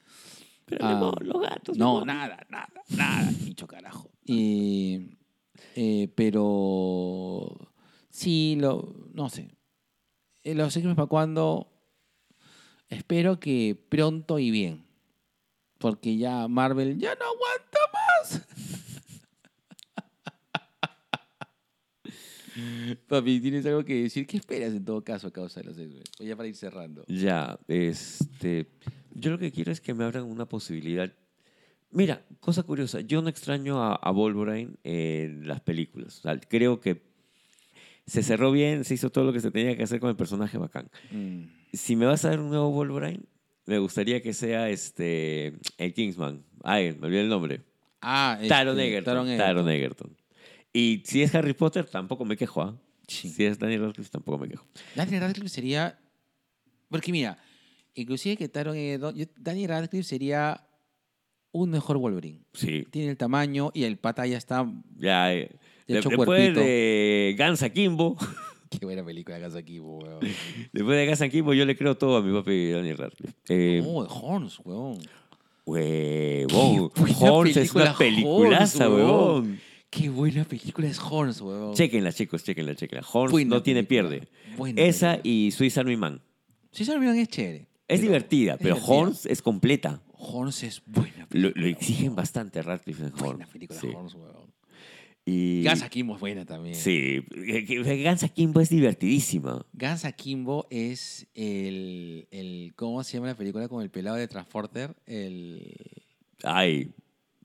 C: Pero
B: Ah,
C: mi amor, los gatos. mi
B: No,
C: amor.
B: nada, nada, nada, dicho carajo. Y, eh, pero sí, lo, no sé. Eh, Los x para cuando. Espero que pronto y bien. Porque ya Marvel ya no aguanta más. Papi, ¿tienes algo que decir? ¿Qué esperas en todo caso a causa de los X-Men? O Ya para ir cerrando.
C: Ya, este. Yo lo que quiero es que me abran una posibilidad. Mira, cosa curiosa, yo no extraño a, a Wolverine en las películas. O sea, creo que se cerró bien, se hizo todo lo que se tenía que hacer con el personaje bacán.
B: Mm.
C: Si me vas a dar un nuevo Wolverine, me gustaría que sea este. El Kingsman. Ay, me olvidé el nombre.
B: Ah, este,
C: Taron Egerton. Taron Egerton. Y si es Harry Potter, tampoco me quejo, ¿ah?
B: Sí.
C: Si es Daniel Radcliffe, tampoco me quejo.
B: Daniel Radcliffe sería. Porque mira, inclusive que Taron Egerton- yo- Daniel Radcliffe sería un mejor Wolverine.
C: Sí,
B: Tiene el tamaño y el pata ya está.
C: ya. eh,
B: Ya
C: de-
B: hecho
C: después
B: cuerpito.
C: de Guns Akimbo,
B: Qué buena película que hace aquí, weón.
C: después de Guns Akimbo, yo le creo todo a mi papi Daniel Radcliffe. Eh,
B: Oh, de Horns, weón.
C: Huevón.
B: Oh. Qué buena
C: Horns es
B: película,
C: una peliculaza,
B: Horns, huevón.
C: huevón.
B: Qué buena película es Horns, weón.
C: Chequenla, chicos, chequenla, chequenla. Horns
B: Buena
C: no tiene
B: película.
C: pierde.
B: Buena
C: Esa
B: película.
C: y Swiss Army Man.
B: Sí, Sarah Brightman es chévere.
C: Es
B: pero-
C: divertida,
B: es
C: pero
B: divertida.
C: Horns es completa.
B: Horns es buena
C: Lo,
B: película.
C: lo exigen
B: weón.
C: bastante a Radcliffe en
B: Buena
C: Horns.
B: película
C: Sí.
B: Horns, weón.
C: Y...
B: Gaza Kimbo es buena también.
C: Sí, que- que Guns Akimbo es divertidísima.
B: Guns Akimbo es el, el. ¿Cómo se llama la película con el pelado de Transporter? El.
C: Ay,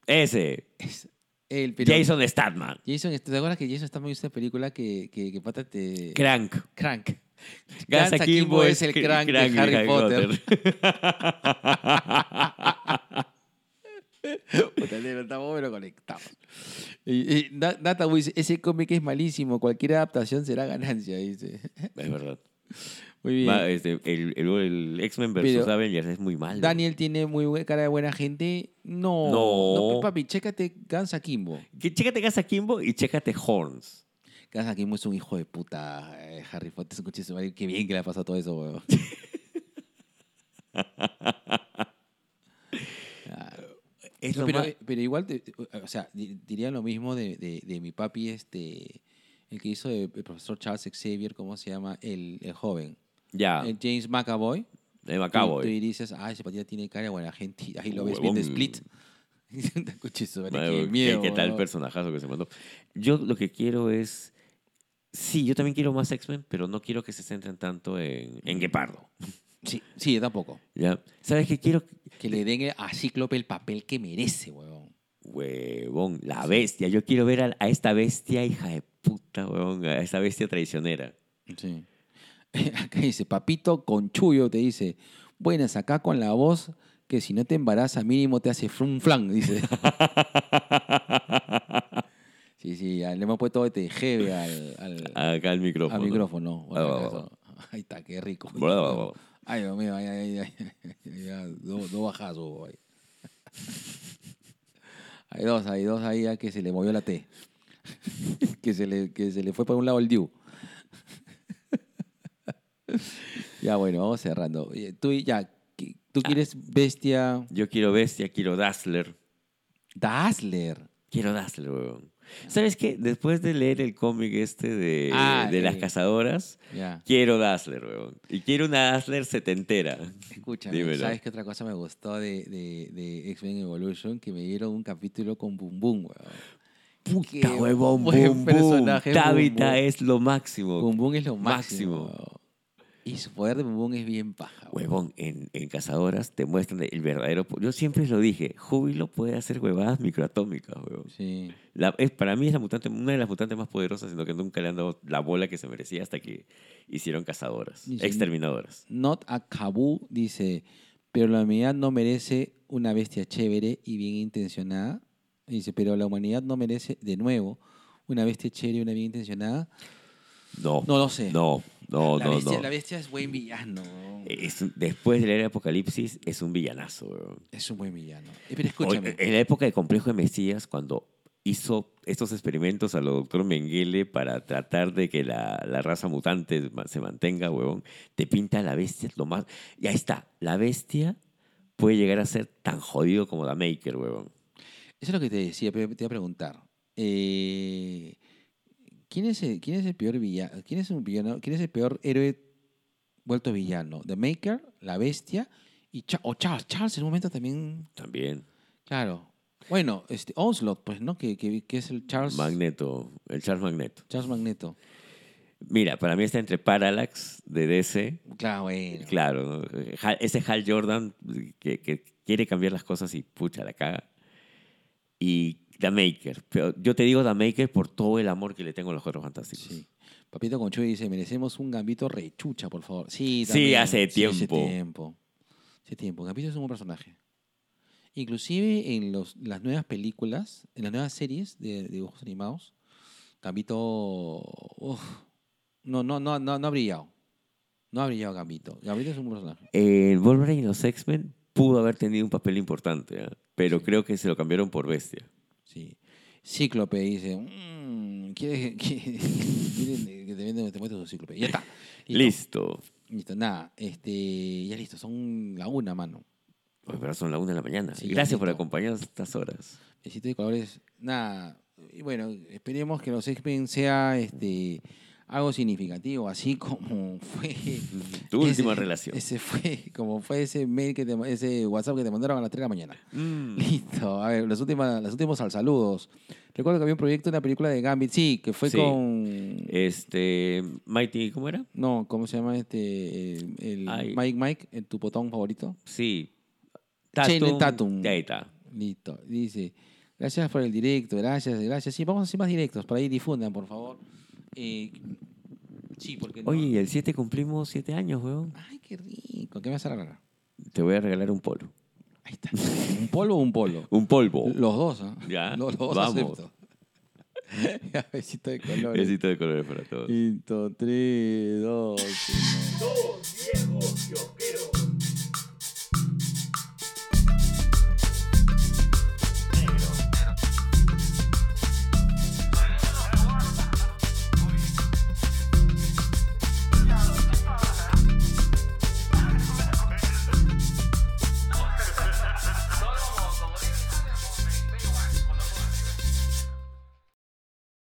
C: ese,
B: es- el pelado-
C: Jason Statham,
B: Jason, ¿te acuerdas que Jason está muy en esta película que, que, que pata te.
C: Crank.
B: Crank.
C: Guns
B: Guns Akimbo es el
C: cr-
B: crank, de Harry, Potter. Puta, negro, estamos pero conectados. Y, y Na- Nata Wiz, ese cómic es malísimo. Cualquier adaptación será ganancia, dice.
C: es verdad.
B: Muy bien.
C: Va, este, el el- el X-Men versus
B: Pero-
C: Avengers es muy malo.
B: Daniel tiene muy buen- cara de buena gente. No.
C: No.
B: pe, papi, chécate Guns Akimbo.
C: Que chécate Guns Akimbo y chécate Horns.
B: Guns Akimbo es un hijo de puta. eh, Harry Potter es un coche de su madre. Qué bien que le ha pasado todo eso, weón.
H: Es
B: No,
H: lo
B: pero, eh,
H: más-
B: pero igual, te- o sea, di- diría lo mismo de, de- de mi papi, este, el que hizo de- el profesor Charles Xavier, ¿cómo se llama? El, el joven.
H: Ya,
B: El James McAvoy.
H: de
B: Tú,
H: Macabo.
B: tú
H: eh.
B: y dices, ah, ese patilla tiene cara de buena gente. Ahí lo ves viendo
H: Huevón.
B: Split. Escuche eso, vale,
H: Madre,
B: qué miedo.
H: eh, ¿Qué, qué tal
B: huevón.
H: personajazo que se mandó? Yo lo que quiero es... Sí, yo también quiero más X-Men, pero no quiero que se centren tanto en, en Guepardo.
B: Sí, sí, yo tampoco.
H: ¿ya? ¿Sabes qué quiero?
B: Que le den a Cíclope el papel que merece, huevón.
H: Huevón, la bestia. Yo quiero ver a, a esta bestia hija de puta, huevón. A esta bestia traicionera.
B: Sí. Acá dice, papito conchullo, te dice, buenas, acá con la voz que si no te embaraza mínimo te hace frum flan, dice. sí, sí, ya le hemos puesto este jeve al, al-
H: Acá el micrófono.
B: al micrófono. por si
H: Ah, va, va,
B: acaso. Ahí está, qué rico.
H: Va, va, va.
B: Ay, Dios mío, ay, ay, ay, ay, ay, ya, dos dos bajazos. hubo ahí. Hay dos, hay dos ahí ya que se le movió la T. que, se le, que se le fue para un lado el Diu. ya, bueno, vamos cerrando. Oye, Tú, ya, ¿qué- tú quieres bestia
H: Yo quiero bestia, quiero Dazzler.
B: Dazzler.
H: Quiero Dazzler, huevón. ¿Sabes qué? Después de leer el cómic este de,
B: Ah,
H: de las
B: eh.
H: cazadoras,
B: Ya,
H: quiero Dazzler, huevón. Y quiero una Dazzler setentera.
B: escúchame,
H: dímelo.
B: ¿sabes qué otra cosa me gustó de, de, de X-Men Evolution? Que me dieron un capítulo con Boom Boom, weón.
H: Puta,
B: Qué
H: huevón,
B: buen
H: boom, boom.
B: personaje, Boom
H: Tabitha
B: Boom.
H: es lo máximo.
B: Boom Boom es lo máximo.
H: Máximo.
B: weón. Y su poder de Boom Boom es bien paja. weón.
H: Huevón, en, en Cazadoras te muestran el verdadero... po- Yo siempre lo dije, Júbilo puede hacer huevadas microatómicas, huevón.
B: Sí.
H: La- es, para mí es la mutante, una de las mutantes más poderosas, sino que nunca le han dado la bola que se merecía hasta que hicieron Cazadoras,
B: Y sí.
H: Exterminadoras.
B: Not a Kabu dice, pero la humanidad no merece una bestia chévere y bien intencionada. Dice, pero la humanidad no merece, de nuevo, una bestia chévere y una bien intencionada.
H: No,
B: No lo sé.
H: no, no,
B: la,
H: no,
B: bestia,
H: no. Eh.
B: la bestia es buen villano. weón.
H: Es un- después de la era de Apocalipsis, es un villanazo, huevón.
B: Es un buen villano. Eh, Pero escúchame.
H: Oye, En la época de Complejo de Mesías, cuando hizo estos experimentos a lo doctor Mengele para tratar de que la, la raza mutante ma- se mantenga, huevón, te pinta a la bestia lo más... Y ahí está, la bestia puede llegar a ser tan jodido como la Maker, huevón.
B: Eso es lo que te decía, pero te iba a preguntar. Eh, ¿quién, es el, ¿Quién es el peor villano? ¿Quién es un villano? ¿Quién es el peor héroe vuelto villano? ¿The Maker? ¿La Bestia? Y Cha- o Charles. Charles en un momento también.
H: También.
B: Claro. Bueno, este, Onslaught, pues, ¿no? Que, que, que es el Charles.
H: Magneto, el Charles Magneto.
B: Charles Magneto.
H: Mira, para mí está entre Parallax de DC,
B: Claro, bueno.
H: claro, ¿no? Eh, Hal- ese Hal Jordan eh, que, que quiere cambiar las cosas y pucha, la caga. Y The Maker, pero yo te digo The Maker por todo el amor que le tengo a los Cuatro Fantásticos.
B: Sí. Papito Conchuy dice, merecemos un gambito rechucha, por favor. Sí,
H: Sí,
B: también.
H: hace tiempo.
B: hace tiempo. Hace tiempo. Gambito es un buen personaje. Inclusive en los, las nuevas películas, en las nuevas series de, de dibujos animados, Gambito uf, no, no, no, no, no ha brillado. No ha brillado Gambito. Gambito es un buen personaje.
H: El Wolverine y los X-Men pudo haber tenido un papel importante, ¿ah? pero creo que se lo cambiaron por bestia.
B: Sí. Cíclope dice, mmm, ¿quieres, quieres- quieres que te, venda- te muestre su cíclope? Ya está.
H: Listo.
B: Listo, nada, este, ya listo, son la una, mano.
H: Oye, pero son las una de la mañana.
B: Sí,
H: Gracias por
B: listo.
H: acompañarnos estas horas.
B: Besito de colores, nada. Y bueno, esperemos que los X-Men sea este, algo significativo, así como fue.
H: Tu
B: ese-
H: última relación.
B: Ese fue, como fue ese mail que te, ese WhatsApp que te mandaron a las 3 de la mañana.
H: Mm.
B: Listo, a ver, los últimos, los últimos al saludos. Recuerdo que había un proyecto, una película de Gambit, sí, que fue
H: Sí.
B: con.
H: Este, Mighty, ¿cómo era?
B: no, ¿cómo se llama este? El, el
H: Ay.
B: Mike Mike, el tu potón favorito.
H: Sí.
B: Channing Tatum.
H: Ahí está.
B: Listo. Dice, gracias por el directo, gracias, gracias. Sí, vamos a hacer más directos, para ahí difundan, por favor. Eh, sí, porque no-
H: Oye, y el 7 cumplimos 7 años, weón.
B: Ay, qué rico. ¿Qué me vas a regalar?
H: Te voy a regalar un polo.
B: Ahí está. ¿Un polvo o un polo?
H: Un polvo.
B: Los dos, ¿ah?
H: Ya,
B: Los, los dos
H: vamos.
B: acepto. Ya, besito de colores.
H: Besito de colores para todos.
B: Listo, tres, dos, uno.
I: Dos viejos piojeros.